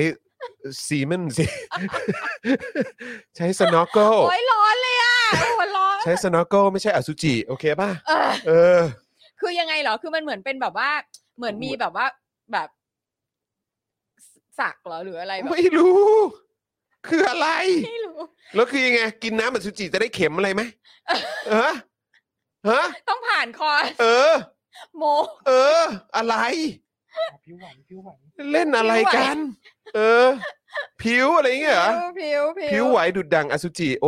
C: ซีเมนสิ ใช้สโนโก
D: โอ้ยร้อนเลยอ่ะโอ้ยร้อน
C: ใช้สโนโกไม่ใช่อสุจิ โอเคป่ะ
D: เออ
C: เออ
D: คือยังไงเหรอ คือมันเหมือนเป็นแบบว่า เหมือนมี
C: เหมือน
D: แบบว่าแบบสสักเหรอหรืออะไรแบบ
C: ไม่รู้ คืออะไร
D: ไม่รู้
C: แล้วคือยังไง กินน้ำอสุจิจะได้เข็มอะไรไหมเออฮะ
D: ต้องผ่านคอร์ส
C: เออ
D: โม
C: เออ อะไร
A: ผิวหวังผิวหวัง
C: เล่นอะไรกัน เออ ผิวอะไรอย่างเงี้ยเหรอ
D: ผิวผิว
C: ผิวไหวดุดดังอสุจิโอ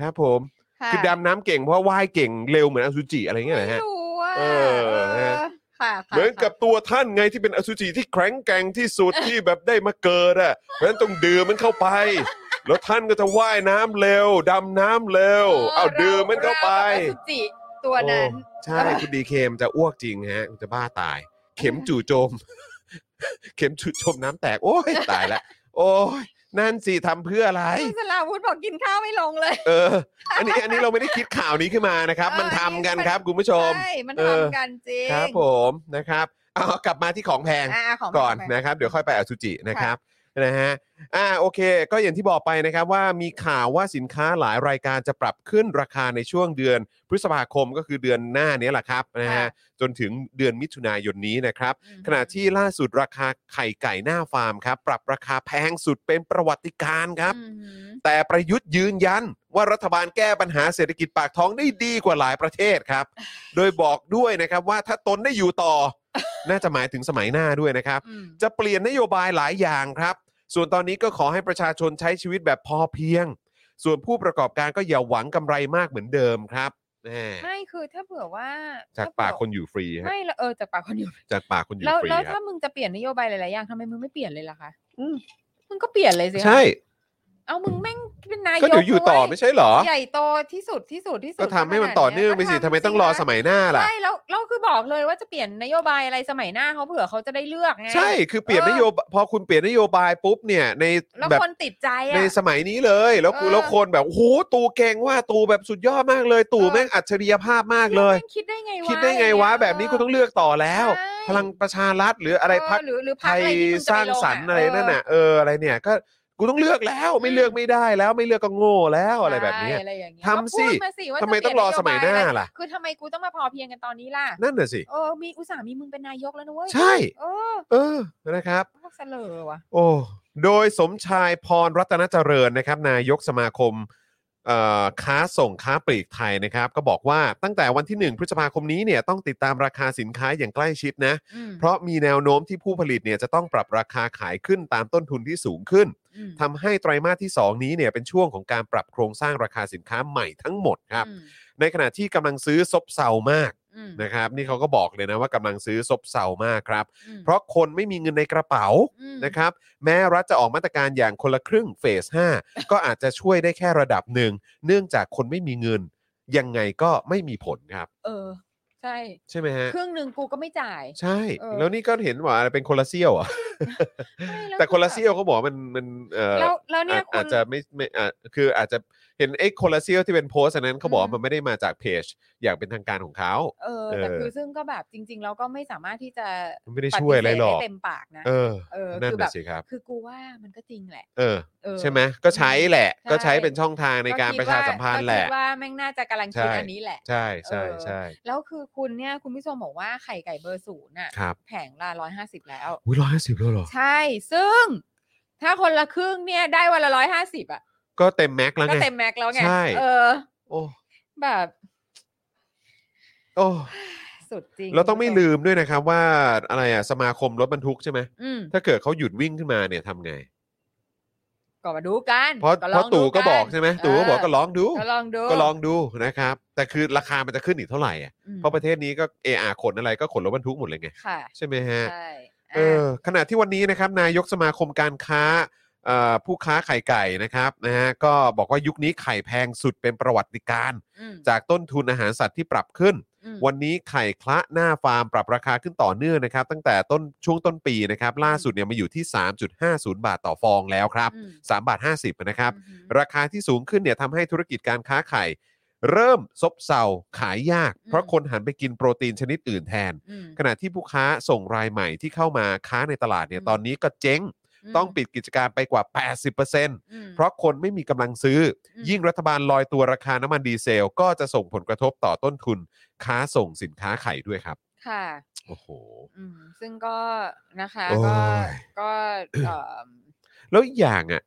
C: ครับผม
D: ะ
C: คือดำน้ำเก่งเพราะว่ายเก่งเร็วเหมือนอสุจิอะไรอย่างเงี้ย
D: ไม่
C: นะฮะ
D: รู้อ่ะ
C: เออ
D: เออ
C: ฮะ
D: ค่ะค่ะ
C: เหมือนกับ
D: ค่ะ
C: ตัวท่านไงที่เป็นอสุจิที่แข็งแกร่งที่ สุด ที่แบบได้มาเกิดอ่ะเพราะฉะนั้นต้องดื่มมันเข้าไป แล้วท่านก็จะว่ายน้ำเร็วดำน้ำเร็ว เอาดื่มมันเข้าไป
D: รกับอสุจิตัวนั้น
C: โอ้ใช่คุณดีเคมจะอ้วกจริงฮะคุณจะบ้าตาย เข็มจู่โจม เข็มจู่โจมน้ำแตก โอ้ยตายละโอ้ยนั่นสิทำเพื่ออะไร
D: คุณสลาวุธบอกกินข้าวไม่ลงเลย
C: เออ อันนี้อันนี้เราไม่ได้คิดข่าวนี้ขึ้นมานะครับ
D: เออ
C: มันทำกัน
D: นี่มัน
C: ครับคุณผู้ชม
D: ใช่ มัน
C: เออ
D: ทำกันจริง
C: ครับผมนะครับเอากลับมาที่ของแพง
D: อ่ะของ
C: ก่อน
D: ไป
C: นะครับ เดี๋ยวค่อยไปอสุจินะครับนะฮะอ่าโอเค ก็อย่างที่บอกไปนะครับว่ามีข่าวว่าสินค้าหลายรายการจะปรับขึ้นราคาในช่วงเดือนพฤษภาคมก็คือเดือนหน้าเนี้แหละครับนะฮะ
D: ค่ะ
C: จนถึงเดือนมิถุนายนนี้นะครับ
D: อืม
C: ขณะที่ล่าสุดราคาไข่ไก่หน้าฟาร์มครับ ปรับราคาแพงสุดเป็นประวัติการณ์ครับ
D: อืม
C: แต่ประยุทธ์ยืนยันว่ารัฐบาลแก้ปัญหาเศรษฐกิจปากท้องได้ดีกว่าหลายประเทศครับ โดยบอกด้วยนะครับว่าถ้าตนได้อยู่ต่อ น่าจะหมายถึงสมัยหน้าด้วยนะครับ
D: อืม
C: จะเปลี่ยนนโยบายหลายอย่างครับ ส่วนตอนนี้ก็ขอให้ประชาชนใช้ชีวิตแบบพอเพียง ส่วนผู้ประกอบการก็อย่าหวังกำไรมากเหมือนเดิมครับแหม่
D: ไม่คือถ้าเผื่อว่า
C: จาก
D: ถ้เผื่อ
C: ปากคนอยู่ฟรีฮะ
D: ไม่ละเออจากปากคนอยู่
C: จากปากคนอยู่
D: แล้ว
C: ฟรี
D: แล้ว
C: ค
D: ถ้า
C: รับ
D: มึงจะเปลี่ยนนโยบายหลายๆอย่างทำไมมึงไม่เปลี่ยนเลยล่ะคะมึงก็เปลี่ยนเลยสิคะ
C: ใช่
D: เอามึงแม่งเป็นนายก
C: ก็เดี๋ยวอยู่ต่อ
D: ด้ว
C: ไม่ใช่เหรอ
D: ใหญ่โตที่สุดที่สุดที่สุด
C: ก็ทำให้มัน
D: ข
C: ต่อ
D: ดย
C: เนื่องไปสิ
D: ก็
C: ทำไมต้องรอสมัยหน้าล่ะ
D: ใช่แล้วเราคือบอกเลยว่าจะเปลี่ยนนโยบายอะไรสมัยหน้าเขาเผื่อเขาจะได้เลือกไง
C: ใช่ คือเปลี่ยน
D: เออ
C: นโยบายพอคุณเปลี่ยนนโยบายปุ๊บเนี่ยใน
D: แล้ว
C: แบบ
D: คนติดใจ
C: ใน
D: อ่ะ
C: สมัยนี้เลย แล้วกู
D: เออ
C: แล้วคนแบบโอ้โหตูเก่งว่าตูแบบสุดยอดมากเลย ตูแม่งอัจฉริยภาพมากเลย
D: แม่งคิดได้ไงวะ
C: คิดได้ไงวะ
D: อย่าเย
C: แบบนี้กูต้องเลือกต่อแล้ว
D: ใช่
C: พลังประชารัฐหรืออะไร
D: เ
C: พัก
D: หรือหรือ
C: ไท
D: พัก
C: ย
D: อะไรที่มึจะ
C: ส
D: ไป
C: ร้าง
D: ล
C: สรรค์
D: ะ
C: อะไรนั่นน่ะเอออะไรเนี่ยก็กูต้องเลือกแล้วไม่เลือกไม่ได้แล้วไม่เลือกก็โง่แล้วอะไรแบบเนี้ย
D: ใช่อะไรอย่างเงี้ย
C: ทำสิ
D: ก็พูดาว่า
C: ทำไมต้องรอสมัยหน้าล่ะ
D: คือทำไมกูต้องมาพอเพียงกันตอนนี้ล่ะ
C: นั่นน่ะสิ
D: เออ มีอุตส่าห์มีมึงเป็นนายกแล้วนะเว้ย
C: ใช่
D: เออ
C: เออนะครับ
D: พวกเสลอว่ะ
C: โอ้ โดยสมชายพรรัตนเจริญนะครับ นายกสมาคม เอ่อค้าส่งค้าปลีกไทยนะครับ ก็บอกว่าตั้งแต่วันที่ 1 พฤษภาคมนี้เนี่ยต้องติดตามราคาสินค้าอย่างใกล้ชิดนะ
D: อืม
C: เพราะมีแนวโน้มที่ผู้ผลิตเนี่ยจะต้องปรับราคาขายขึ้นตามต้นทุนที่สูงขึ้น
D: อืม
C: ทำให้ไตรมาสที่ 2 นี้เนี่ยเป็นช่วงของการปรับโครงสร้างราคาสินค้าใหม่ทั้งหมดครับ
D: อืม
C: ในขณะที่กำลังซื้อซบเซามาก
D: อืม
C: นะครับ นี่เขาก็บอกเลยนะว่ากำลังซื้อซบเซามากครับ
D: อืม
C: เพราะคนไม่มีเงินในกระเป๋า
D: อืม
C: นะครับแม้รัฐจะออกมาตรการอย่างคนละครึ่งเฟส 5 ก็อาจจะช่วยได้แค่ระดับหนึ่ง เนื่องจากคนไม่มีเงิน ยังไงก็ไม่มีผลครับ
D: เออ ใช่
C: ใช่ไหมฮะ
D: เครื่องหนึ่งกูก็ไม่จ่าย
C: ใช่
D: เออ
C: แล้วนี่ก็เห็นว่าอะไรเป็นคนละเซี่ยวอ่ะ
D: ใช่ล้ว
C: แต่คนละ
D: อบบ
C: เซี่ยวเขาบอกว่ามันมันเอ่อ
D: แล้วแล้วเนี่ย
C: อาจอา
D: คุ
C: จ
D: ณ
C: จะไม่ไม่อ่ะคืออาจจะเห็นไอ้คนละเซี่ยวที่เป็นโพสต์อันนั้นเขาบอกว่า
D: อืม
C: มันไม่ได้มาจากเพจ อย่างเป็นทางการของเขา
D: เออแต่
C: เออ
D: คือซึ่งก็แบบจริง ๆ แล้วก็ไม่สามารถที่จะ
C: มันไม่ได้ช่วยอะไรหรอก
D: ปฏิเสธด้เต็มปากนะ
C: เออ
D: เออ
C: นั่น
D: คือแบ
C: น่ะ
D: บ
C: สิครับ
D: คือกูว่ามันก็จริงแหละ
C: เออ
D: เออ
C: ใช่ไหมก็ใช้แหละ ก็ใช้
D: ใช่
C: เป็นช่องทางในการประชาสัมพันธ์แหละ
D: ก็คิดว่าแม่งน่าจะกำลังคิด
C: ใช่
D: อันนี้แหละ
C: ใช่ใช่ใช่
D: แล้วคือคุณเนี่ยคุณผู้ชมบอกว่าไข่ไก่เบอร์ศูนย์น่ะ
C: ครับ
D: แผงละร้อยห้าสิบแล้ว
C: อุ้ยร้อยห้าสิบแล้วเหรอ
D: ใช่ ซึ่ง ถ้าคนละครึ่งเนี่ยได้วันละร้อยห้าสิบอ่ะ
C: ก็เต็มแม็กซ์แล้ว
D: ก็
C: ไง
D: เต็มแม็กซ์แล้วไง
C: ใช่
D: เออ
C: โอ้
D: แบบ
C: โอ้
D: สุดจริง
C: แล้วต้องไม่
D: คุณผู้ช
C: ลืมด้วยนะครับว่าอะไรอ่ะสมาคมรถบรรทุกใช่ไหม
D: อืม
C: ถ้าเกิดเขาหยุดวิ่งขึ้นมาเนี่ยทำไง
D: ก็มาดูกัน
C: เพราะ
D: ก็ล
C: เพราะ
D: อง
C: ตู่
D: ดู
C: ก็บอกใช่ไหม
D: น
C: ตู่ก็บอกก็ลองดู
D: ก็ลองดู
C: ก็ลองดูนะครับ แต่คือราคามันจะขึ้นอีกเท่าไหร่อ่ะ
D: ม
C: เพราะประเทศนี้ก็เออาขนอะไรก็ขนรถบรรทุกหมดเลยไง
D: ค่ะ
C: ใช่ไหมฮะ
D: ใช่
C: เออขณะที่วันนี้นะครับนายกสมาคมการค้าเอ่อผู้ค้าไข่ไก่นะครับนะฮะก็บอกว่ายุคนี้ไข่แพงสุดเป็นประวัติการณ์จากต้นทุนอาหารสัตว์ที่ปรับขึ้น
D: วั
C: วัน นนี้ไข่คละหน้าฟาร์มปรับราคาขึ้นต่อเนื่องนะครับ ตั้งแต่ต้นช่วงต้นปีนะครับ ล่าสุดเนี่ยมาอยู่ที่ 3.50 บาทต่อฟองแล้วครับ
D: อืม
C: 3 บาท 50 นะครับ ราคาที่สูงขึ้นเนี่ยทำให้ธุรกิจการค้าไข่ เริ่มซบเซาขายยาก
D: อืม
C: เพราะคนหันไปกินโปรตีนชนิดอื่นแทน ขณะที่ผู้ค้าส่งรายใหม่ที่เข้ามาค้าในตลาดเนี่ยตอนนี้ก็เจ๊ง ต้องปิดกิจการไปกว่า 80%เพราะคนไม่มีกำลังซื้ออยิ่งรัฐบาลลอยตัวราคาน้ำมันดีเซล ก็จะส่งผลกระทบต่อต้นทุน ค้าส่งสินค้าไข่ด้วยครับ
D: ค่ะ
C: โอ้โห
D: อืมซึ่งก็นะคะ
C: โอ้
D: ก็
C: ย
D: ก็เอ่อ
C: แล้วอีกอย่างอะ่ะ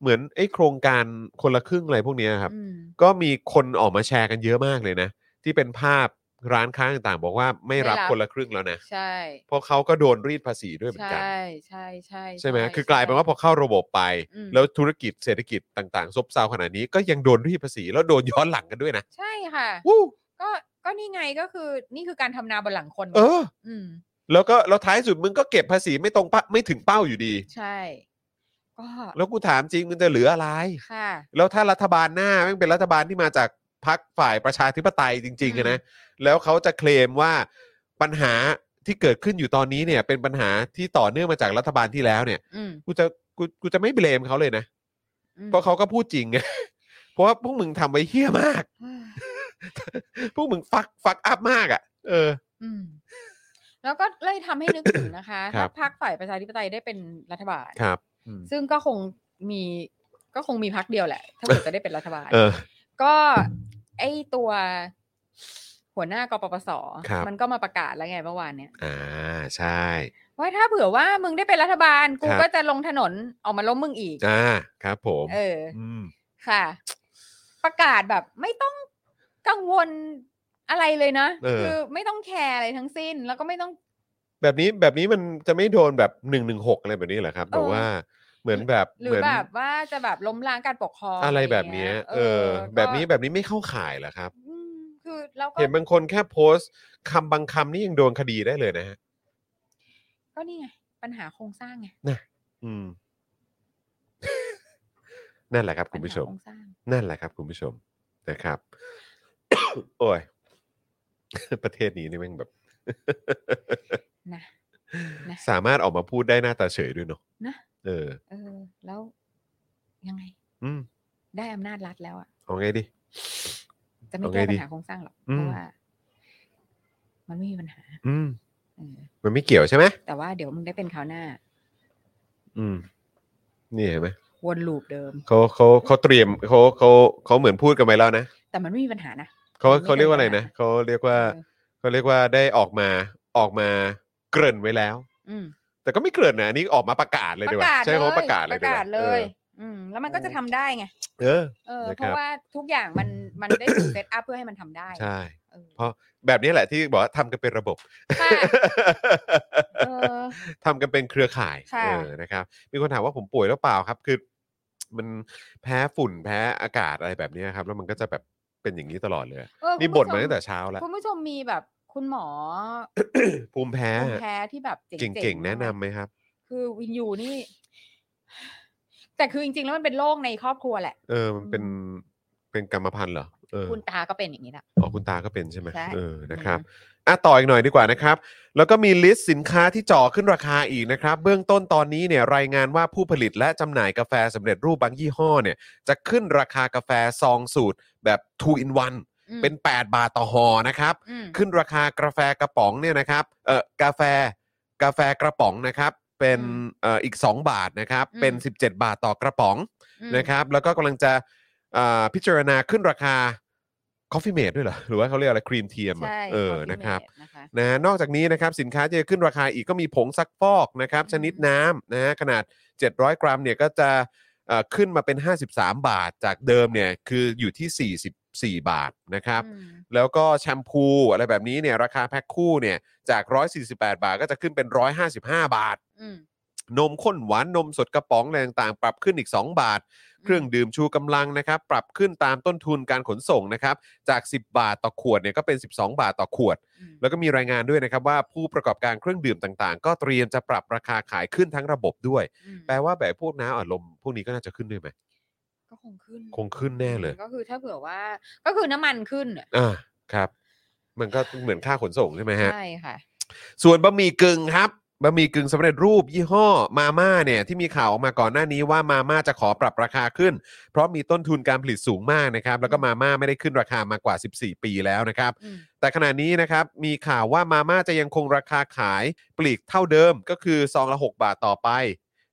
C: เหมือนไอ้โครงการคนละครึ่งอะไรพวกเนี้ยครับ
D: อืม
C: ก็มีคนออกมาแชร์กันเยอะมากเลยนะ ที่เป็นภาพร้านค้าต่างๆ บอกว่าไม่รับ
D: ไม่รับ
C: คนละครึ่งแล้วนะ
D: ใช่
C: เพราะเขาก็โดนรีดภาษีด้วยเหมือนกัน
D: ใช่ใช่ใช่
C: ใช่ไหม
D: ใช่
C: คือกลายเป็นว่าพ
D: ใช่
C: อเข้าระบบไป
D: อืม
C: แล้วธุรกิจเศรษฐกิจต่างๆ ซบเซาขนาดนี้ก็ยังโดนรีดภาษีแล้วโดนย้อนหลังกันด้วยนะ
D: ใช่ค่ะ
C: วู้
D: ก็ก็นี่ไงก็คือนี่คือการทำนาบนหลังคน
C: เออ
D: อืม
C: แล้วก็แล้วท้ายสุดมึงก็เก็บภาษีไม่ตรงเป้าไม่ถึงเป้าอยู่ดี
D: ใช่ ก็
C: แล้วกูถามจริงมึงจะเหลืออะไร
D: ค่ะ
C: แล้วถ้ารัฐบาลหน้าแม่งเป็นรัฐบาลที่มาจากพรรคฝ่ายประชาธิปไตยจริงๆอะนะแล้วเขาจะเคลมว่าปัญหาที่เกิดขึ้นอยู่ตอนนี้เนี่ยเป็นปัญหาที่ต่อเนื่องมาจากรัฐบาลที่แล้วเนี่ย
D: อืม
C: กูจะกูกูจะไม่เบลมเขาเลยนะ
D: อืม
C: เพราะเขาก็พูดจริง ไง เพราะว่าพวกมึงทำไว้เฮี้ยมาก พวกมึงฟักฟักอัพมากอ่ะ เออ
D: อืมแล้วก็เลยทำให้นึกถึงนะคะ
C: ครับ
D: ถ้าพรรคฝ่ายประชาธิปไตยได้เป็นรัฐบาล
C: ครับ
D: ซึ่งก็คงมีก็คงมีพักเดียวแหละ ถ้าเกิดจะได้เป็นรัฐบาล
C: เออ
D: ก็ไอตัวหัวหน้ากปปส
C: ครับ
D: มันก็มาประกาศแล้วไงเมื่อวานเนี่ย
C: อ่าใช่
D: ว่าถ้าเผื่อว่ามึงได้เป็นรัฐบาล กู
C: ครับ
D: ก็จะลงถนนออกมาล้มมึงอีก
C: อ่าครับผม
D: เออ
C: อืม
D: ค่ะ ประกาศแบบไม่ต้องกังวลอะไรเลยนะ คืไม่ต้องแคร์อะไรทั้งสิ้น แล้วก็ไม่ต้อง
C: แบบนี้แบบนี้มันจะไม่โดนแบบหนึ่งหนึ่งหกอะไรแบบนี้เหรอครับ
D: เออ
C: แบบว่าเหมือนแบบ
D: หรื
C: เหมื
D: อน แบบว่าจะแบบล้มล้างการปกครอง
C: อะไรแบบเนี้ย
D: ะไรย่างงี้ย
C: เออ แบบนี้แบบนี้ไม่เข้าข่ายเหรอครับ
D: อืมคือเราก็
C: เห็นบางคนแค่โพสต์คำบางคำนี่ยังโดนคดีได้เลยนะฮะ
D: ก็นี่ไงปัญหาโครงสร้างไง
C: อืม นั่นแหละครับ
D: ปั
C: คุ
D: ญ
C: ณผู้
D: หา
C: ชม
D: โครงสร้าง
C: นั่นแหละครับ คุณผู้ชมนะครับ โอ้ย ประเทศนี้นี่แม่งแบบ
D: นะนะ
C: สามารถออกมาพูดได้หน้าตาเฉยด้วยเนาะ
D: นะ
C: เออ
D: เออ แล้วยังไง
C: อืม
D: ได้อำนาจรัฐแล้วอ่ะ
C: เอาไงดิ
D: จะไม่
C: เอาไง
D: แก้
C: ดี
D: ปัญหาโครงสร้างหรอก
C: อืม
D: เพราะว่า มันไม่มีปัญหา
C: อืม
D: เออ
C: มันไม่เกี่ยวใช่ไหม
D: แต่ว่าเดี๋ยวมึงได้เป็นคราวหน้า
C: อืม นี่เห็นไหม
D: วนลูปเดิม
C: เขาเขาเขาเตรียมเขาเขาเขาเหมือนพูดกันไปแล้วนะ
D: แต่มันไม่มีปัญหานะ
C: เขา
D: มันไม่
C: เขาเรียกว่าอะไรนะ
D: ได้นะ
C: เขาเรียกว่า
D: เออ
C: เขาเรียกว่าได้ออกมาออกมาเกริ่นไว้แล้ว
D: อืม
C: แต่ก็ไม่เกริ่นนะอันนี่ออกมาประกาศเลย
D: ป
C: ดีกว่าก
D: ระาศ
C: ใช่
D: เลย
C: เขาประกาศเลย
D: ป
C: ดี
D: ระ
C: ว่
D: กาศเล
C: อย อ
D: อืม แล้วมันก็จะทำได้ไง
C: เออ
D: เออ
C: นะครับ
D: เพราะว่าทุกอย่างมันมันได้ ถูกเซตอัพเพื่อให้มันทำได้
C: ใช่
D: เออ
C: เพราะแบบนี้แหละที่บอกว่าทำกันเป็นระบบ
D: ค่ะ เออ
C: ทำกันเป็นเครือข่าย
D: ค่ะ
C: เออนะครับมีคนถามว่าผมป่วยหรือเปล่าครับ คือ มันแพ้ฝุ่นแพ้อากาศอะไรแบบนี้ครับ แล้วมันก็จะแบบเป็นอย่างนี้ตลอดเลย
D: เออ
C: นี่
D: คุณ
C: บ่น
D: ผู้ช
C: มาตั้งแต่เช้าแล้ว
D: คุณผู้ชมมีแบบคุณหมอ
C: ภูมิแพ้
D: ภูมิแพ้ที่แบบเจ๋งๆ
C: เก่งๆ แนะนำ
D: มาก
C: ไหมครับ
D: คือวินยูนี่ แต่คือจริงๆ แล้วมันเป็นโรคในครอบครัวแหละ
C: เออมันเป็นเป็นกรรมพันธุ์เหรอเออ
D: คุณตาก็เป็นอย่างนี้แหละ
C: อ๋อคุณตาก็เป็นใช่ไหม
D: ใช่
C: เออนะครับ
D: อื
C: อ่ะต่ออีกหน่อยดีกว่านะครับ แล้วก็มีลิสต์สินค้าที่จ่อขึ้นราคาอีกนะครับ เบื้องต้นตอนนี้เนี่ยรายงานว่าผู้ผลิตและจำหน่ายกาแฟสำเร็จรูปบางยี่ห้อเนี่ย จะขึ้นราคากาแฟซองสูตรแบบ 2 in
D: อืม
C: 1 เป็น 8 บาทต่อห่อนะครับ
D: อืม
C: ขึ้นราคากาแฟกระป๋องเนี่ยนะครับ เออกาแฟกาแฟกระป๋องนะครับ เป็น
D: อืม
C: เอ่ออีก 2 บาทนะครับ
D: อืม
C: เป็น 17 บาทต่อกระป๋อง
D: อืม
C: นะครับแล้วก็กำลังจะอ่าพิจารณาขึ้นราคา Coffee Mate ด้วยเหรอ หรือว่าเขาเรียกอะไรครีมเทียมอะ
D: ใช่
C: เออ
D: Coffee
C: นะครับ
D: Mate นะคะ
C: นะนอกจากนี้นะครับสินค้าที่จะขึ้นราคาอีกก็มีผงซักฟอกนะครับ
D: อืม
C: ชนิดน้ำนะฮะขนาด 700 กรัมเนี่ยก็จะเอ่อขึ้นมาเป็น 53 บาทจากเดิมเนี่ยคืออยู่ที่ 44 บาทนะครับ
D: อืม
C: แล้วก็แชมพูอะไรแบบนี้เนี่ยราคาแพ็คคู่เนี่ยจาก 148 บาทก็จะขึ้นเป็น 155 บาท
D: อืม
C: นมข้นหวานนมสดกระป๋องอะไรต่างๆ ปรับขึ้นอีก 2 บาท เครื่องดื่มชูกำลังนะครับ ปรับขึ้นตามต้นทุนการขนส่งนะครับ จาก 10 บาทต่อขวดเนี่ยก็เป็น 12 บาทต่อขวด
D: อืม
C: แล้วก็มีรายงานด้วยนะครับว่าผู้ประกอบการเครื่องดื่มต่างๆ ก็เตรียมจะปรับราคาขายขึ้นทั้งระบบด้วย
D: อืม
C: แปลว่าแบบพวกน้ำอัดลมพวกนี้ก็น่าจะขึ้นด้วยไหม
D: ก็คงขึ้น
C: คงขึ้นแน่เลย
D: ก็คือถ้าเผื่อว่า ก็คือน้ำมันขึ้นอะ
C: อ่าครับ มันก็เหมือนค่าขนส่งใช่ไหมฮะ
D: ใช่ค่ะ
C: ส่วนบะหมี่กึ่งครับบะหมี่กึ่งสำเร็จรูปยี่ห้อมาม่าเนี่ยที่มีข่าวออกมาก่อนหน้านี้ว่ามาม่าจะขอปรับราคาขึ้น เพราะมีต้นทุนการผลิตสูงมากนะครับ แล้วก็มาม่าไม่ได้ขึ้นราคามากว่า 14 ปีแล้วนะครับ
D: อืม
C: แต่ขณะนี้นะครับมีข่าวว่ามาม่าจะยังคงราคาขายปลีกเท่าเดิมก็คือซองละ 6 บาทต่อไป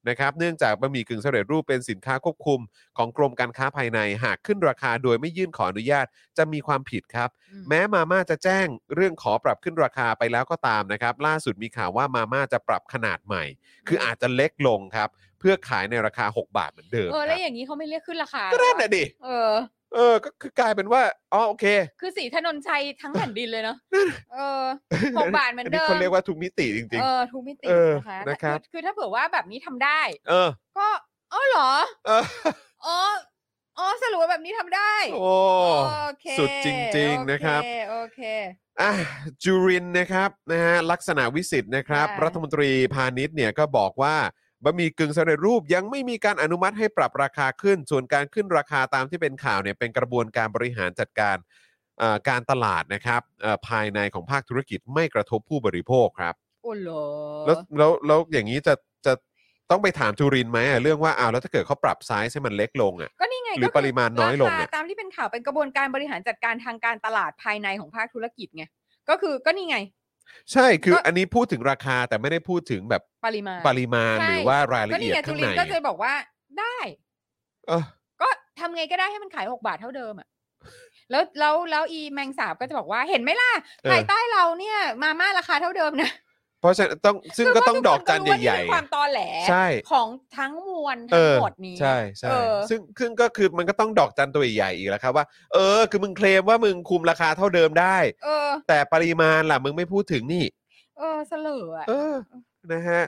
C: นะครับเนื่องจากบะหมี่กึ่งสำเร็จรูปเป็นสินค้าควบคุม ของกรมการค้าภายในหากขึ้นราคาโดยไม่ยื่นขออนุญาตจะมีความผิดครับ
D: อืม
C: แม้มาม่าจะแจ้งเรื่องขอปรับขึ้นราคาไปแล้วก็ตามนะครับ ล่าสุดมีข่าวว่ามาม่าจะปรับขนาดใหม่ คืออาจจะเล็กลงครับ เพื่อขายในราคา 6 บาทเหมือนเดิม
D: เออ
C: ค
D: แล้
C: รั
D: วอย่างนี้เขาไม่เรียกขึ้นราคา
C: บก็นั่น
D: เหรอ
C: น่ะดิ
D: เออ
C: เออก็คือกลายเป็นว่าอ๋อโอเค
D: คือสีถนนชัยทั้งแผ่นดินเลยเนาะเออ หกบาทเหมือนเดิม
C: อัเขาเรียกว่าทุกมิติจริง
D: เออทูกมิติ
C: เออ
D: นะคะ
C: นะครับ
D: แต่อคือถ้าเผื่อว่าแบบนี้ทำได้
C: ๆ เออ
D: ก็อ๋อเหรอ
C: เออ
D: อ๋ออ๋อสรุปว่าแบบนี้ทำได้
C: โอ้
D: โอเค
C: สุดจริงๆนะครับ
D: โอเโอเค
C: อ่ะจุรินทร์นะครับนะฮะลักษณะวิสิทธ์นะครับ
D: ค่ะ
C: รัฐมนตรีพาณิชย์เนี่ยก็บอกว่าบะหมี่กึ่งสำเร็จรูปยังไม่มีการอนุมัติให้ปรับราคาขึ้น ส่วนการขึ้นราคาตามที่เป็นข่าวเนี่ยเป็นกระบวนการบริหารจัดการเอ่อการตลาดนะครับเอ่อภายในของภาคธุรกิจไม่กระทบผู้บริโภคครับ
D: โอ้เหรอ
C: แล้วแล้วแล้วอย่างนี้จะจะต้องไปถามจุรินทร์ไหมอ่ะเรื่องว่าอ้าวแล้วถ้าเกิดเขาปรับไซส์ให้มันเล็กลงอ่ะ
D: ก็นี่ไง
C: หรือ
D: ก็คื
C: ปริมาณน้อยลง
D: รค
C: เนี่ย
D: ตามที่เป็นข่าวเป็นกระบวนการบริหารจัดการทางการตลาดภายในของภาคธุรกิจไงก็คือก็นี่ไง
C: ใช่คือ
D: ก็
C: อันนี้พูดถึงราคาแต่ไม่ได้พูดถึงแบบ
D: ปริมาณ
C: ปริมาณ
D: ใช่
C: หรือว่ารายละเอียด
D: ก็
C: ข้าง
D: นี่ไงจุลิ
C: ใน
D: นก็เลยบอกว่าได้
C: เออ
D: ก็ทำไงก็ได้ให้มันขายหกบาทเท่าเดิมอะแล้วแล้วแล้วอีแมงสาบก็จะบอกว่าเห็นไหมล่ะ
C: เออ
D: ภายใต้เราเนี่ย มาม่าราคาเท่าเดิมนะ
C: เพราะฉะนั้นต้องซึ่ง ก็
D: คืว่า
C: ต้อง
D: ทุ
C: ดอก
D: ค
C: จัน
D: รู้ว่า
C: ใหญ่
D: คือความตอแหล
C: ใช่
D: ของทั้งมวล
C: ๆ เอ
D: ทั้ง
C: อ
D: หมดนี้
C: ใช่ใช่
D: เออ
C: ซึ่งซึ่งก็คือมันก็ต้องดอกจันตัวใหญ่ๆอีกแล้วครับว่า เออ คือมึงเคลมว่ามึงคุมราคาเท่าเดิมได้
D: เออ
C: แต่ปริมาณล่ะมึงไม่พูดถึงนี่
D: เออเสลออะ
C: เออ นะฮะ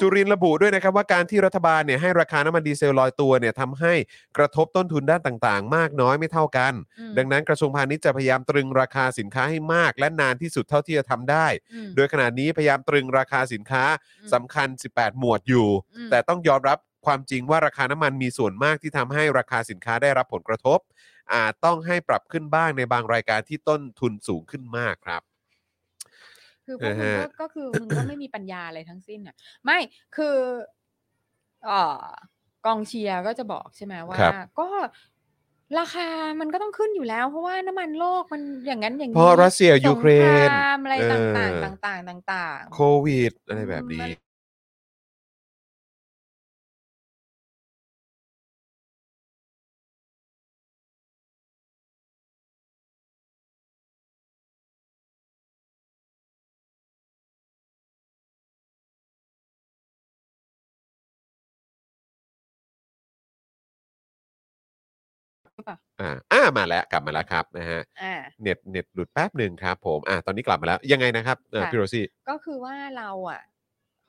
C: จุรินทร์ระบุด้วยนะครับว่าการที่รัฐบาลเนี่ยให้ราคาน้ำมันดีเซลลอยตัวเนี่ยทำให้กระทบต้นทุนด้านต่างๆ มากน้อยไม่เท่ากัน
D: อืม
C: ดังนั้นกระทรวงพาณิชย์จะพยายามตรึงราคาสินค้าให้มาก และนานที่สุดเท่าที่จะทำได้
D: อืม
C: โดยขณะนี้พยายามตรึงราคาสินค้า
D: อืม
C: สำคัญ 18 หมวดอยู่
D: อืม
C: แต่ต้องยอมรับความจริงว่าราคาน้ำมันมีส่วนมากที่ทำให้ราคาสินค้าได้รับผลกระทบ อาจต้องให้ปรับขึ้นบ้างในบางรายการที่ต้นทุนสูงขึ้นมากครับ
D: คือพวกมึง
C: นะ
D: ก็
C: ฮะ
D: ก็คือมึงก็ไม่มีปัญญาอะไรทั้งสิ้นอะไม่คือเออกองเชียร์ก็จะบอกใช่ไหมว่า
C: ครับ
D: ก็ราคามันก็ต้องขึ้นอยู่แล้ว เพราะว่าน้ำมันโลกมันอย่างนั้นอย่าง
C: เพ
D: นี้
C: ราะรัสเซียยูเคร
D: ส
C: น
D: งครามอะไรต่าง
C: เออ
D: ๆต่างๆต่างๆ
C: โควิด อะไรแบบนี้
D: รือเปล่า
C: อ่าอ่ามาแล้วกลับมาแล้วครับนะฮะ
D: อ่า
C: เน็ตเน็ตหลุดแป๊บหนึ่งครับ ผมอ่าตอนนี้กลับมาแล้วยังไงนะครับเออ
D: ค่ะ
C: พี่โรซี่
D: ก็คือว่าเราอ่ะ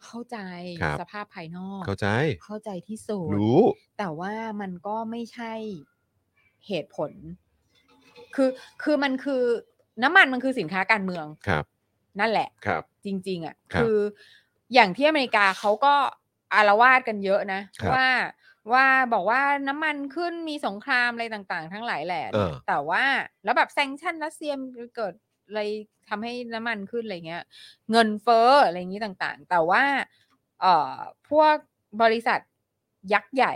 D: เข้าใจ
C: ครับ
D: สภาพภายนอก
C: เข้าใจ
D: เข้าใจที่สุด
C: รู้
D: แต่ว่ามันก็ไม่ใช่เหตุผล คือคือมันคือน้ำมันมันคือสินค้าการเมือง
C: ครับ
D: นั่นแหละ
C: ครับ
D: จริง ๆ อ่ะ
C: ครับ
D: คืออย่างที่อเมริกาเขาก็อารวาสกันเยอะนะ
C: ครับ
D: ว่าว่าบอกว่าน้ำมันขึ้นมีสงครามอะไรต่างๆ ทั้งหลายแหละ
C: เออ
D: แต่ว่าแล้วแบบแซงชั่นรัสเซียเกิดอะไรทำให้น้ำมันขึ้นอะไรเงี้ย เงินเฟ้ออะไรอย่างนี้ต่างๆ แต่ว่าเอ่อพวกบริษัทยักษ์ใหญ่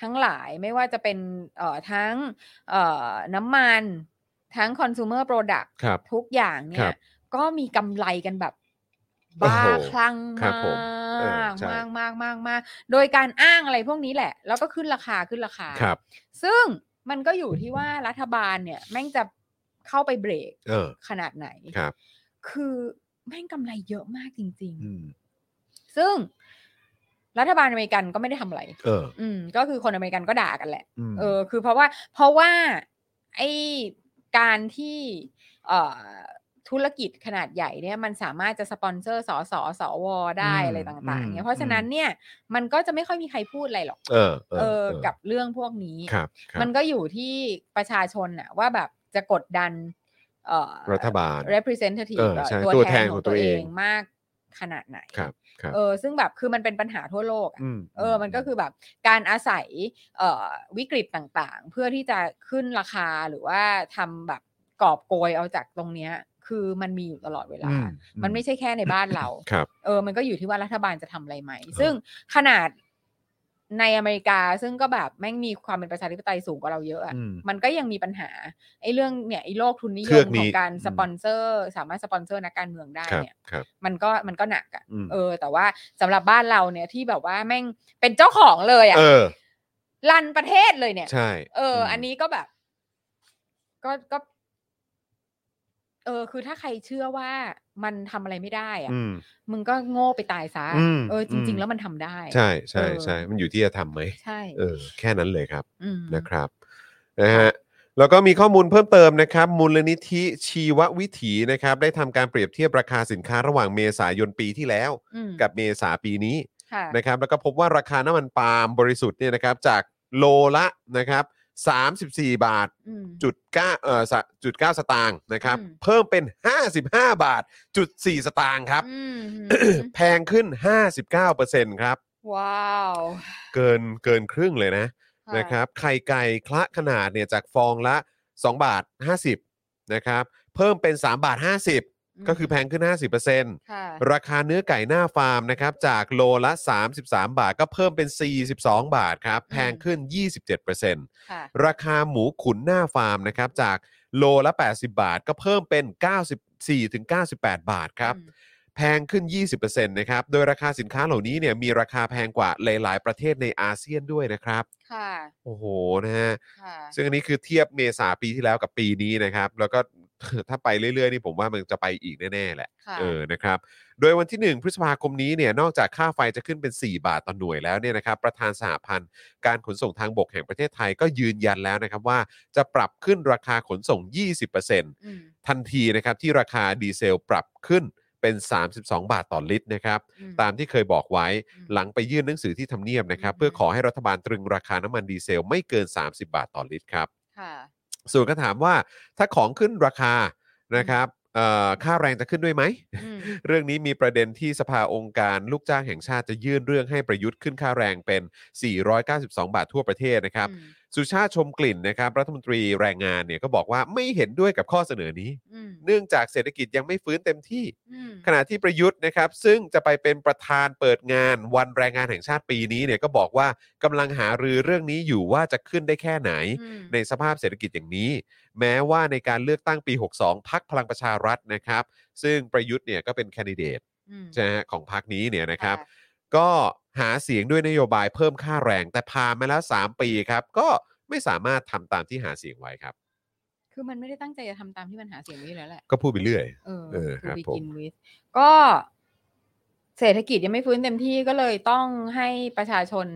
D: ทั้งหลายไม่ว่าจะเป็นเอ่อทั้งเอ่อน้ำมัน ทั้ง consumer product
C: ครับ
D: ทุกอย่างเนี่
C: ครั
D: ย
C: บ
D: ก็มีกำไรกันแบบ
C: โอ้
D: บ้า
C: โห
D: คลั่ง
C: ครับ
D: มาก
C: ผมเออใช่
D: มากมากมากมากโดยการอ้างอะไรพวกนี้แหละ แล้วก็ขึ้นราคาขึ้นราคา
C: ครับ
D: ซึ่งมันก็อยู่ที่ว่ารัฐบาลเนี่ยแม่งจะเข้าไปเบรก
C: เออ
D: ขนาดไหน
C: ครับ
D: คือแม่งกำไรเยอะมากจริง
C: อืม
D: ๆ ซึ่งรัฐบาลอเมริกันก็ไม่ได้ทำอะไร
C: เออ
D: อืม ก็คือคนอเมริกันก็ด่ากันแหละ
C: อืม
D: เออคือเพราะว่าเพราะว่าไอการที่เอ่อธุรกิจขนาดใหญ่เนี่ยมันสามารถจะสปอนเซอร์สอสอสอวอได้
C: อืม
D: อะไรต่าง
C: อืม
D: ๆเนี่ยเพราะฉะ
C: อืม
D: นั้นเนี่ยมันก็จะไม่ค่อยมีใครพูดอะไรหรอก
C: เออ
D: เออกับเรื่องพวกนี้
C: ครับครับ
D: มันก็อยู่ที่ประชาชนน่ะว่าแบบจะกดดันเอ่อ
C: รัฐบาล
D: representative
C: เออ
D: เอ่อ
C: ใช่
D: ตัว
C: ตัว
D: แท
C: แท
D: น
C: น
D: ข
C: ข
D: อ
C: อง งตั
D: ตัว
C: ว
D: เอ
C: เอง ง
D: มากขนาดไหน
C: ครับครับ
D: เออซึ่งแบบคือมันเป็นปัญหาทั่วโลกอะ
C: ม
D: เออ มันก็คือแบบการอาศัยเอ่อวิกฤตต่างๆ เพื่อที่จะขึ้นราคาหรือว่าทำแบบกอบโกยเอาจากตรงเนี้ย คือมันมีอยู่ตลอดเวลา
C: ม
D: มันไม่ใช่แค่ในบ้านเรา
C: ครับ
D: เออ มันก็อยู่ที่ว่ารัฐบาลจะทำอะไรไหม ซึ่งขนาดในอเมริกาซึ่งก็แบบแม่งมีความเป็นประชาธิปไตยสูงกว่าเราเยอะอะ
C: อืม
D: มันก็ยังมีปัญหาไอ้เรื่องเนี่ยไอ้โลกทุนนิย
C: เครื
D: ม
C: อกนี้
D: ของการสปอนเซอร์ สามารถสปอนเซอร์นักการเมืองได้
C: ครับ
D: เนี่ย
C: ครับ
D: มันก็มันก็หนักอะ
C: อืม
D: เออ แต่ว่าสำหรับบ้านเราเนี่ยที่แบบว่าแม่งเป็นเจ้าของเลยอะ
C: เออ
D: รันประเทศเลยเนี่ย
C: ใช่
D: เอออ
C: ม
D: อันนี้ก็แบบ ก็ก็ เออ คือถ้าใครเชื่อว่ามันทำอะไรไม่ได้อะ
C: อืม
D: มึงก็โง่ไปตายซะ
C: อืม
D: เออ จ
C: อื
D: ริง
C: ม
D: ๆ แล้วมันทำได้
C: ใช่ใช่
D: เออ
C: ใช่ มันอยู่ที่จะทำไหม
D: ใช่
C: เออ แค่นั้นเลยครับ
D: ม
C: นะครับนะฮะแล้วก็มีข้อมูลเพิ่มเติมนะครับ มูลนิธิชีววิถีนะครับ ได้ทำการเปรียบเทียบราคาสินค้าระหว่างเมษายนปีที่แล้ว
D: อืม
C: กับเมษาปีนี้
D: ค่ะ
C: นะครับ แล้วก็พบว่าราคาน้ำมันปาล์มบริสุทธิ์เนี่ยนะครับ จากโลละนะครับ34 บาท
D: อืม
C: จุดเก้าเอ่อสะจุดเก้าสตางค์นะครับ
D: อืม
C: เพิ่มเป็น 55 บาทจุดสี่สตางค์ครับ
D: อื ม
C: แพงขึ้น 59%ครับ
D: ว้าว
C: เกินเกินครึ่งเลยนะ นะครับไข่ไก่คละขนาดเนี่ยจากฟองละ 2 บาท 50นะครับเพิ่มเป็น 3 บาท 50 ก็คือแพงขึ้น 50%
D: ค่ะ
C: ราคาเนื้อไก่หน้าฟาร์มนะครับจากโลละ 33 บาทก็เพิ่มเป็น 42 บาทครับแพงขึ้น 27%
D: ค่ะ
C: ราคาหมูขุนหน้าฟาร์มนะครับจากโลละ 80 บาทก็เพิ่มเป็น 94-98 บาทครับ แพงขึ้น 20%นะครับ โดยราคาสินค้าเหล่านี้เนี่ยมีราคาแพงกว่าหลาย ๆ ประเทศในอาเซียนด้วยนะครับ
D: ค่ะ
C: โอ้โห นะฮะ
D: ค่ะ
C: ซึ่งอันนี้คือเทียบเมษาปีที่แล้วกับปีนี้นะครับ แล้วก็ ถ้าไปเรื่อย ๆ นี่ผมว่ามันจะไปอีกแน่ ๆ แหละ
D: ค่ะ
C: เออ นะครับ โดยวันที่ 1 พฤษภาคมนี้เนี่ย นอกจากค่าไฟจะขึ้นเป็น 4 บาทต่อหน่วยแล้วเนี่ยนะครับ ประธานสหพันธ์การขนส่งทางบกแห่งประเทศไทยก็ยืนยันแล้วนะครับว่าจะปรับขึ้นราคาขนส่ง 20%
D: อืม
C: ทันทีนะครับที่ราคาดีเซลปรับขึ้นเป็น 32 บาทต่อลิตรนะครับ
D: อืม
C: ตามที่เคยบอกไว้
D: อืม
C: หลังไปยื่นหนังสือที่ทำเนียบนะครับ
D: อืม
C: เพื่อขอให้รัฐบาลตรึงราคาน้ำมันดีเซลไม่เกิน 30 บาทต่อลิตรครับ
D: ค่ะ
C: ส่วนก็ถามว่าถ้าของขึ้นราคานะครับเอ่อค่าแรงจะขึ้นด้วยไหม
D: อืม
C: เรื่องนี้มีประเด็นที่สภาองค์การลูกจ้างแห่งชาติจะยื่นเรื่องให้ประยุทธ์ขึ้นค่าแรงเป็น 492 บาททั่วประเทศนะครับ
D: อืม
C: สุชาติชมกลิ่นนะครับรัฐมนตรีแรงงานเนี่ยก็บอกว่าไม่เห็นด้วยกับข้อเสนอนี้
D: อืม
C: เนื่องจากเศรษฐกิจยังไม่ฟื้นเต็มที่
D: อืม
C: ขณะที่ประยุทธ์นะครับ ซึ่งจะไปเป็นประธานเปิดงานวันแรงงานแห่งชาติปีนี้เนี่ยก็บอกว่ากำลังหารือเรื่องนี้อยู่ว่าจะขึ้นได้แค่ไหน
D: อืม
C: ในสภาพเศรษฐกิจอย่างนี้ แม้ว่าในการเลือกตั้งปี 62 พักพลังประชารัฐนะครับ ซึ่งประยุทธ์เนี่ยก็เป็นแคนดิเดต
D: อืม
C: ใช่ไหมฮะของพักนี้เนี่ยนะครับ
D: ะ
C: ก็หาเสียงด้วยนโยบายเพิ่มค่าแรง แต่ผ่านมาแล้ว 3 ปีครับ ก็ไม่สามารถทำตามที่หาเสียงไว้ครับ
D: คือมันไม่ได้ตั้งใจจะทำตามที่มันหาเสียงไว้อยู่แล้วแหละ
C: ก็พูดไปเรื่อย
D: เออ
C: เออค
D: คื
C: รับ
D: อ
C: ผม
D: begin with ก็เศรษฐกิจยังไม่ฟื้นเต็มที่ก็เลยต้องให้ประชาชน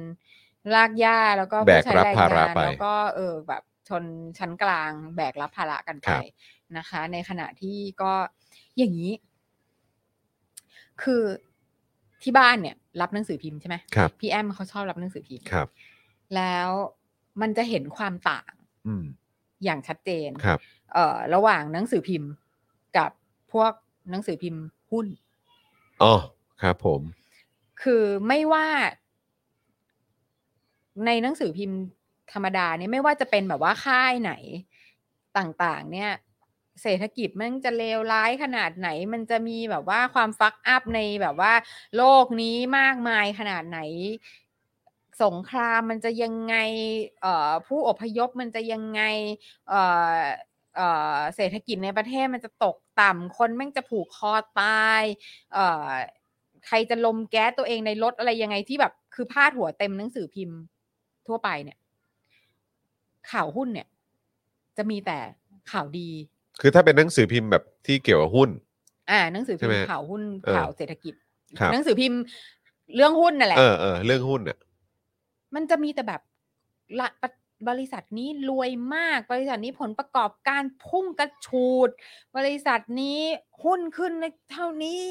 D: ลากหญ้าแล้วก็ผู้ใช้
C: แบกรับ
D: แร
C: ภาระ
D: งงาน
C: ไป
D: แล้วก็เออแบบ ชนชั้นกลางแบกรับภาระกันไป
C: ครับ
D: นะคะ ในขณะที่ก็อย่างนี้ คือที่บ้านเนี่ย รับหนังสือพิมพ์ใช่ไหม
C: ครับ
D: พี่แอมเขาชอบรับหนังสือพิมพ์
C: ครับ
D: แล้วมันจะเห็นความต่าง
B: อืม
D: อย่างชัดเจน
C: ครับ
D: เอ่อระหว่างหนังสือพิมพ์กับพวกหนังสือพิมพ์หุ้น
C: อ๋อ ครับผม
D: คือไม่ว่า ในหนังสือพิมพ์ธรรมดาเนี่ยไม่ว่าจะเป็นแบบว่าค่ายไหนต่างๆ เนี่ย เศรษฐกิจมันจะเลวร้ายขนาดไหน มันจะมีแบบว่าความฟักอัพในแบบว่า โลกนี้มากมายขนาดไหน สงครามมันจะยังไง เอ่อผู้อพยพมันจะยังไง เอ่อเอ่อเศรษฐกิจในประเทศมันจะตกต่ำคนแม่งจะผูกคอตาย เอ่อใครจะลมแก๊สตัวเองในรถอะไรยังไงที่แบบ คือพาดหัวเต็มหนังสือพิมพ์ทั่วไปเนี่ย ข่าวหุ้นเนี่ย จะมีแต่ข่าวดี
C: คือถ้าเป็นหนังสือพิมพ์แบบที่เกี่ยวกับหุ้น
D: อ่าหนังสือพิม
C: ใช่
D: พ์
C: ไหม
D: ข่าวหุ้น
C: เออ
D: ข่าวเศรษฐกิจ
C: ครับ
D: หนังสือพิมพ์เรื่องหุ้นนั่นแหละ
C: เออเออเรื่องหุ้นเนี่ย
D: มันจะมีแต่แบบละปะบริษัทนี้รวยมาก บริษัทนี้ผลประกอบการพุ่งกระชูด บริษัทนี้หุ้นขึ้นเท่านี้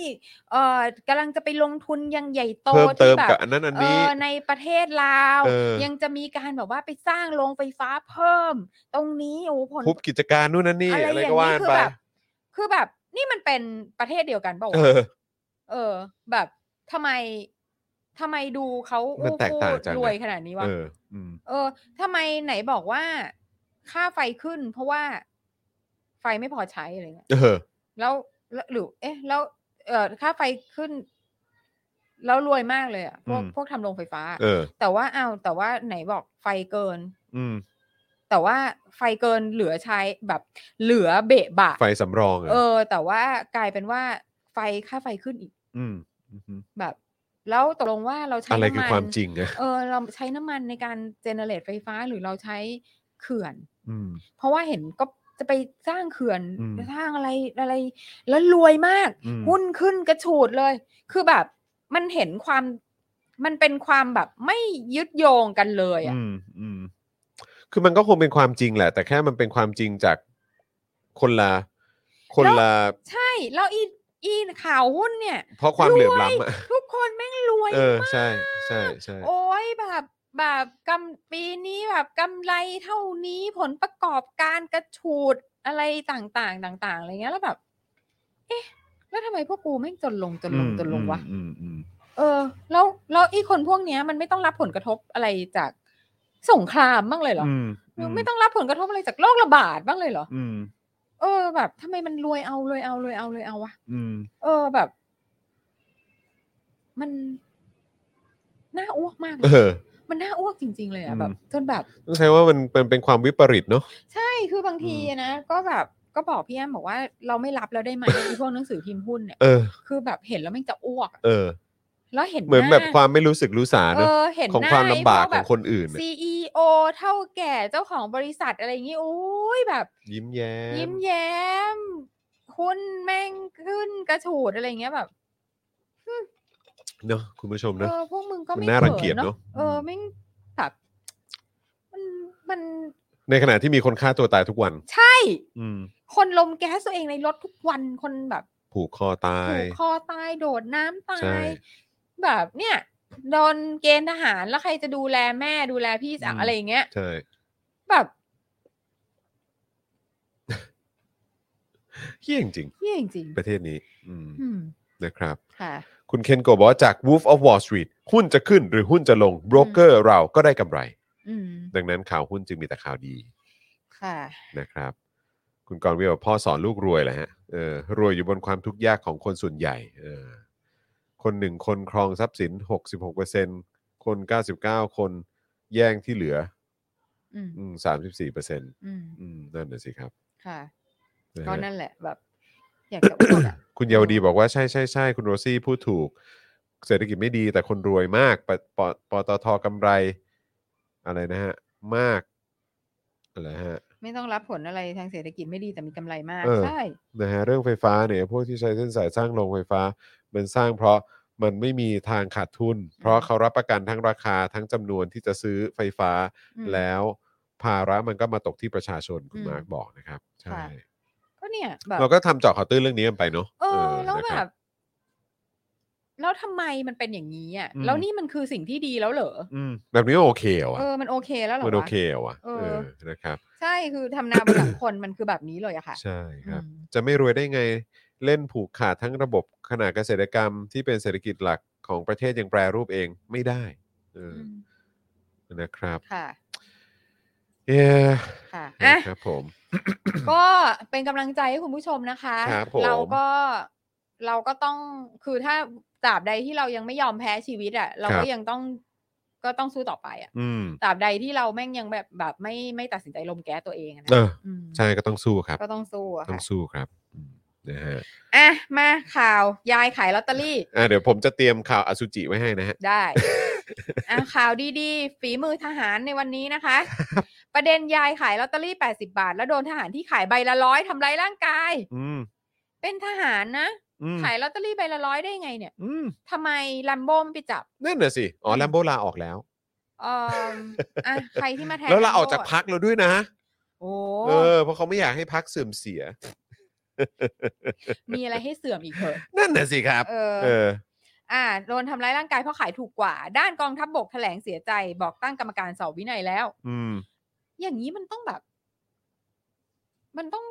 D: เอ่อกำลังจะไปลงทุนอยังใหญ่โต
C: เพิ่มเติม
D: ที่แบบ
C: กับอันนั้นอัน
D: เอ
C: นี้
D: อในประเทศลาว
C: เออ
D: ยังจะมีการแบบว่าไปสร้างโรงไฟฟ้าเพิ่ม ตรงนี้โอ้โหผล
C: คุบกิจการนู่นนั่นนี่ อะไรก็ว่ากัน
D: คื
C: ไป
D: แบบคือแบบ นี่มันเป็นประเทศเดียวกันเปล่าวะ
C: เออ
D: เออ แบบทำไมทำไมดูเขา
C: มัน
D: อู้
C: แตกต่าง
D: ฟู่
C: จัง
D: รวย
C: นะ
D: ขนาดนี้วะ
C: เออ
B: อืม
D: เออทำไมไหนบอกว่าค่าไฟขึ้น เพราะว่าไฟไม่พอใช้อะไรเงี้ย
C: เออ
D: แล้วแล้วหรือ เอ๊ะ แล้ว เออค่าไฟขึ้น แล้วรวยมากเลยอะพวก
C: อืม
D: พวกทำโรงไฟฟ้า
C: เออ
D: แต่ว่าอ้าวแต่ว่าไหนบอกไฟเกิน
C: อืม
D: แต่ว่าไฟเกินเหลือใช้แบบ เหลือเบะบะ
C: ไฟสำรองอะ
D: เออ แต่ว่ากลายเป็นว่าไฟค่าไฟขึ้นอีก
B: อืมอืม
D: แบบ แล้วตกลงว่าเราใช้
C: อะไรคือ
D: น้ำ
C: ควา
D: มั
C: ม
D: น
C: จริงอะ
D: เออ เราใช้น้ำมันในการเจเนเรตไฟฟ้าหรือเราใช้เขื่อน
B: อืม
D: เพราะว่าเห็นก็จะไปสร้างเขื่อน
B: อืม
D: สร้างอะไรอะไร แล้วรวยมาก
B: อืม
D: หุ้นขึ้นกระฉูดเลย คือแบบมันเห็นความมันเป็นความแบบไม่ยึดโยงกันเลยอ่ะ
B: อืม อืม
C: คือมันก็คงเป็นความจริงแหละ แต่แค่มันเป็นความจริงจากคนละ คนละ
D: ใช่ แล้วอีอีข่าวหุ้นเนี่ย
C: เพราะความเหลื่อมล้ำอะ
D: รวยทุกคนแม่งรวย
C: เออ
D: มาก
C: ใช่ ใช่ใช่
D: โอ้ยแบบแบบกำปีนี้แบบกำไรเท่านี้ผลประกอบการกระฉูดอะไรต่างๆ ต่าง ๆอะไรเงี้ยแล้วแบบ เอ๊ะ แล้วทำไมพวกกูไม่งจนลงจนลงจนลงวะ
B: อืมอืม
D: เออ แล้วแล้วไอ้คนพวกเนี้ย มันไม่ต้องรับผลกระทบอะไรจากสงครามบ้างเลยเหรอ
B: อืม
D: หรือไม่ต้องรับผลกระทบอะไรจากโรคระบาดบ้างเลยเหรอ
B: อืม
D: เออแบบทำไมมันรวยเอารวยเอารวยเอารวยเอาวะ
B: อืม
D: เออแบบ มันน่าอ้วกมากเลย
C: เออ
D: มันน่าอ้วกจริง ๆ เลย
B: อื
D: อะ
B: ม
D: แบบจนแบบ
C: ต้องใช้ว่ามันเป็นเป็นความวิปริตเนาะ
D: ใช่คือบางทีอะนะก็แบบก็บอกพี่แอมบอกว่าเราไม่รับแล้วได้ไหม ไอ้พวกหนังสือพิมพ์หุ้นเนี่ย
C: เออ
D: คือแบบเห็นแล้วมันจะอ้วกอะ
C: เออ
D: แล้วเห็น
C: เหมือนแบบ
D: า
C: ความไม่รู้สึกรู้สา
D: เอ
C: เนาะ
D: อเห็น
C: ของ
D: หน้
C: ความลำบากข
D: ไพวแ
C: องคนอื่นน่ะ
D: CEO เท่าแก่เจ้าของบริษัทอะไรอย่างงี้โอ้ยแบบ
C: ยิ้มแย้
D: ยิ้
C: ม
D: มแย้มหุ้นแม่งขึ้นกระฉูดอะไรอย่างเงี้ยแบบ
C: เนาะคุณผู้ชม
D: เอ
C: เนาะ
D: อพวกมึงก็
C: มัน
D: ไม่
C: น่ารังเกียจ
D: ขิ
C: เนอะ
D: เออแม่งแบบมันมัน
C: ในขณะที่มีคนฆ่าตัวตายทุกวัน
D: ใช่
B: อืม
D: คนลมแก๊สตัวเองในรถทุกวันคนแบบ
C: ผูกคอตา
D: ถู
C: ย
D: กคอตายโดดน้ำตา
C: ใช่
D: ย แบบเนี่ยโดนเกณฑ์ทหารแล้วใครจะดูแลแม่ดูแลพี่สาว
B: อืม
D: อะไรอย่างเงี้ย
C: ใช่
D: แบบ
C: เฮี้ยจริง
D: เหี้ยจริง
C: ๆประเทศนี้
B: อืม
D: ๆอืม
C: นะครับ
D: ค่ะ
C: คุณเคนโกบอกว่าจาก Wolf of Wall Street หุ้นจะขึ้นหรือหุ้นจะลงโบรกเกอร์เราก็ได้กำไร
D: อืม
C: ดังนั้นข่าวหุ้นจึงมีแต่ข่าวดี
D: ค่ะ
C: นะครับ คุณกรณ์วิวบอกพ่อสอนลูกรวยแหละฮะเออรวยอยู่บนความทุกข์ยากของคนส่วนใหญ่เออคนหนึ่งคนครองทรัพย์สิน 66%คน 99 คนแย่งที่เหลือ
D: อืม
C: อืม34%
D: อืม
C: อืมนั่นน่ะสิครับ
D: ค่ะ
C: ะฮะ
D: ก็นั่นแหละแบบ อยากจะอ้วกอะ
C: คุณเยาวดีบอกว่าใช่ใช่ใช่คุณโรซี่พูดถูก เศรษฐกิจไม่ดีแต่คนรวยมากปปปตทกำไร อะไรนะฮะ มากอะไรฮะ
D: ไม่ต้องรับผลอะไรทางเศรษฐกิจไม่ดีแต่มีกำไรมาก
C: เออ
D: ใช่
C: นะฮะเรื่องไฟฟ้าเนี่ยพวกที่ใช้เส้นสายสร้างโรงไฟฟ้า มันสร้างเพราะมันไม่มีทางขาดทุน เพราะเขารับประกันทั้งราคาทั้งจำนวนที่จะซื้อไฟฟ้า
D: อืม
C: แล้ว ภาระมันก็มาตกที่ประชาชนคุณ
D: อืม
C: มาร์กบอกนะครับ ใช่
D: ค่ะ ก็เนี่ยแบบ
C: เราก็ทำเจาะข่าวตื้นเรื่องนี้กันไปเนาะ
D: เออแล้ว
C: นะ
D: แบ
C: ครับ
D: แล้วทำไมมันเป็นอย่างนี้อ่ะ
B: อืม
D: แล้วนี่มันคือสิ่งที่ดีแล้วเหรอ
B: อืม
C: แบบนี้ก็โอเคเหรอ
D: เอ
C: วะ
D: อมันโอเคแล้วเหรอ
C: มันโอ
D: วะ
C: เคเหรอวะ
D: เออ
C: เออนะครับ
D: ใช่คือทำนาบนหลังคนมันคือแบบนี้เลยอะค่ะ
C: ใช่ครับ
D: อืม
C: จะไม่รวยได้ไงเล่นผูกขาดทั้งระบบขนาดเกษตรกรรมที่เป็นเศรษฐกิจหลักของประเทศยังแปรรูปเองไม่ได้เออ
D: ม
C: อนะครับ
D: ค่ะ
C: เย้
D: ค่ะอ่ะ
C: ครับผม
D: ก็เป็นกำลังใจให้คุณผู้ชมนะคะ
C: ครับผม
D: เราก็เราก็ต้องคือถ้าตราบใดที่เรายังไม่ยอมแพ้ชีวิตอะเราก็ยังต้องก็ต้องสู้ต่อไปอะ
C: อืม
D: ตราบใดที่เราแม่งยังแบบแบบไม่ไม่ตัดสินใจลมแก้ตัวเองอะนะ
C: เออ
D: ม
C: ใช่ก็ต้องสู้ครับ
D: ก็ต้องสู้
C: ต้
D: อะ
C: อง
D: ค่ะ
C: สู้ครับอืมนะฮะ
D: อ่ะมาข่าวยายขายลอตเตอรี่
C: อ่ะเดี๋ยวผมจะเตรียมข่าวอสุจิไว้ให้นะฮะ
D: ได้ อ่ะข่าวดีๆ ฝีมือทหารในวันนี้ นะคะ ประเด็นยายขายลอตเตอรี่ 80 บาท แล้วโดนทหารที่ขายใบละร้อยทำร้ายร่างกาย
C: อืม
D: เป็นทหารนะ
C: อืม
D: ขายลอตเตอรี่ใบละร้อยได้ไงเนี่ย
C: อืม
D: ทำไมลัมโบ้มไปจับ
C: นั่นน่ะสิอ๋อแลมโบลาออกแล้ว
D: เอ่ออ่ะ ใครที่มาแทน
C: แล้วลา
D: โบ้
C: ออกจากพักเราด้วยนะ
D: โอ้
C: เออเพราะเขาไม่อยากให้พักเสื่อมเสีย
D: มีอะไรให้เสื่อมอีกเหรอ
C: นั่นน่ะสิครับ
D: เอ
C: เอ
D: อ
C: อ
D: อ่าโดนทำร้ายร่างกายเพราะขายถูกกว่า ด้านกองทัพบบกแถลงเสียใจ บอกตั้งกรรมการสอบวินัยแล้ว
C: อืม
D: อย่างนี้มันต้องแบบ มันต้อง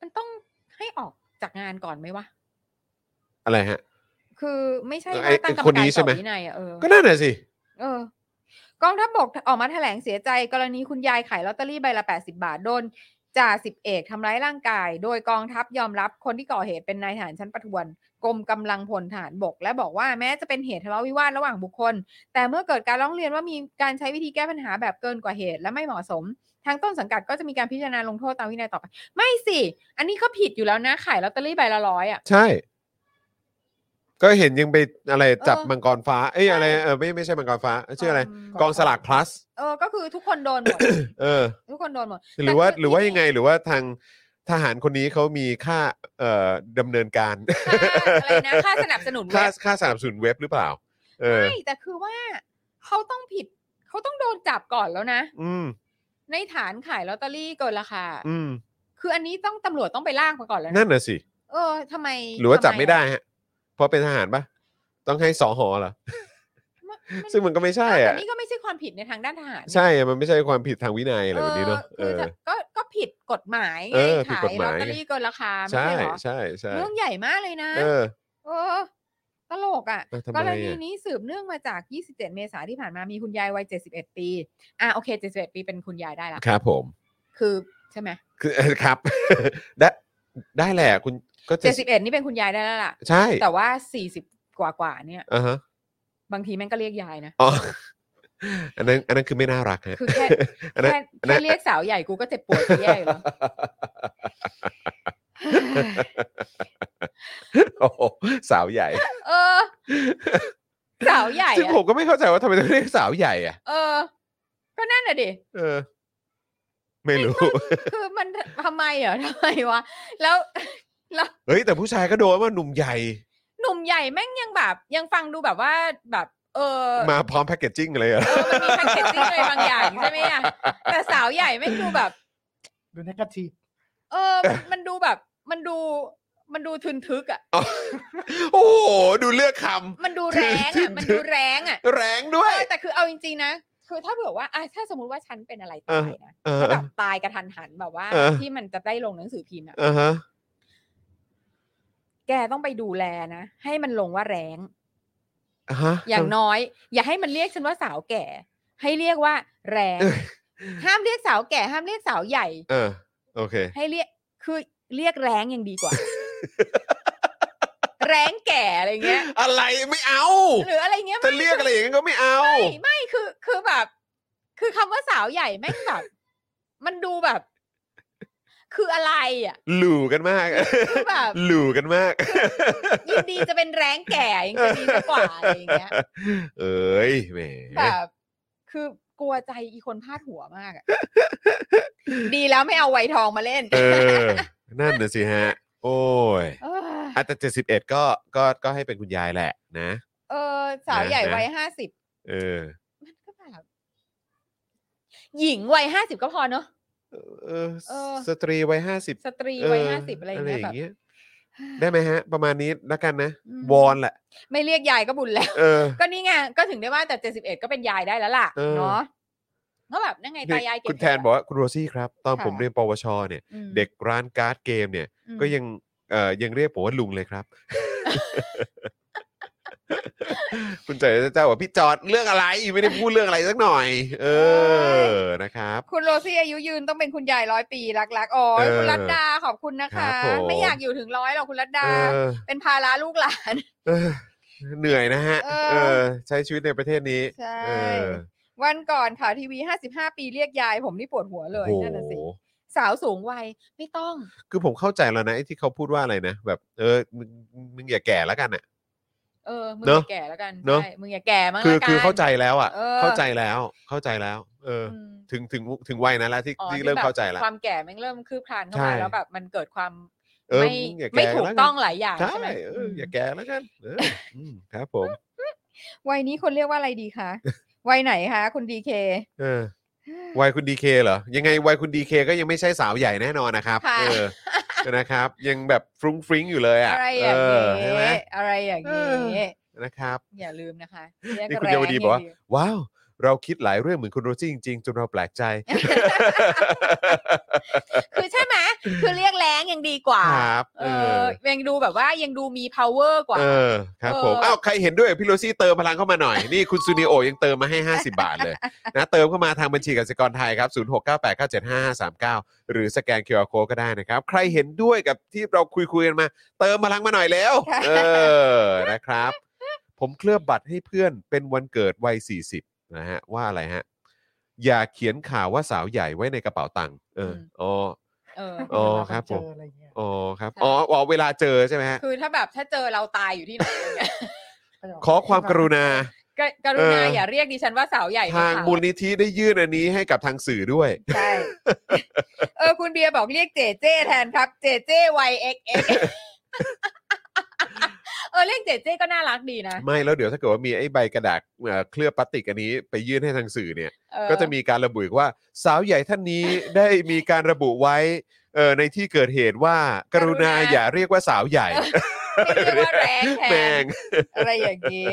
D: มันต้องให้ออกจากงานก่อนไหมวะ
C: อะไรฮะ
D: คือไม่ใช่
C: เออไอ้
D: ว่าตั้งกรรม
C: คน
D: กา
C: นี้
D: ร
C: ใช่
D: สอบ
C: ไหม
D: วินัยอะเออ
C: ก็นั่นน่ะสิ
D: เออกองทัพบกออกมาแถลงเสียใจกรณีคุณยายขายลอตเตอรี่ใบละ 80 บาท โดนจ่าสิบเอกทำร้ายร่างกาย โดยกองทัพยอมรับคนที่ก่อเหตุเป็นนายทหารชั้นประทวนกรมกำลังพลทหารบก และบอกว่าแม้จะเป็นเหตุทะเลาะวิวาทระหว่างบุคคล แต่เมื่อเกิดการร้องเรียนว่ามีการใช้วิธีแก้ปัญหาแบบเกินกว่าเหตุและไม่เหมาะสม ทางต้นสังกัดก็จะมีการพิจารณาลงโทษตามวินัยต่อไป ไม่สิ อันนี้ก็ผิดอยู่แล้วนะขายลอตเตอรี่ใบละร้อยอ่ะ
C: ใช่ ก็เห็นยังไปอะไรจับ
D: เออ
C: มังกรฟ้า เอ้ย
D: ใช่
C: อะไร เออไม่ไม่ใช่มังกรฟ้า ชื่ออะไร กองสลาก plus
D: เออก็คือทุกคนโดนหมด
C: เออ
D: ทุกคนโดนหมด
C: หรือว่า
D: แต่คือ
C: หรือว่า
D: ที่
C: ยังไง หรือว่าทางทหารคนนี้เขามีค่า เอ่อดำเนินการ
D: ค่าอะไรนะค่าสนับสนุนเว็
C: ค่า
D: บ
C: ค่าสนับสนุนเว็บหรือเปล่า เออ
D: ใช่แต่คือว่าเขาต้องผิดเขาต้องโดนจับก่อนแล้วนะ
C: อืม
D: ในฐานขายลอตเตอรี่เกินราคา
C: อืม
D: คืออันนี้ต้องตำรวจต้องไปลากมาก่อนแล้ว
C: นั่
D: นะ
C: นน่ะสิ
D: เออทำไม
C: หรือว่าจับไม่ได้
D: ท
C: ฮะ เพราะเป็นทหารปะต้องให้สอหอเหรอ
D: ำมอะมัน
C: ซึ่งมันก็ไม่ใช่
D: แต่
C: อ่ะ
D: นี่ก็ไม่ใช่ความผิดในทางด้านทหาร
C: ใช่อะมันไม่ใช่ความผิดทางวินัยอะไรแบบนี้เนาะ
D: คือ
C: เออ
D: จะก็ก็ผิดกฎหมายไง
C: เออผิด
D: ขาก ย
C: ฎห
D: ล
C: มา
D: อย ต
C: ไง
D: เตอรี่เกินราคาไม่
C: ใช่
D: ใช่เหรอ
C: ใช่ ใช่
D: เรื่องใหญ่มากเลยนะ
C: เออ
D: เออ ตลกอ่ะ
C: เออทำไม
D: ก
C: อะ
D: รณีนี้สืบเนื่องมาจาก 27 เมษายนที่ผ่านมามีคุณยายวัย 71 ปี อ่ะโอเค 71 ปีเป็นคุณยายได้ละ
C: ครับผม
D: คือใช่ไหม
C: คือ ครับ ได้ได้แหละคุณก็
D: จ็ดสิบเอ็ดนี่เป็นคุณยายได้แล้วล่ะ
C: ใช่
D: แต่ว่าสี่สิบกว่ากว่าๆเนี่ย
C: อ่าฮะ
D: บางทีแม่งก็เรียกยายนะ
C: อ๋อ อันนั้นอันนั้นคือไม่น่ารักฮะ
D: คือแค่
C: อันนั้น
D: แค่
C: อันนั้
D: แค่
C: น
D: เรียกสาวใหญ่กูก็เจ็บปวดจะแย่ อยู่แล้ว
C: โอ้โหสาวใหญ่
D: เออ สาวใหญ่
C: ซึ่ง
D: อะ
C: ผมก็ไม่เข้าใจว่าทำไมต้องเรียกสาวใหญ่อ่ะ
D: เออ ก็นั่นน่ะดิ
C: เออ ไม่รู้
D: คือมันทำไมเหรอทำไมวะ แล้ว แล้ว
C: เฮ้ยแต่ผู้ชายก็โดนว่าหนุ่มใหญ่
D: หนุ่มใหญ่แม่งยังแบบ ยังฟังดูแบบว่าแบบ เออ
C: มาพร้อมแพคเกจจิ้งเลยเหรอ
D: เออมันมีแพ็กเกจจิ้งอะไรบางอย่างใช่ไหมอะแต่สาวใหญ่แม่งดูแบบ
A: ดูนกาที
D: เออมันมันดูแบบ มันดู มันดูทึนทึกอะ
C: อ๋อ โอ้โหดูเลือกค
D: มันดูแรง
C: ถึ
D: อ่ะ
C: ง
D: มันดูแรงอ่ะ
C: ำแรงด้วย
D: เออแต่คือเอาจริงๆนะ คือถ้าเผื่อว่าอ่ะถ้าสมมติว่าฉันเป็นอะไรตายนะ
C: เออ
D: แล้วแบบตายกระทันหันแบบว่า
C: เออ
D: ที่มันจะได้ลงหนังสือพิมพ์อ่ะ
C: อ่าฮะ
D: แกต้องไปดูแลนะ ให้มันลงว่าแรง
C: อ่าฮะ
D: อย่างน้อย อย่าให้มันเรียกฉันว่าสาวแก่ ให้เรียกว่า แรง
C: เออ
D: ห้ามเรียกสาวแก่ห้ามเรียกสาวใหญ่
C: เออโอเค
D: ให้เรียกคือเรียกแรงยังดี กว่า แรงแก่อะไรเงี้ย
C: อะไรไม่เอา
D: หรืออะไรเงี้ย
C: จะ
D: ไม่
C: เรียกอะไรอย่างนั้นก็ไม่เอา
D: ไม่ไม่คือคือแบบ คือคำว่าสาวใหญ่แม่งแบบ มันดูแบบ คืออะไรอ่ะ
C: หลู่กันมาก
D: คือแบบ
C: หลู่กันมาก
D: ยินดีจะเป็นแรงแก่ยังจะดีซะกว่าอะไรอย่างเงี้ย
C: เอ้ยแหม
D: แบบ คือกลัวใจอีคนพาดหัวมากอะดีแล้วไม่เอาไวทองมาเล่น
C: เออ นั่นน่ะสิฮะ โอ้ย
D: เออ
C: อาแต่เจ็ดสิบเอ็ดก็ ก็ ก็ให้เป็นคุณยายแหละนะ
D: เออ สาวใหญ่
C: นะ
D: วัยห้าสิบ
C: เออ
D: มันก็แบบ หญิงวัยห้าสิบก็พอเนอะ
C: เออ
D: เออ
C: สตรีวัยห้าสิบ
D: สตรีวัยห้าสิบอะไรอย่างเงี้ยแบบ
C: ได้ไหมฮะ ประมาณนี้ละกันนะ
D: อืม
C: วอนแหละ
D: ไม่เรียกยายก็บุญแล้ว
C: เออ
D: ก็นี่ไงก็ถึงได้ว่าแต่เจ็ดสิบเอ็ดก็เป็นยายได้แล้วล่ะ
C: เออ
D: เนาะก็แบบนั่งไงตายายเก็บ
C: คุณแทน
D: เงิ
C: บอกว่าคุณโรซี่ครับ ตอน
D: ค่ะ
C: ผมเรียนปวชเนี่ย
D: อืม
C: เด็กร้านการ์ดเกมเนี่ย
D: อืม
C: ก็ยังเอ่อยังเรียกผมว่าลุงเลยครับ คุณใจเจ้าว่าพี่จอดเรื่องอะไรไม่ได้พูดเรื่องอะไรสักหน่อย เออนะครับ
D: คุณโรซี่อายุยืนต้องเป็นคุณยายร้อยปีรักๆอ๋อ
C: เออ
D: คุณรัตดาขอบคุณนะ
C: ครั
D: คะ
C: บผม
D: ไม่อยากอยู่ถึงร้อยหรอกคุณรัตดา
C: เออ
D: เป็นภาระลูกหลาน
C: เออเหนื่อยนะฮะ
D: เออ
C: เออ ใช้ชีวิตในประเทศนี้
D: ใช่
C: เออ
D: วันก่อนข่าวทีวีห้าสิบห้าปีเรียกยาย ผมนี่ปวดหัวเลย
C: โอ้
D: นั่นน่ะสิ
C: โห
D: สาวสูงวัยไม่ต้อง
C: คือผมเข้าใจแล้วนะไอ้ที่เขาพูดว่าอะไรนะแบบ เออมึงมึงอย่าแก่แล้วกันอ่ะ
D: เออมึง
C: เน
D: อ
C: อะ
D: ย่าแก่แล้วกัน
C: เนอะ
D: ใช่มึงอย่าแก่มั้ง
C: คือ
D: ละกัน
C: คือเข้าใจแล้วอ่ะ
D: เออ
C: เข้าใจแล้วเข้าใจแล้ว เอออ
D: อืม
C: ถึงถึงถึงวัยนั้นแล้วที่
D: อ๋อ
C: ที่เริ่ม
D: แบบ
C: เข้าใจแล้ว
D: ความแก่แม่งเริ่มคืบคลานเข้า
C: ใช่
D: มาแล้วแบบมันเกิดความ
C: เออ
D: ไม่
C: งอย่า
D: ไม่
C: แก่
D: ถูก
C: แล้วน
D: ต้องหลายอย่าง
C: ใช่
D: ใช่ไหม
C: เออ
D: ม
C: ออย่าแก่แล้วกันเอ ออืมครับผม
D: วัยนี้คนเรียกว่าอะไรดี คะวัยไหนคะ คุณดีเค
C: เอ อวัยคุณดีเคเหรอ ยังไงวัยคุณดีเคก็ยังไม่ใช่สาวใหญ่แน่นอนนะครับ
D: ค่ะ
C: เอ อ นะครับ ยังแบบฟรุ้งฟริ้งอยู่เลยอ่ะ
D: อะไรอ
C: เอย่างอใช่ไหม
D: เงี้ยอะไรอย่างเงี้ย
C: นะครับ
D: อย่าลืมนะคะ
C: นี่คุณเยาวดีบอกว่า ว้าว เราคิดหลายเรื่องเหมือนคุณโรซี่จริงๆ จนเราแปลกใจ
D: คือใช่ไหมคือเรียกแรงยังดีกว่า
C: ครับ
D: เอ
C: เอ
D: อ
C: อ
D: ยังดูแบบว่ายังดูมี power กว่า
C: เออ ครับผม
D: เออ
C: อ้าว ใครเห็นด้วยกับพี่โรซี่เติมพลังเข้ามาหน่อย นี่คุณซูนิโอยังเติมมาให้ 50 บาท เลย นะ เติมเข้ามาทางบัญชีกสิกรไทยครับ 0698975539 หรือสแกน QR Code ก็ได้นะครับ ใครเห็นด้วยกับที่เราคุยคุยๆกันมา เติมพลังมาหน่อยแล้ว เออ นะครับ ผมเคลือบบัตรให้เพื่อนเป็นวันเกิดวัย 40 นะฮะ ว่าอะไรฮะ อย่าเขียนข่าวว่าสาวใหญ่ไว้ในกระเป๋าตังค์เอออ๋อ
D: เออ
C: อ๋อครับผม
A: เจออะไรเงี้ย
C: อ๋อครับ
D: ใช่
C: อ๋ออ๋อเวลาเจอใช่ไหมฮะ
D: คือถ้าแบบถ้าเจอเราตายอยู่ที่ไหนอะไรเงี้ย
C: ขอความกรุณา
D: กรกรุณา
C: เอออ
D: อย่าเรียกดิฉันว่าสาวใหญ่
C: ทาง
D: นะคะ
C: มูลนิธิได้ยื่นอันนี้ให้กับทางสื่อด้วย
D: ใช่ เออ คุณเบียร์บอกเรียกเจเจแทนครับ เจเจวัยเอ็กเอ็ก เออเรียกเจเจก็น่ารักดีนะ
C: ไม่แล้วเดี๋ยวถ้าเกิดว่ามีไอ้ใบกระดาษเอ่อเคลือบพลาสติกอันนี้ไปยื่นให้ทางสื่อเนี่ย
D: เออ
C: ก็จะมีการระบุอีกว่าสาวใหญ่ท่านนี้ ได้มีการระบุไว้เอ่อในที่เกิดเหตุว่า กรุณาอย่าเรียกว่าสาวใหญ่
D: ให้เรียกว่าแรงแท
C: แม่
D: น
C: ง
D: อะไรอย่าง งี้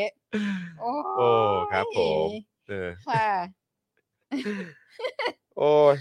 D: โอ้
C: โอ้ครับผม เออ
D: ค่ะ
C: โอ้ย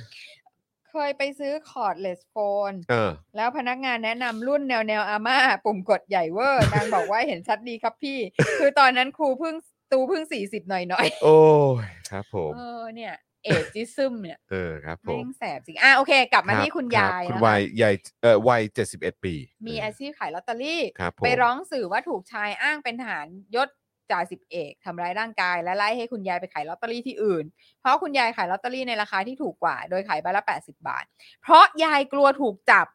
D: เคยไปซื้อคอร์ดเลสโฟน
C: เออ
D: แล้วพนักงานแนะนำรุ่นแนวแนวอาม่าปุ่มกดใหญ่เวอร์ นางบอกว่าเห็นชัดดีครับพี่ คือตอนนั้นครูเพิ่งตูเพิ่งสี่สิบหน่อยหน่อย
C: โอ้ยครับผม
D: ๆเออเนี่ย เอจิซึมเนี่ย
C: เออครับ ผ
D: แม่
C: ม
D: งแสบจริงอ่ะโอเค กลับมา
C: รับ
D: ที่คุณ
C: รับ
D: ยาย
C: คุณ
D: นะ
C: วั
D: คะ
C: ยใหญ่เอ่อวัย71 ปี
D: มี
C: เอ
D: อา
C: อ
D: ชีพขายลอตเตอรี่
C: ครับผม
D: ไปร้องสื่อว่าถูกชายอ้างเป็นทหารยศจ่าสิบเอกทำร้ายร่างกาย และไล่ให้คุณยายไปขายลอตเตอรี่ที่อื่น เพราะคุณยายขายลอตเตอรี่ในราคาที่ถูกกว่า โดยขายใบละ 80 บาท เพราะยายกลัวถูกจับ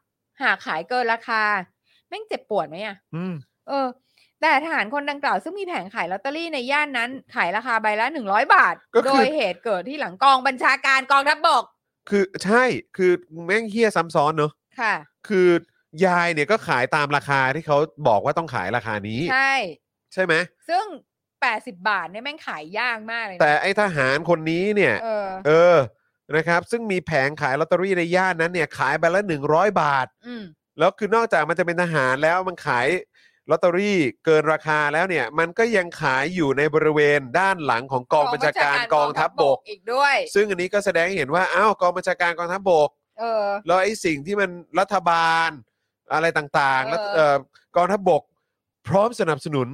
D: หากขายเกินราคาแม่งเจ็บปวดไหมอะ
C: อืม
D: เออ แต่ทหารคนดังกล่าวซึ่งมีแผงขายลอตเตอรี่ในย่านนั้น ขายราคาใบละหนึ่งร้อยบาท โดยเหตุเกิดที่หลังกองบัญชาการกองทัพบบก
C: คือใช่คือแม่งเฮี้ยซ้ำซ้อนเนอะ
D: ค่ะ
C: คือยายเนี่ยก็ขายตามราคาที่เขาบอกว่าต้องขายราคานี้
D: ใช่
C: ใช่ไหม
D: ซึ่งแปดสิบบาทเนี่ยแม่งขายยากมากเลยนะ
C: แต่ไอ้ทหารคนนี้เนี่ย
D: เออ
C: เออนะครับ ซึ่งมีแผงขายลอตเตอรี่ในย่านนั้นเนี่ยขายใบละ 100 บาท
D: อืม
C: แล้วคือนอกจากมันจะเป็นทหารแล้วมันขายลอตเตอรี่เกินราคาแล้วเนี่ย มันก็ยังขายอยู่ในบริเวณด้านหลังของกองบัญชาการกองทัพบก
D: อีกด้วย
C: ซึ่งอันนี้ก็แสดงให้เห็นว่าอ้าวกองบัญชาการกองทัพบก
D: เออ
C: แล้วไอ้สิ่งที่มันรัฐบาลอะไรต่างๆแล้ว
D: เออ
C: เอ่อกองทัพบก พร้อมสนับสนุน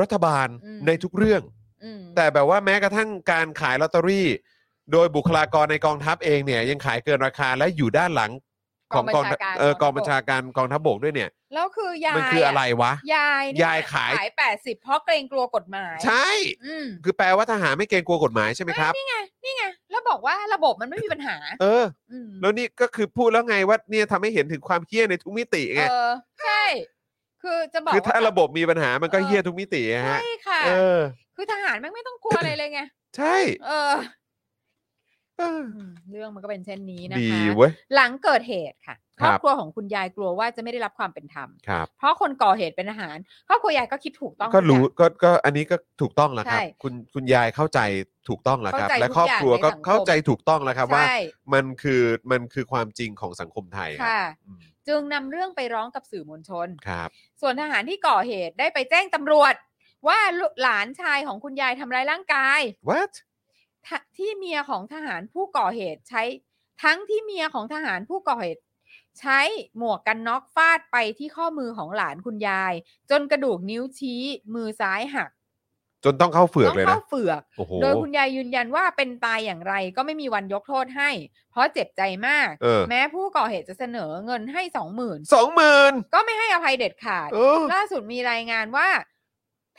C: รัฐบาล
D: อืม
C: ในทุกเรื่อง
D: อืม
C: แต่แบบว่าแม้กระทั่งการขายลอตเตอรี่ โดยบุคลากรในกองทัพเองเนี่ยยังขายเกินราคาและอยู่ด้านหลังของกองทัพเออกองบัญชาการกองทัพบกด้วยเนี่ย
D: แล้วคือยาย
C: มันคืออะไรวะ
D: ยายเนี่
C: ายขาย
D: ขายแปดสิบเพราะเกรงกลัวกฎหมาย
C: ใช่
D: อืม
C: คือแปลว่าทหารไม่เกรงกลัวกฎหมายใช่ไหมครับ
D: นี่ไงนี่ไงแล้วบอกว่าระบบมันไม่มีปัญหา
C: เออ
D: อืม
C: แล้วนี่ก็คือพูดแล้วไงว่าเนี่ยทำให้เห็นถึงความเฮี้ยในทุกมิติไง
D: เออใช่ คือจะบอก
C: คือถ้า
D: ว่
C: ระบบมีปัญหามันก็เฮี้ยทุกมิติอะฮะ
D: ใช่ค่ะ
C: เออ
D: คือทหารแม่งไม่ต้องกลัวอะไรเลยไง
C: ใช่
D: เออ
C: เออ
D: อืมเรื่องมันก็เป็นเช่นนี้นะ
C: ดี
D: คะ
C: เว้ย
D: หลังเกิดเหตุค่ะ ครอบครัวของคุณยายกลัวว่าจะไม่ได้รับความเป็นธรรม
C: ครับ
D: เพราะคนก่อเหตุเป็นอาหารครอบครัวยายก็คิดถูกต้อง
C: ก็
D: ทุอย่า
C: รู้
D: ง
C: ก็ก็อันนี้ก็ถูกต้องแล้วครับ
D: ใช่
C: คุณคุณยายเข้าใจถูกต้องแล้วครับ
D: เข้าใจ
C: และครอบครัวก็
D: ทุกอย่างในสังคม
C: เข้าใจถูกต้องแล้วครับว่า
D: ใช่
C: มันคือมันคือความจริงของสังคมไทยครั
D: ค่ะ
C: บอืม
D: จึงนำเรื่องไปร้องกับสื่อมวลชน
C: ครับ
D: ส่วนทหารที่ก่อเหตุได้ไปแจ้งตำรวจ ว่าลูกหลานชายของคุณยายทำร้ายร่างกาย
C: what
D: ทะที่เมียของทหารผู้ก่อเหตุใช้ ทั้งที่เมียของทหารผู้ก่อเหตุ ใช้หมวกกันน็อกฟาดไปที่ข้อมือของหลานคุณยาย จนกระดูกนิ้วชี้มือซ้ายหัก
C: จนต้องเข้าเฝือก
D: ต้อง
C: เลย
D: เข้า
C: นะ
D: เฝือก
C: โอ้โห
D: โดยคุณยายยืนยันว่าเป็นตายอย่างไรก็ไม่มีวันยกโทษให้ เพราะเจ็บใจมาก
C: เออ
D: แม้ผู้ก่อเหตุจะเสนอเงินให้สองหมื่น
C: สองหมื่น
D: ก็ไม่ให้อภัยเด็ดขาด
C: เออ
D: ล่าสุดมีรายงานว่า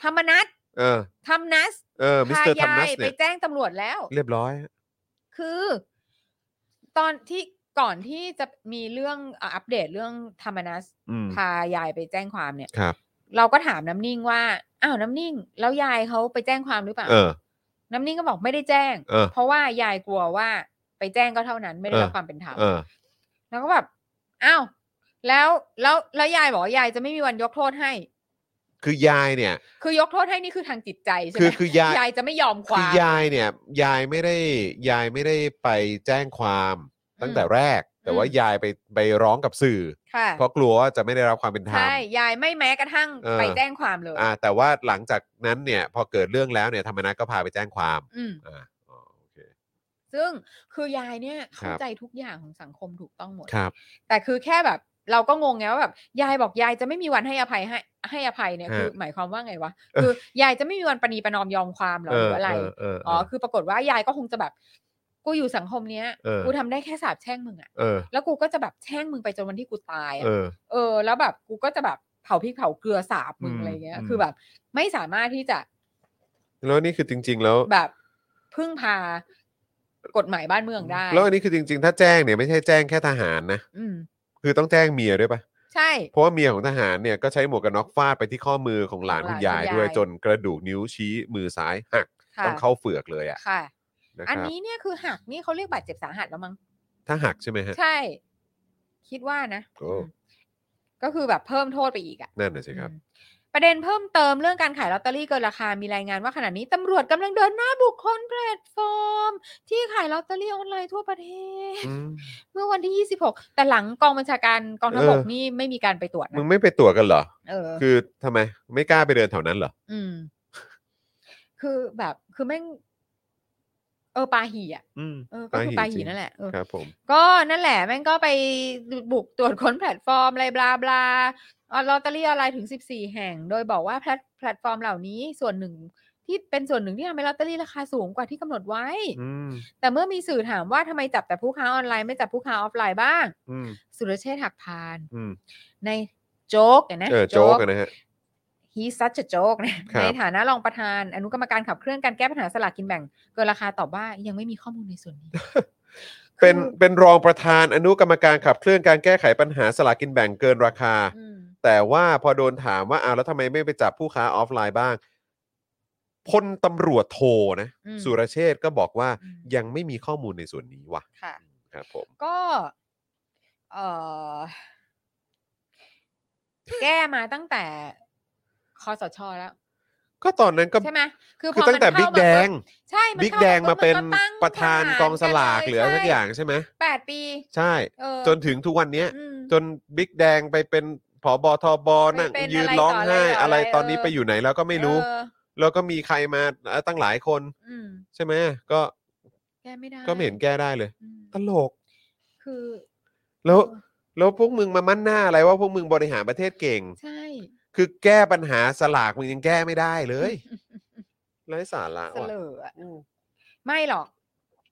D: ธรรมนัต
C: เออ
D: ธรรมนัส
C: เออมิส
D: พา
C: เตอร์ทัม
D: ยา
C: นัส
D: ยไป
C: เนี่ย
D: แจ้งตำรวจแล้ว
C: เรียบร้อยฮะ
D: คือ ตอนที่ก่อนที่จะมีเรื่องอ่ะอัปเดตเรื่องธรรมนัส
C: อืม
D: พายายไปแจ้งความเนี่ย
C: ครับ
D: เราก็ถามน้ำนิ่งว่าอ้าวน้ำนิ่ง แล้วยายเขาไปแจ้งความหรือเปล่า
C: เออ
D: น้ำนิ่งก็บอกไม่ได้แจ้ง
C: เออ
D: เพราะว่ายายกลัวว่าไปแจ้งก็เท่านั้นไม่ได้
C: เออ
D: รับความเป็นธรรม
C: เออ
D: แล้วก็แบบอ้าวแล้วแล้วแล้วยายบอกว่ายายจะไม่มีวันยกโทษให้
C: คือยายเนี่ย
D: คือยกโทษให้นี่คือทางจิตใจใช่ไหม
C: คือคือยาย
D: ยายจะไม่ยอมค
C: คื
D: วา
C: อ
D: ม
C: ยายเนี่ยยายไม่ได้ยายไม่ได้ไปแจ้งความตั้งแต่แรก แต่ว่า
D: อืม
C: ยายไปไปร้องกับสื่อ
D: ค่ะ
C: เพราะกลัวว่าจะไม่ได้รับความเป็นธรรม
D: ใช่ยายไม่แม้กระทั่ง
C: เออ
D: ไปแจ้งความเลย
C: อ่าแต่ว่าหลังจากนั้นเนี่ย พอเกิดเรื่องแล้วเนี่ยธรรมนัสก็พาไปแจ้งความ
D: อืม
C: อ่าอ๋อโอเค
D: ซึ่งคือยายเนี่ย
C: ครั
D: เข้า
C: บ
D: ใจทุกอย่างของสังคมถูกต้องหมด
C: ครับ
D: แต่คือแค่แบบ เราก็งงไงว่าแบบยายบอกยายจะไม่มีวันให้อภัยให้ให้อภัยเนี่ย
C: ฮะ
D: คือหมายความว่าไงวะ
C: เออ
D: คือยายจะไม่มีวันปณีประนอมยอมความเหรอหรืออะไร
C: เเออ
D: อ๋
C: อ๋
D: อ
C: อ
D: คือปรากฏว่ายายก็คงจะแบบ กูอยู่สังคมเนี้ย
C: เออ
D: กูทำได้แค่สาบแช่งมึงอะ
C: เออ
D: แล้วกูก็จะแบบแช่งมึงไปจนวันที่กูตายอะ
C: เออ
D: เออ แล้วแบบกูก็จะแบบเผาพริกเผาเกลือสาบมึง
C: อืม
D: อะไรเงี้ย
C: อืม
D: คือแบบ ไม่สามารถที่จะ
C: แล้วนี่คือจริง ๆ แล้ว
D: แบบพึ่งพากฎหมายบ้านเมืองได้
C: แล้วอันนี้คือจริง ๆ ถ้าแจ้งเนี่ยไม่ใช่แจ้งแค่ทหารนะ
D: อืม
C: คือต้องแจ้งเมียด้วยปะ
D: ใช่
C: เพราะว่าเมียของทหารเนี่ยก็ใช้หมวกกันน็อกฟาดไปที่ข้อมือของหลาน
D: ของหลาน
C: คุณยาย
D: คุณยาย
C: ด้วยจนกระดูกนิ้วชี้มือซ้ายหัก
D: ค่ะ
C: ต้องเข้าเฝือกเลยอ่ะ
D: ค่ะ
C: นะค
D: อัน
C: รับ
D: นี้เนี่ยคือหักนี่เขาเรียกบาดเจ็บสาหัสแล้วมั้ง
C: ถ้าหักใช่ไหมฮะ
D: ใช่ คิดว่านะ
C: โอ้
D: อืมก็คือแบบเพิ่มโทษไปอีกอ่ะ
C: นั่นน่ะสิครับ
D: อืมประเด็นเพิ่มเติมเรื่องการขายลอตเตอรี่เกินราคา มีรายงานว่าขณะนี้ตำรวจกำลังเดินหน้าบุคคลแพลตฟอร์ม ที่ขายลอตเตอรี่ออนไลน์ทั่วประเทศ
C: อืม
D: เมื่อวันที่ 26 แต่หลังกองบัญชาการกองทัพบก
C: เออ
D: นี่ไม่มีการไปตรวจ
C: มึ
D: นะ
C: งไม่ไปตรวจกันเหรอ
D: เออ
C: คือทำไมไม่กล้าไปเดินแถวนั้นเหรอ
D: อืม คือแบบคือแม่ง เออปาหีอ่ะ
C: อืม
D: เออก็คือปา
C: ปาหี่จ
D: หี
C: ริง
D: นั่นแหละเออ
C: ครับผม
D: ก็นั่นแหละแม่งก็ไปบุกตรวจค้นแพลตฟอร์มอะไรบลาบลาลอตเตอรี่ออนไลน์ถึง 14 แห่ง โดยบอกว่าแพลตแพลตฟอร์มเหล่านี้ส่วนหนึ่งที่เป็นส่วนหนึ่งที่ทำให้ลอตเตอรี่ราคาสูงกว่าที่กำหนดไว้
C: อืม
D: แต่เมื่อมีสื่อถามว่าทำไมจับแต่ผู้ค้าออนไลน์ไม่จับผู้ค้าออฟไลน์บ้าง
C: อืม
D: สุรเชษฐ์หักพาน
C: อืม
D: ในโจ๊กเนี่ยนะ
C: เออโจ๊กอะนะฮะ
D: he's such a joke นะครับ ในฐานะรองประธาน อนุกรรมการขับเคลื่อนการแก้ปัญหาสลากกินแบ่งเกินราคาตอบว่ายังไม่มีข้อมูลในส่วนนี้
C: เป็น
D: คือ
C: เป็นรองประธานอนุกรรมการขับเคลื่อนการแก้ไขปัญหาสลากกินแบ่งเกินราคา
D: อืม
C: แต่ว่าพอโดนถามว่าอ้าวแล้วทำไมไม่ไปจับผู้ค้าออฟไลน์บ้างพลตำรวจโทนะ
D: อืม
C: สุรเชษฐ์ก็บอกว่า
D: อืม
C: ยังไม่มีข้อมูลในส่วนนี้ว่ะ
D: ค่ะ
C: ครับผม
D: ก็เออแก้มาตั้งแต่คอสชแล้ว
C: ก็ตอนนั้นก็
D: ใช่ไหมคือพ
C: คือ
D: อ
C: ตั้งแต่
D: มัน
C: บิ๊ก
D: เข้ามา
C: แดง
D: ปุ๊บใช่มัน
C: บิ๊ก
D: เข้
C: แดงมาเป็น
D: ปุ๊บก็ตั้ง
C: ประธานกองสลากหรืออะไรสักอย่างใช่ไหม
D: แปดปี
C: ใช่
D: เออ
C: จนถึงทุกวันเนี้ย
D: อืม
C: จนบิ๊กแดงไปเป็นผอบอทอบอนั่ง
D: ไปเป็น
C: ยืนร้องไห้
D: อะ
C: อะไร ไร
D: ต่
C: ต
D: อ
C: อ
D: อะไร
C: นนี้
D: เออ
C: ไปอยู่ไหนแล้วก็ไม่รู้
D: เออ
C: แล้วก็มีใครมาเอ่อตั้งหลายคน
D: อืม
C: ใช่ไหมก็
D: แก้ไม่ได้
C: ก็ไม่เห็นแก้ได้เลย
D: อืม
C: ตลก
D: คือ
C: แล้ว
D: เออ
C: แล้วพวกมึงมามั่นหน้าอะไรว่าพวกมึงบริหารประเทศเก่ง
D: ใช่
C: คือแก้ปัญหาสลากมึงยังแก้ไม่ได้ เลยไร้สาระ
D: เส
C: ว่ะ
D: ลออะไม่หรอก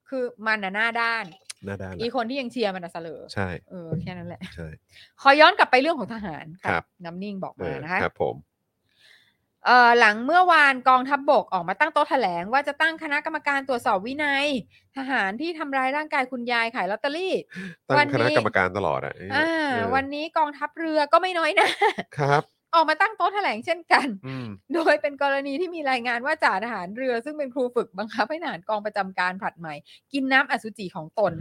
D: คือมันน่ะหน้าด้าน
C: หน่าด้านละ
D: อีคนที่ยังเชียร์มันน่ะเสลอ
C: ใช่
D: เออแค่นั้นแหละ
C: ใช่
D: ขอย้อนกลับไปเรื่องของทหาระ
C: ครับ
D: น้ำนิ่งบอก
C: เอ
D: มา
C: อ
D: นะคะ
C: ครับผม
D: เอ่อหลังเมื่อวานกองทัพบบกออกมาตั้งโต๊ะแถลง ว่าจะตั้งคณะกรรมการตรวจสอบวินัย ทหารที่ทำร้ายร่างกายคุณยายขายลอตเตอรี่
C: ตั้
D: วั
C: ง
D: น
C: ค
D: นี้
C: ณะกรรมการตลอดอ่ะเออ
D: อ่า
C: เออ
D: วันนี้กองทัพเรือก็ไม่น้อยหนะ
C: ครับ
D: ออกมาตั้งโต๊ะแถลงเช่นกัน
B: อืม
D: โดยเป็นกรณีที่มีรายงานว่าจ่าทหารเรือ ซึ่งเป็นครูฝึกบังคับให้ทหารกองประจำการผลัดใหม่ กินน้ำอสุจิของต น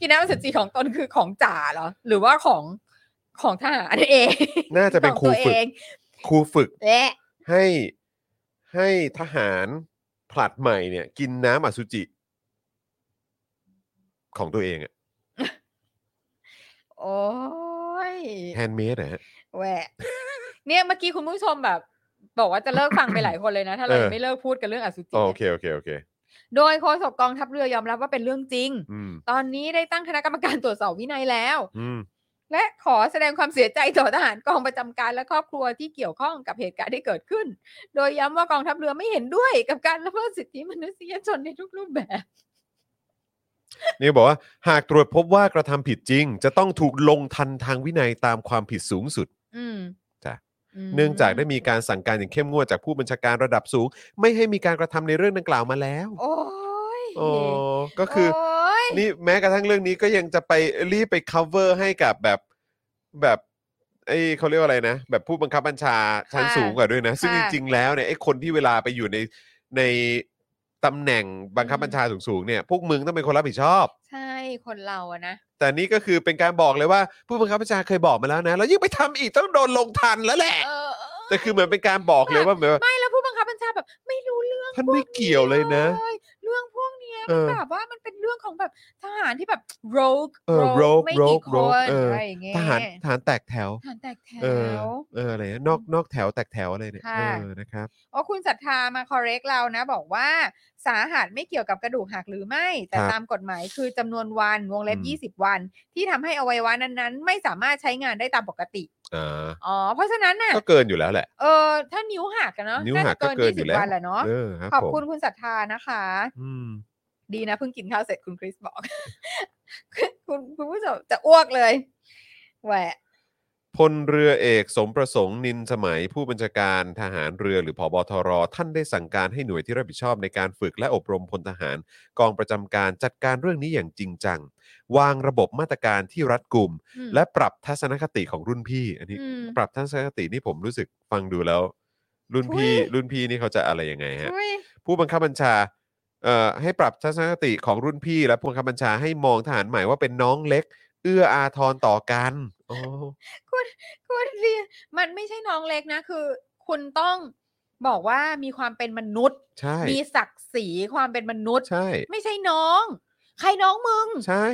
D: กินน้ำอสุจิของตนคือของจ่าเหรอ หรือว่าของของทหารเอง
C: น่าจะเป็นค
D: ของ
C: รู
D: ตัว
C: ฝึก
D: เอง
C: ครูฝึก
D: และ
C: ให้ให้ทหารผลัดใหม่เนี่ย กินน้ำอสุจิ ของตัวเองอะ
D: โอ้ย
C: แฮนด์เมดนะฮะ
D: แหวะ เนี่ยเมื่อกี้คุณผู้ชมแบบ บอกว่าจะเลิกฟังไปหลายคนเลยนะ ถ้าเรา
C: เออ
D: ยังไม่เลิกพูดกันเรื่องอสุจิ
C: อ๋อโอ
D: เนี่
C: เค
D: ย
C: โอเคโอเค
D: โดยโฆษกกองทัพเรือยอมรับว่าเป็นเรื่องจริง
C: อืม
D: ตอนนี้ได้ตั้งคณะกรรมการตรวจสอบวินัยแล้ว
C: อืม
D: และขอแสดงความเสียใจต่อทหารกองประจำการและครอบครัวที่เกี่ยวข้องกับเหตุการณ์ที่เกิดขึ้น โดยย้ำว่ากองทัพเรือไม่เห็นด้วยกับการละเมิดสิทธิมนุษยชนในทุกรูปแบบ
C: นี่บอกว่าหากตรวจพบว่ากระทำผิดจริง จะต้องถูกลงทันทางวินัยตามความผิดสูงสุด
D: อืม
C: จ้ะ
D: ม
C: เนื่องจากได้มีการสั่งการอย่างเข้มงวดจากผู้บัญชาการระดับสูง ไม่ให้มีการกระทำในเรื่องดังกล่าวมาแล้ว
D: โอ้ย
C: โอ้ก็คือ
D: โอ้ย
C: นี่แม้กระทั่งเรื่องนี้ก็ยังจะไปรีบไป cover ให้กับแบบแบบไอ้เขาเรียกว่าอะไรนะ แบบผู้บังคับบัญชาชั้นสูงกว่าด้วยนะ ซึ่งจริงๆแล้วเนี่ยไอ้คนที่เวลาไปอยู่ในในตำแหน่งบังคับบัญชาสูงๆเนี่ยพวกมึงต้องเป็นคนรับผิดชอบ
D: ใช่คนเราอะนะ
C: แต่นี่ก็คือเป็นการบอกเลยว่าผู้บังคับบัญชาเคยบอกมาแล้วนะ แล้วยิ่งไปทำอีกต้องโดนลงทันแล้วแหละ
D: เอ อ
C: แต่คือเหมือนเป็นการบอกเลยว่าเหมือนว่า
D: ไม่แล้วผู้บังคับบัญชาแบบ ไม่รู้เรื่อง
C: ท่านไม่เกี่ยวเลยนะ
D: เลยเรื่องพวกเนี้ย
C: เออ
D: แบบว่ามันเป็นเรื่องของแบบทหารที่แบบ rogue
C: เออ rogue
D: rogue ไม่กี่
C: rogue
D: คน
C: rogue เอออ
D: อะไรอย่างเงี้ย
C: ทหารทหารแตกแถว
D: ทหารแตกแถ
C: เออ
D: ว
C: เอออะไรนะนอกนอกแถวแตกแถวอะไรเนี่ย
D: ค่ะ
C: เออนะครับ
D: โอ้คุณศรัทธามา correct เรานะ บอกว่าสาหัสไม่เกี่ยวกับกระดูกหักหรือไม่ แต่
C: ครับ
D: ตามกฎหมายคือจำนวนวันวงเล็
C: อืม
D: บ 20 วัน ที่ทำให้อวัยวะนั้นๆ ไม่สามารถใช้งานได้ตามปกติ
C: อ่า
D: อ๋อ เพราะฉะนั้นน่ะ
C: ก็เกินอยู่แล้วแหละ
D: เออถ้านิ้วหักอะเนาะ
C: นิ้ว
D: น่า
C: หั
D: จะ
C: กก็เกินอยู่
D: 20
C: แล้ว
D: วันแหละเนาะ
C: เออครับ
D: ขอบ
C: ผม
D: คุณคุณศรัทธานะคะ
C: อืม
D: ดีนะเพิ่งกินข้าวเสร็จคุณคริสบอก คุณคุณผู้ชมจะอ้วกเลยแหวะ
C: พลเรือเอกสมประสงค์นินสมัยผู้บัญชาการทหารเรือหรือผบทรท่านได้สั่งการให้หน่วยที่รับผิดชอบในการฝึกและอบรมพลทหาร กองประจำการจัดการเรื่องนี้อย่างจริงจัง วางระบบมาตรการที่รัดกุม
D: อืม
C: และปรับทัศนคติของรุ่นพี่ อันนี้
D: อืม
C: ปรับทัศนคตินี่ผมรู้สึกฟังดูแล้ว รุ่นพี่
D: อุ๊ย
C: รุ่นพี่นี่เขาจะอะไรยังไงฮะ
D: อุ๊ย
C: ผู้บังคับบัญชาเอ่อให้ปรับทัศนคติของรุ่นพี่ และผู้บังคับบัญชาให้มองทหารใหม่ว่าเป็นน้องเล็ก เอื้ออาทรต่อกันโอ้
D: คุณเรียนมันไม่ใช่น้องเล็กนะคือ คุณต้องบอกว่ามีความเป็นมนุษย์
C: ใช่
D: มีศักดิ์ศรีความเป็นมนุษย์
C: ใช่
D: ไม่ใช่น้อง ใครน้องมึง
C: ใช่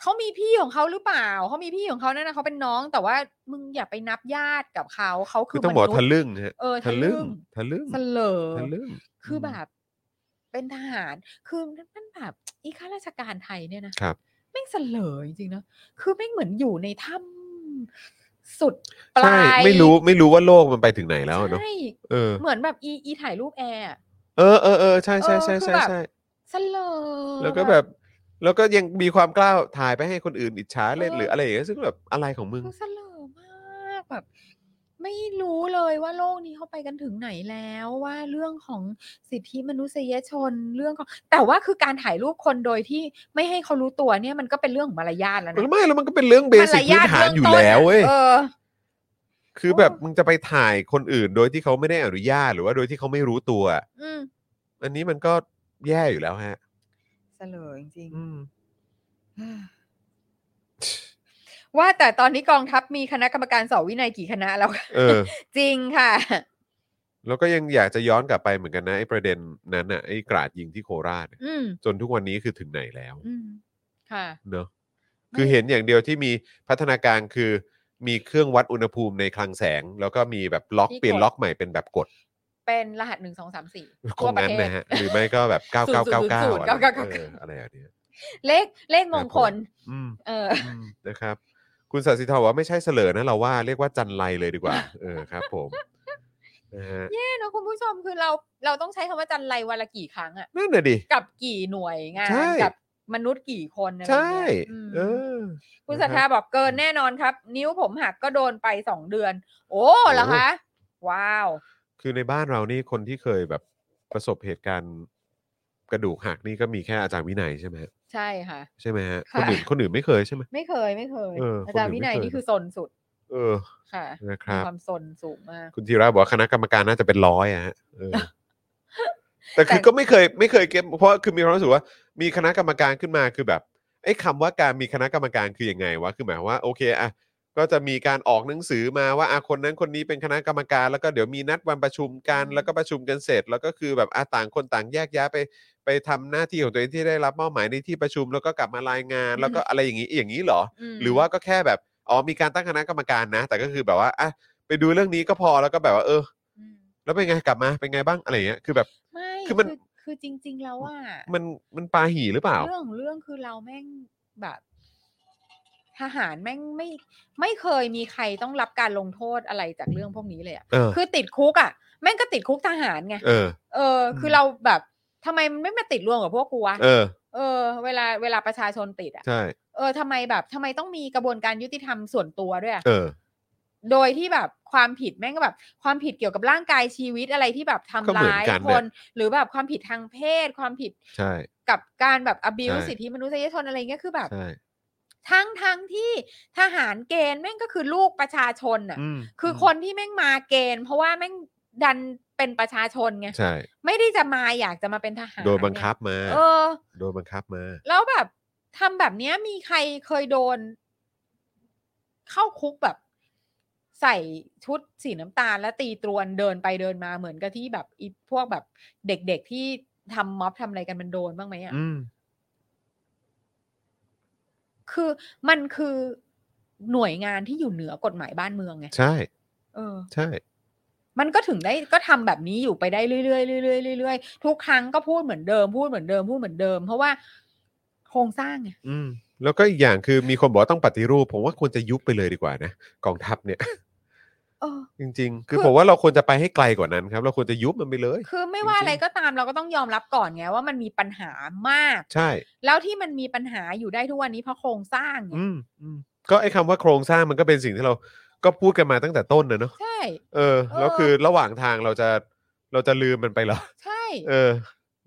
D: เขามีพี่ของเขาหรือเปล่าเขามีพี่ของเขานั่นนะเขาเป็นน้อง แต่ว่ามึงอย่าไปนับญาติกับเขาเขาคื
C: คือ อต้องบอก
D: มนุษย์
C: ทะลึ่งฮะ
D: เออ
C: ทะ
D: ทะ
C: ลึ่
D: ลึ่
C: ง
D: ง
C: ทะลึ่ง
D: เสลอ
C: ทะลึ่ง
D: คือ
C: ม
D: แบบ เป็นทหารคือมันแบบอีข้าราชการไทยเนี่ยนะครับ แม่งเสลอจริงๆนะคือแม่งเหมือนอยู่ในถ้ำสุดปลา
C: ใช่
D: ย
C: ไม่รู้ไม่รู้ว่าโลกมันไปถึงไหนแล้วอะเนาะ
D: ใช่
C: เออ
D: เหมือนแบบอีอีถ่ายรูปแอร์อะ
C: เออเออเออใช่ใช่ใช่
D: เออคื
C: ใช่
D: อแบบ
C: ใช่
D: เสลอ
C: แล้วก็แบบ แล้วก็ยังมีความกล้าถ่ายไปให้คนอื่นอิจฉาเล่น
D: เออ
C: หรืออะไรอย่างเงี้ยซึ่งแบบอะไรของมึง
D: เออเสลอมากแบบ ไม่รู้เลยว่าโลกนี้เขาไปกันถึงไหนแล้วว่าเรื่องของสิทธิมนุษยชนเรื่องของแต่ว่าคือการถ่ายรูปคนโดยที่ไม่ให้เขารู้ตัวเนี่ยมันก็เป็นเรื่องของมารยาทแล้ว
C: แล้ว
D: นะ
C: ไม่แล้วมันก็เป็นเรื่องเบสิกพื้นฐานอยู่แล้วเว้ย
D: เออ
C: คือแบบมึงจะไปถ่ายคนอื่นโดยที่เขาไม่ได้อนุญาตหรือว่าโดยที่เขาไม่รู้ตัว
D: อืม
C: อันนี้มันก็แย่อยู่แล้วฮะ
D: เสลอจริงๆ
C: อืม
D: ว่าแต่ตอนนี้กองทัพมีคณะกรรมการสอบวินัยกี่คณะแล้วคะ
C: เออ
D: จริงค่ะ
C: แล้วก็ยังอยากจะย้อนกลับไปเหมือนกันนะไอ้ประเด็นนั้นน่ะไอ้กราดยิงที่โคราชเนี่ย
D: อืม
C: จนทุกวันนี้คือถึงไหนแล้ว
D: อืมค่ะ
C: เนอะคือเห็นอย่างเดียวที่มีพัฒนาการคือ มีเครื่องวัดอุณหภูมิในคลังแสง แล้วก็มีแบบล็อก
D: ที่
C: เปลี่ยน
D: กด
C: ล็อกใหม่เป็นแบบกด
D: เป็นรหัสหนึ่งสองสามสี่
C: ค
D: ทั่ว
C: ง
D: ประ
C: งั้น
D: เทศ
C: นะฮะ หรือไม่ก็แบบ 9999
D: ศูนย์ศูนย์ศูนย์
C: อะไร
D: เก้าเก้าเก้า
C: เอออะไรอย่างเงี้ย
D: เลขเลขมงคล
C: ครับผม อืม
D: เออ
C: อืมนะครับ คุณสัสิธรบอกว่าไม่ใช่เสลอนะเราว่าเรียกว่าจันไรเลยดีกว่า เออครับ ผมนะฮะ
D: แน่เนอะคุณผู้ชมคือเราเราต้องใช้คำว่าจันไรวันละกี่ครั้งอะ
C: นั่นน่ะดิ
D: กับกี่หน่วยงาน
C: ใช่
D: กับมนุษย์กี่คนอะไร
C: ใช่
D: อย่างเงี้ยอืม
C: เออ
D: คุณ
C: นะ
D: ศรัทธา
C: ครับ
D: บอกเกินแน่นอนครับ นิ้วผมหักก็โดนไปสองเดือน โอ้เหรอ
C: โอ้
D: คะ ว้าว
C: คือในบ้านเรานี่คนที่เคยแบบประสบเหตุการณ์กระดูกหักนี่ก็มีแค่อาจารย์วินัยใช่ไหมฮะ
D: ใช่ค่ะ
C: ใช่ไหมฮะคน
D: ค่ะ
C: อื่นคนอื่นไม่เคยใช่ไหม
D: ไม่เคยไม่เคย
C: เออคน
D: อาจารย์
C: อื่
D: วิ
C: นไม่
D: นัย
C: เคย
D: นี่คือซนสุด
C: เ เออ
D: ค่ะ
C: นะครับ
D: ความสนสูงมาก
C: คุณธีระบอกว่าคณะกรรมการน่าจะเป็นร้อยอะฮะเออ แต่คือ
D: แต่
C: ก็ไม่เคยไม่เคยเก็บเพราะคือมีความรู้สึกว่ามีคณะกรรมการขึ้นมาคือแบบไอ้คำว่าการมีคณะกรรมการคือยังไงวะคือหมายความว่าโอเคอะก็จะมีการออกหนังสือมาว่าอะคนนั้นคนนี้เป็นคณะกรรมการ แล้วก็เดี๋ยวมีนัดวันประชุมกันแล้วก็ประชุมกันเสร็จ แล้วก็คือแบบอะต่างคนต่างแยกย้ายไป ไปทำหน้าที่ของตัวเองที่ได้รับมอบหมายในที่ประชุม แล้วก็กลับมารายงาน แล้วก็อะไรอย่างนี้อย่างนี้เหรอ
D: ม
C: หรือว่าก็แค่แบบอ๋อมีการตั้งคณะกรรมการนะ แต่ก็คือแบบว่าอ่ะไปดูเรื่องนี้ก็พอแล้วก็แบบว่าเออ
D: อืม
C: แล้วเป็นไงกลับมาเป็นไงบ้างอะไรอย่างเงี้ยคือแบบ
D: ไม่
C: คือมัน
D: คือจริง ๆ แล้วว่า
C: มันมันปาหี่หรือเปล่า
D: เรื่องของเรื่องคือเราแม่งแบบทหารแม่งไม่ไม่เคยมีใครต้องรับการลงโทษอะไรจากเรื่องพวกนี้เลยอะ
C: เออ
D: คือติดคุกอะแม่งก็ติดคุกทหารไง
C: เออ
D: เออ คือเราแบบทำไมมันไม่มาติดรวมกับพวกกูวะ
C: เออ
D: เออ เวลาเวลาประชาชนติดอะ
C: ใช่
D: เออทำไมแบบทำไมต้องมีกระบวนการยุติธรรมส่วนตัวด้วยอะ
C: เออ
D: โดยที่แบบความผิดแม่งก็แบบ ความผิดเกี่ยวกับร่างกายชีวิตอะไรที่แบบทำ
C: ก็เหมือน
D: ร้าย
C: กัน
D: ค
C: เนี่ย
D: น หรือแบบความผิดทางเพศ ความผิด
C: ใช่
D: กับการแบบอบิว
C: ใช่
D: สิทธิมนุษยชนอะไรเงี้ยคือแบบ
C: ใช่
D: ทั้งทั้งที่ทหารเกณฑ์แม่งก็คือลูกประชาชนน่ะ
C: อืม
D: คือคนที่แม่งมาเกณฑ์ เพราะว่าแม่งดันเป็นประชาชนไง
C: ใช่
D: ไม่ได้จะมาอยากจะมาเป็นทหาร
C: โดนบังคับมา
D: เนี่ยเออ
C: โดนบังคับมา
D: แล้วแบบทำแบบเนี้ยมีใครเคยโดน เข้าคุกแบบ ใส่ชุดสีน้ำตาล และตีตรวนเดินไปเดินมาเหมือนกับที่แบบอีพวกแบบเด็กๆที่ทำม็อบทำอะไรกันมันโดนบ้างไหมอ่ะ
C: อืม
D: คือมันคือหน่วยงานที่อยู่เหนือกฎหมายบ้านเมืองไง
C: ใช่
D: เออ
C: ใช่
D: มันก็ถึงได้ก็ทำแบบนี้อยู่ไปได้เรื่อยๆเรื่อยๆเรื่อยๆทุกครั้งก็พูดเหมือนเดิมพูดเหมือนเดิมพูดเหมือนเดิม เพราะว่าโครงสร้างไง
C: อืมแล้วก็อีกอย่างคือมีคนบอกว่าต้องปฏิรูป ผมว่าควรจะยุบไปเลยดีกว่านะกองทัพเนี่ย
D: เออ
C: จริง ๆ คือ
D: คือ
C: ผมว่าเราควรจะไปให้ไกลกว่านั้นครับ เราควรจะยุบมันไปเลย
D: คือไม่ว่า
C: จริงๆ
D: อะไรก็ตามเราก็ต้องยอมรับก่อนไงว่ามันมีปัญหามาก
C: ใช่
D: แล้วที่มันมีปัญหาอยู่ได้ทุกวันนี้เพราะโครงสร้างไง
C: อืมอืมก็ไอ้คำว่าโครงสร้างมันก็เป็นสิ่งที่เราก็พูดกันมาตั้งแต่ต้นนะเนอะ
D: ใช่
C: เออ
D: เออ
C: แล้วคือระหว่างทางเราจะเราจะลืมมันไปเหรอ
D: ใช่
C: เออ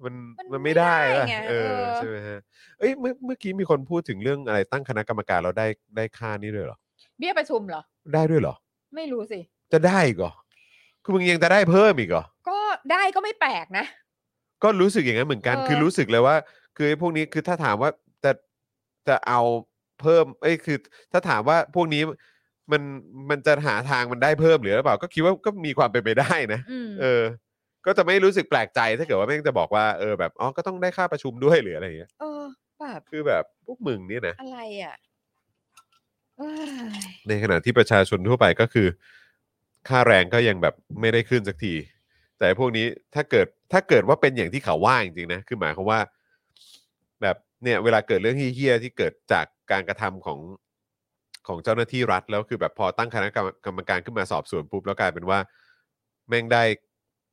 C: มัน
D: มัน
C: มันไม่ได้
D: ไม่ได้
C: อะ
D: ไง
C: เออ
D: เออ
C: ใช่ไหมฮะเอ้ยเมื่อเมื่อกี้มีคนพูดถึงเรื่องอะไรตั้งคณะกรรมการเราได้ได้ค่านี้ด้วยเหรอ
D: เบี้ยประชุมเหรอ
C: ได้ด้วยเหรอ
D: ไม่รู้สิ
C: จะได้อีกเหรอคือมึงยังจะได้เพิ่มอีกเหรอ
D: ก็ได้ก็ไม่แปลกนะ
C: ก็รู้สึกอย่างนั้นเหมือนกัน
D: เออ
C: คือรู้สึกเลยว่า คือไอ้พวกนี้คือถ้าถามว่าจะจะเอาเพิ่ม เอ้ยคือ ถ้าถามว่าพวกนี้มันมันจะหาทางมันได้เพิ่มหรือเปล่า ก็คิดว่าก็มีความเป็นไปได้นะ
D: อืม
C: เออ ก็จะไม่รู้สึกแปลกใจถ้าเกิดว่าแม่งจะบอกว่าเออแบบอ๋อก็ต้องได้ค่าประชุมด้วยหรืออะไรอย่างเงี้ย
D: เออแบบ
C: คือแบบพวกมึงเนี่ยนะ
D: อะไรอ่ะเอ้ย
C: ในขณะที่ประชาชนทั่วไปก็คือ ค่าแรงก็ยังแบบไม่ได้ขึ้นสักที แต่พวกนี้ถ้าเกิดถ้าเกิดว่าเป็นอย่างที่เขาว่าจริงๆนะคือหมายความว่า แบบเนี่ยเวลาเกิดเรื่องเฮี้ยๆที่เกิดจากการกระทำของของเจ้าหน้าที่รัฐ แล้วคือแบบพอตั้งคณะกรรมกรรมการขึ้นมาสอบสวนปุ๊บแล้วกลายเป็นว่า แม่งได้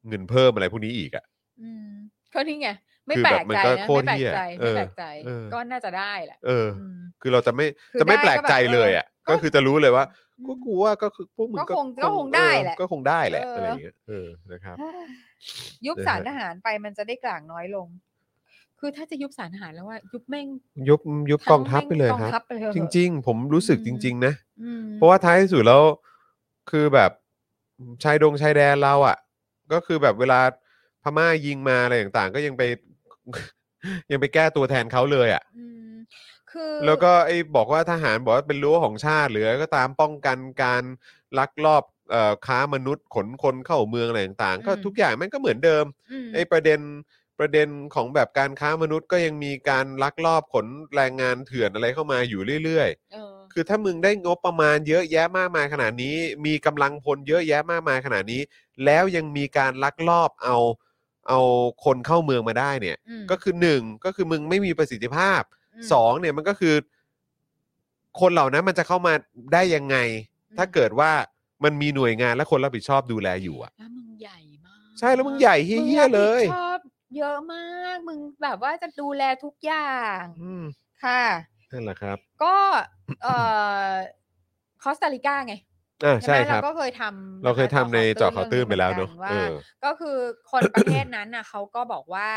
C: เงินเพิ่มอะไรพวกนี้อีกอะ
D: อืมก็นี่ไงไม่
C: คือ
D: แปล
C: แบบ
D: ก
C: มัน
D: ใจ
C: ก็
D: นะ
C: โคตร
D: ไม่แปล
C: เหี้ย
D: กใจ
C: เออ
D: ไม่แปลกใจ
C: เออ
D: ก็น่าจะได้แหละ
C: เออ
D: ม
C: คือเราจะไม่
D: คือ
C: จะไม่แปลกใจเลยอ่ะ
D: ได้ก็
C: ก็
D: แบบเออ
C: คือจะรู้เลยว่า
D: อืม
C: ก็กูว่าก็คือพวกมึง
D: ก็คงก็คงได้แหละ
C: เออก็คงได้แหละ
D: เอออ
C: อะไรอย่างเงี้ยเออนะครับ
D: ยุบ
C: เออ
D: สารทหารไปมันจะได้กลางน้อยลง คือถ้าจะยุบสารทหารแล้วว่า ยุบแม่ง
C: ยุบยุบกองทัพ
D: ทั้
C: ไปเลย
D: แม่
C: ค
D: งกอง
C: รับ
D: ทัพไปเลย
C: จริง ๆ ผมรู้สึกจริง ๆ นะ เพราะ
D: ว่า
C: ว่าท้ายที่สุดแล้วคือแบบชายดงชายแดนเราอ่ะ ก็คือแบบเวลาพม่ายิงมาอะไรต่างๆ ก็ยังไป ยังไปแก้ตัวแทนเขาเลยอ่ะ
D: คือ
C: แล้วก็ไอ้บอกว่าทหารบอกว่าเป็นรั้วของชาติหรืออะไรก็ตามป้องกันการลักลอบเอ่อค้ามนุษย์ขนคนเข้าเมืองอะไรต่างๆ ก็ทุกอย่างมันก็เหมือนเดิม
D: ม
C: ไอ้ประเด็นประเด็นของแบบการค้ามนุษย์ก็ยังมีการลักลอบขนแรงงานเถื่อนอะไรเข้ามาอยู่เรื่อย
D: เออ
C: ๆ คือถ้ามึงได้งบประมาณเยอะแยะมากมายขนาดนี้ มีกำลังพลเยอะแยะมากมายขนาดนี้ แล้วยังมีการลักลอบเอาเอาคนเข้าเมืองมาได้เนี่ย
D: ม
C: ก็คือหนึ่งก็คือมึงไม่มีประสิทธิภาพ
D: ม
C: สองเนี่ยมันก็คือ คนเหล่านั้นมันจะเข้ามาได้ยังไง
D: อืม
C: ถ้าเกิดว่ามันมีหน่วยงานและคนรับผิดชอบดูแลอยู่อะ
D: แล้วมึงใหญ่มาก
C: ใช่แล้วมึงใหญ่เฮี้ยๆเลย
D: มึงรับผิดชอบเยอะมากมึงแบบว่าจะดูแลทุกอย่าง
C: อืม
D: ค่ะ
C: นั่นแหละครับ
D: ก็เออคอสตาริกาไง
C: อ่าใช่
D: ไหม
C: ครับ
D: เราก็เคยทำ
C: เราเคยทำในเจาะข่าวตื้นไปแล้ว
D: หมื
C: เนาะ
D: กั
C: เอ
D: ว่า
C: อ
D: ก็คือคนประเทศนั้นน่ะเขาก็บอกว่า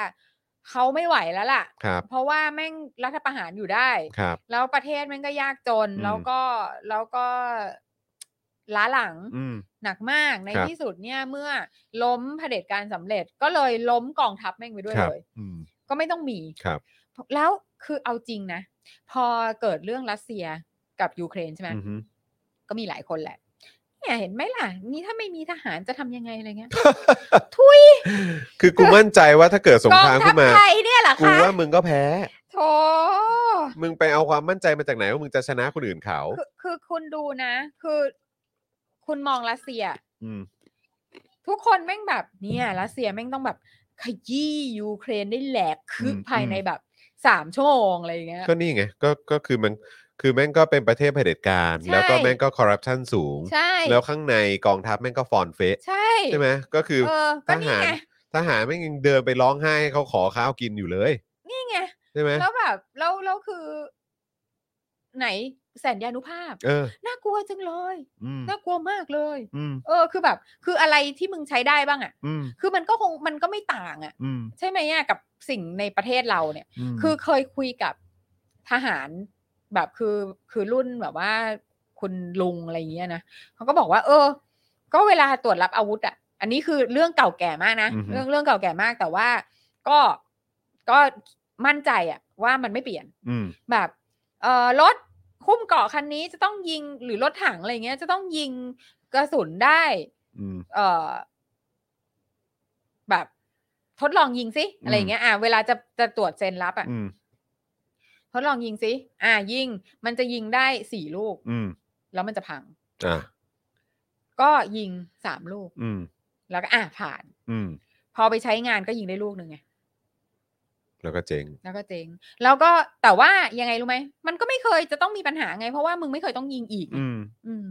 D: เขาไม่ไหวแล้วล่ะ
C: ครับ
D: เพราะว่าแม่งรัฐประหารอยู่ได้
C: ครับ
D: แล้วประเทศแม่งก็ยากจน
C: อืม
D: แล้วก็แล้วก็ ล้าหลัง
C: อืม
D: หนักมากใน
C: ครับ
D: ที่สุดเนี่ยเมื่อล้มเผด็จการสำเร็จก็เลยล้มกองทัพแม่งไปด้วย
C: ครับ
D: เลย ก็ไม่ต้องมี
C: ครับ
D: แล้วคือเอาจริงนะ พอเกิดเรื่องรัสเซียกับยูเครนใช่ไหม
C: อือฮึ
D: ก็มีหลายคนแหละเนี่ยเห็นไหมล่ะ นี่ถ้าไม่มีทหารจะทำยังไงอะไรเงี้ย ทุย
C: คือกูมั่นใจว่าถ้าเกิดสงค
D: กอง
C: ราม
D: ทั
C: ขึ้
D: พ
C: นมา
D: ไทยเนี่ยเหรอ
C: กู
D: คะ
C: ว่ามึงก็แพ้
D: โถ
C: มึงไปเอาความมั่นใจมาจากไหนว่ามึงจะชนะคนอื่นเขา
D: คือคือคุณดูนะ คือ คุณมองรัสเซีย
C: อืม
D: ทุกคนแม่งแบบเนี่ยรัสเซียแม่งต้องแบบขยี้ยูเครนได้แหลกคึก
C: อืม
D: ภายใน
C: อืม
D: แบบสามชั่วโมงอะไรอย่างเงี้ย
C: ก็นี่ไงก็ก็คือมันคือแม่งก็เป็นประเทศเผด็จการ
D: ใช่
C: แล้วก็แม่งก็คอร์รัปชันสูง
D: ใช่
C: แล้วข้างในกองทัพแม่งก็ฟอนเฟะ
D: ใช่
C: ใช่ไหมก็คือ
D: เออก็
C: ท
D: นี่ไง
C: หาร ทหารแม่งยังเดินไปร้องไห้ให้เขาขอข้าวกินอยู่เลย
D: นี่ไง
C: ใช่ไหม
D: แล้วแบบแล้วแล้วคือ ไหนแสนยานุภาพ
C: เออ
D: น่ากลัวจังเลย
C: อืม
D: น่ากลัวมากเลย
C: อืม
D: เออ คือแบบ คืออะไรที่มึงใช้ได้บ้างอะ่ะ
C: อืม
D: คือมันก็คงมันก็ไม่ต่างอะ่ะ
C: อืม
D: ใช่ไหมอะ่ะกับสิ่งในประเทศเราเนี่ย
C: ม
D: คือเคยคุยกับทหารแบบคือคือรุ่นแบบว่า คุณลุงอะไรอย่างเงี้ยนะเขาก็บอกว่า เออ ก็เวลาตรวจรับอาวุธอ่ะ อันนี้คือเรื่องเก่าแก่มากนะเรื่องเรื่องเก่าแก่มากแต่ว่าก็ก็มั่นใจอ่ะ ว่ามันไม่เปลี่ยน
C: อืม
D: แบบ เออรถคุ้มเกาะคันนี้จะต้องยิงหรือรถถังอะไรเงี้ย จะต้องยิงกระสุนได้
C: อืม
D: เอ่อแบบทดลองยิงสิอะไรอย่างเงี้ยอ่ะเวลาจะจะตรวจเซ็นรับอ่ะ
C: อืม
D: ทดลองยิงสิ อ่ายิง มันจะยิงได้สี่ลูก
C: อืม
D: แล้วมันจะพัง
C: อ่ะ
D: ก็ยิงสามลูก
C: อืม
D: แล้วก็อ่าผ่าน
C: อืม
D: พอไปใช้งานก็ยิงได้ลูกหนึ่งไง
C: แล้วก็เจ๊ง
D: แล้วก็เจ๊ง แล้วก็แต่ว่ายังไงรู้ไหม มันก็ไม่เคยจะต้องมีปัญหาไง เพราะว่ามึงไม่เคยต้องยิงอีก
C: อืม
D: อืม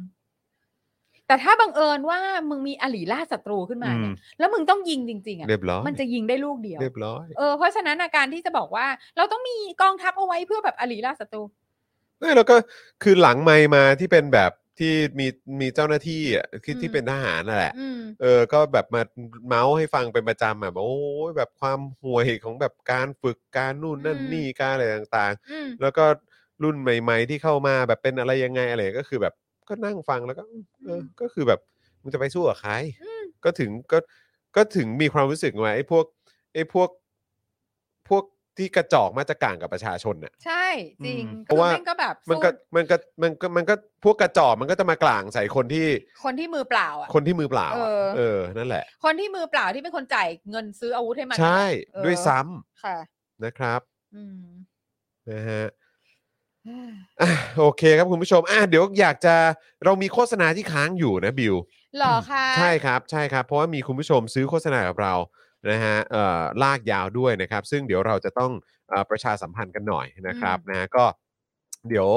D: แต่ถ้าบังเอิญว่ามึงมีอลิล่าศัตรูขึ้นมา
C: อืม
D: เนี่ย แล้วมึงต้องยิงจริง ๆอ่ะ
C: เรียบร้อย
D: มันจะยิงได้ลูกเดียว
C: เรียบร้อย
D: เออ เพราะฉะนั้นอาการที่จะบอกว่า เราต้องมีกองทัพเอาไว้เพื่อแบบอลิล่าศัตรู
C: เอ้ยแล้วก็คือหลังไมค์มาที่เป็นแบบที่มีมีเจ้าหน้าที่อ่ะคือที่
D: อืม
C: เป็นทหารนั่นแหละ
D: อืม
C: เออ ก็แบบมาเมาส์ให้ฟังเป็นประจำอ่ะแบบโอ้ยแบบความห่วยของแบบการฝึกการนู่นนั่น
D: อืม
C: นี่การอะไรต่าง
D: อืม
C: ๆ แล้วก็รุ่นใหม่ ๆ ที่เข้ามาแบบเป็นอะไรยังไงอะไรก็คือแบบก็นั่งฟังแล้วก็อืมเอออ
D: ม
C: ก็คือแบบมึงจะไปสู้กับใคร
D: อืม
C: ก็ถึงก็ก็ถึงมีความรู้สึกว่าไอ้พวกไอ้พวกพวกที่กระจอกมาจะก่างกับประชาชนน่ะ
D: ใช่จริง
C: อืมเพ
D: คือ
C: ราะว่า
D: แม่งก็แบบ
C: มันก็
D: สู้
C: มันก็มันก็มันก็พวกกระจอกมันก็จะมากลางใส่คนที่
D: คนที่มือเปล่าอ่ะ
C: คนที่มือเปล่า
D: เอ
C: อะ
D: อ
C: เออ นั่นแหละ
D: คนที่มือเปล่าที่เป็นคนจ่ายเงินซื้ออาวุธให้มัน
C: ใช่
D: เออ
C: ด้วยซ้ำ
D: ค่ะ
C: นะครับ
D: อืม
C: นะฮะอ่ะโอเคครับคุณผู้ชมอ่ะเดี๋ยวอยากจะเรามีโฆษณาที่ค้างอยู่นะบิว
D: หรอคะ
C: ใช่ครับใช่ครับ เพราะว่ามีคุณผู้ชมซื้อโฆษณากับเรานะฮะเอ่อลากยาวด้วยนะครับ ซึ่งเดี๋ยวเราจะต้องเอ่อประชาสัมพันธ์กันหน่อยนะครับนะฮะก็เดี๋ยว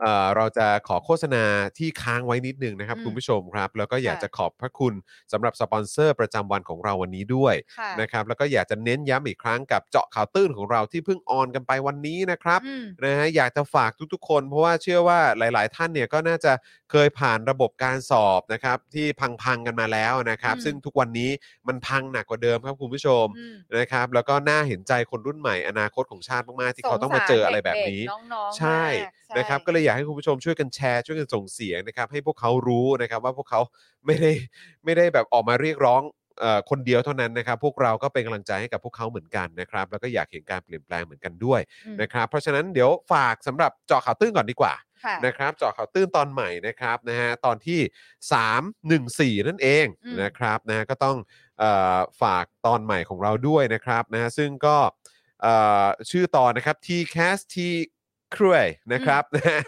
C: เอ่อเราจะขอโฆษณาที่ค้างไว้นิดนึงนะครับคุณผู้ชมครับ แล้วก็อยากจะขอบพระคุณสำหรับสปอนเซอร์ประจำวันของเราวันนี้ด้วย
D: ค่ะ
C: นะครับแล้วก็อยากจะเน้นย้ำอีกครั้งกับเจาะข่าวตื้นของเราที่เพิ่งออนกันไปวันนี้นะครับ
D: อืม
C: นะฮะอยากจะฝากทุกๆคน เพราะว่าเชื่อว่าหลาย ๆ ท่านเนี่ยก็น่าจะเคยผ่านระบบการสอบนะครับที่พังๆกันมาแล้วนะครับ
D: อืม
C: ซึ่งทุกวันนี้มันพังหนักกว่าเดิมครับคุณผู้ชม
D: อืม
C: นะครับ แล้วก็น่าเห็นใจคนรุ่นใหม่อนาคตของชาติมากๆที่เขาต้องมาเจออะไรแบบนี้
D: สงสารเด็กๆน้องๆ
C: ใช่
D: มากใช่
C: นะครับก็เลยอยากให้คุณผู้ชมช่วยกันแชร์ช่วยกันส่งเสียงนะครับ ให้พวกเขารู้นะครับว่าพวกเขาไม่ได้ ไม่ได้แบบออกมาเรียกร้องเอ่อคนเดียวเท่านั้นนะครับ พวกเราก็เป็นกำลังใจให้กับพวกเขาเหมือนกันนะครับ แล้วก็อยากเห็นการเปลี่ยนแปลงเหมือนกันด้วย
D: อืม
C: นะครับ เพราะฉะนั้นเดี๋ยวฝากสำหรับเจาะข่าวตื้นก่อนดีกว่า
D: ค่ะ
C: นะครับเจาะข่าวตื้นตอนใหม่นะครับนะฮะตอนที่ 314 นั่นเอง
D: อืม
C: นะครับนะฮะก็ต้องเออฝากตอนใหม่ของเราด้วยนะครับนะฮะซึ่งก็ เอ่อชื่อตอนนะครับ T-Cast T ครวยนะครับนะฮะ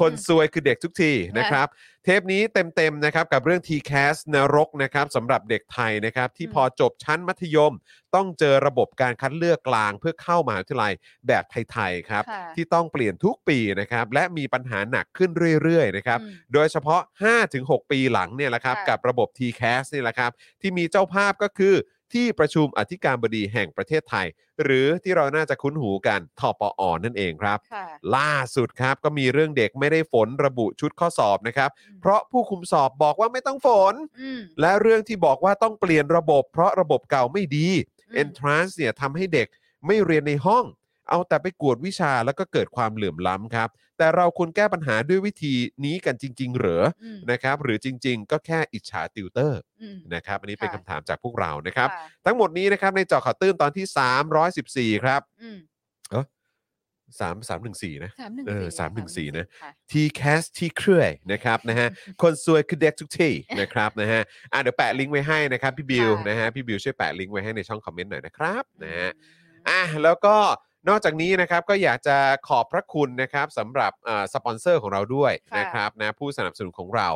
C: คนซวยคือเด็กทุกทีนะครับ เทปนี้เต็มๆนะครับกับเรื่อง T-Cast นรกนะครับสำหรับเด็กไทยนะครับ ที่
D: อืม
C: พอจบชั้นมัธยม ต้องเจอระบบการคัดเลือกกลาง เพื่อเข้ามหาวิทยาลัยแบบไทยๆครับ
D: ค่ะ
C: ที่ต้องเปลี่ยนทุกปีนะครับ และมีปัญหาหนักขึ้นเรื่อยๆนะครับ
D: อืม
C: โดยเฉพาะ 5-6 ปีหลังเนี่ยแหละครับ
D: ค่ะ
C: กับระบบ TCAS นี่แหละครับ ที่มีเจ้าภาพก็คือที่ประชุมอธิการบดีแห่งประเทศไทย หรือที่เราน่าจะคุ้นหูกันทปอนั่นเองครับ
D: ค่ะ
C: ล่าสุดครับก็มีเรื่องเด็กไม่ได้ฝนระบุชุดข้อสอบนะครับ
D: อืม
C: เพราะผู้คุมสอบบอกว่าไม่ต้องฝน
D: อืม
C: และเรื่องที่บอกว่าต้องเปลี่ยนระบบ เพราะระบบเก่าไม่ดี
D: อืม
C: entrance เนี่ยทำให้เด็กไม่เรียนในห้อง เอาแต่ไปกวดวิชาแล้วก็เกิดความเหลื่อมล้ำครับ แต่เราควรแก้ปัญหาด้วยวิธีนี้กันจริง ๆ เหรอ
D: อืม
C: นะครับ หรือจริง ๆ ก็แค่อิจฉาติวเตอร์
D: อืม
C: นะครับ อันนี้เป็น
D: ค่ะ
C: คำถามจากพวกเรานะครับ
D: ะ
C: ทั้งหมดนี้นะครับในเจอข่าวตื้นตอนที่ 314 ครับ
D: อืม
C: 3 314 นะ
D: สามหนึ่ง
C: เออ
D: สี่
C: สามหนึ่งสี่นะ
D: ค่
C: ทีแคสที่เครื่อยนะครับนะ ฮะ คนซวยคือเด็กทุกที่นะครับนะฮะอ่ะเดี๋ยวแปะลิงก์ไว้ให้นะครับพี่บิว
D: ค่ะ
C: นะฮะพี่บิวช่วยแปะลิงก์ไว้ให้ในช่องคอมเมนต์หน่อยนะครับนะฮะ
D: อืม
C: อ่ะแล้วก็นอกจากนี้นะครับก็อยากจะขอบพระคุณนะครับสำหรับเอ่อสปอนเซอร์ของเราด้วย
D: ค่ะ
C: นะครับนะผู้สนับสนุนของเรา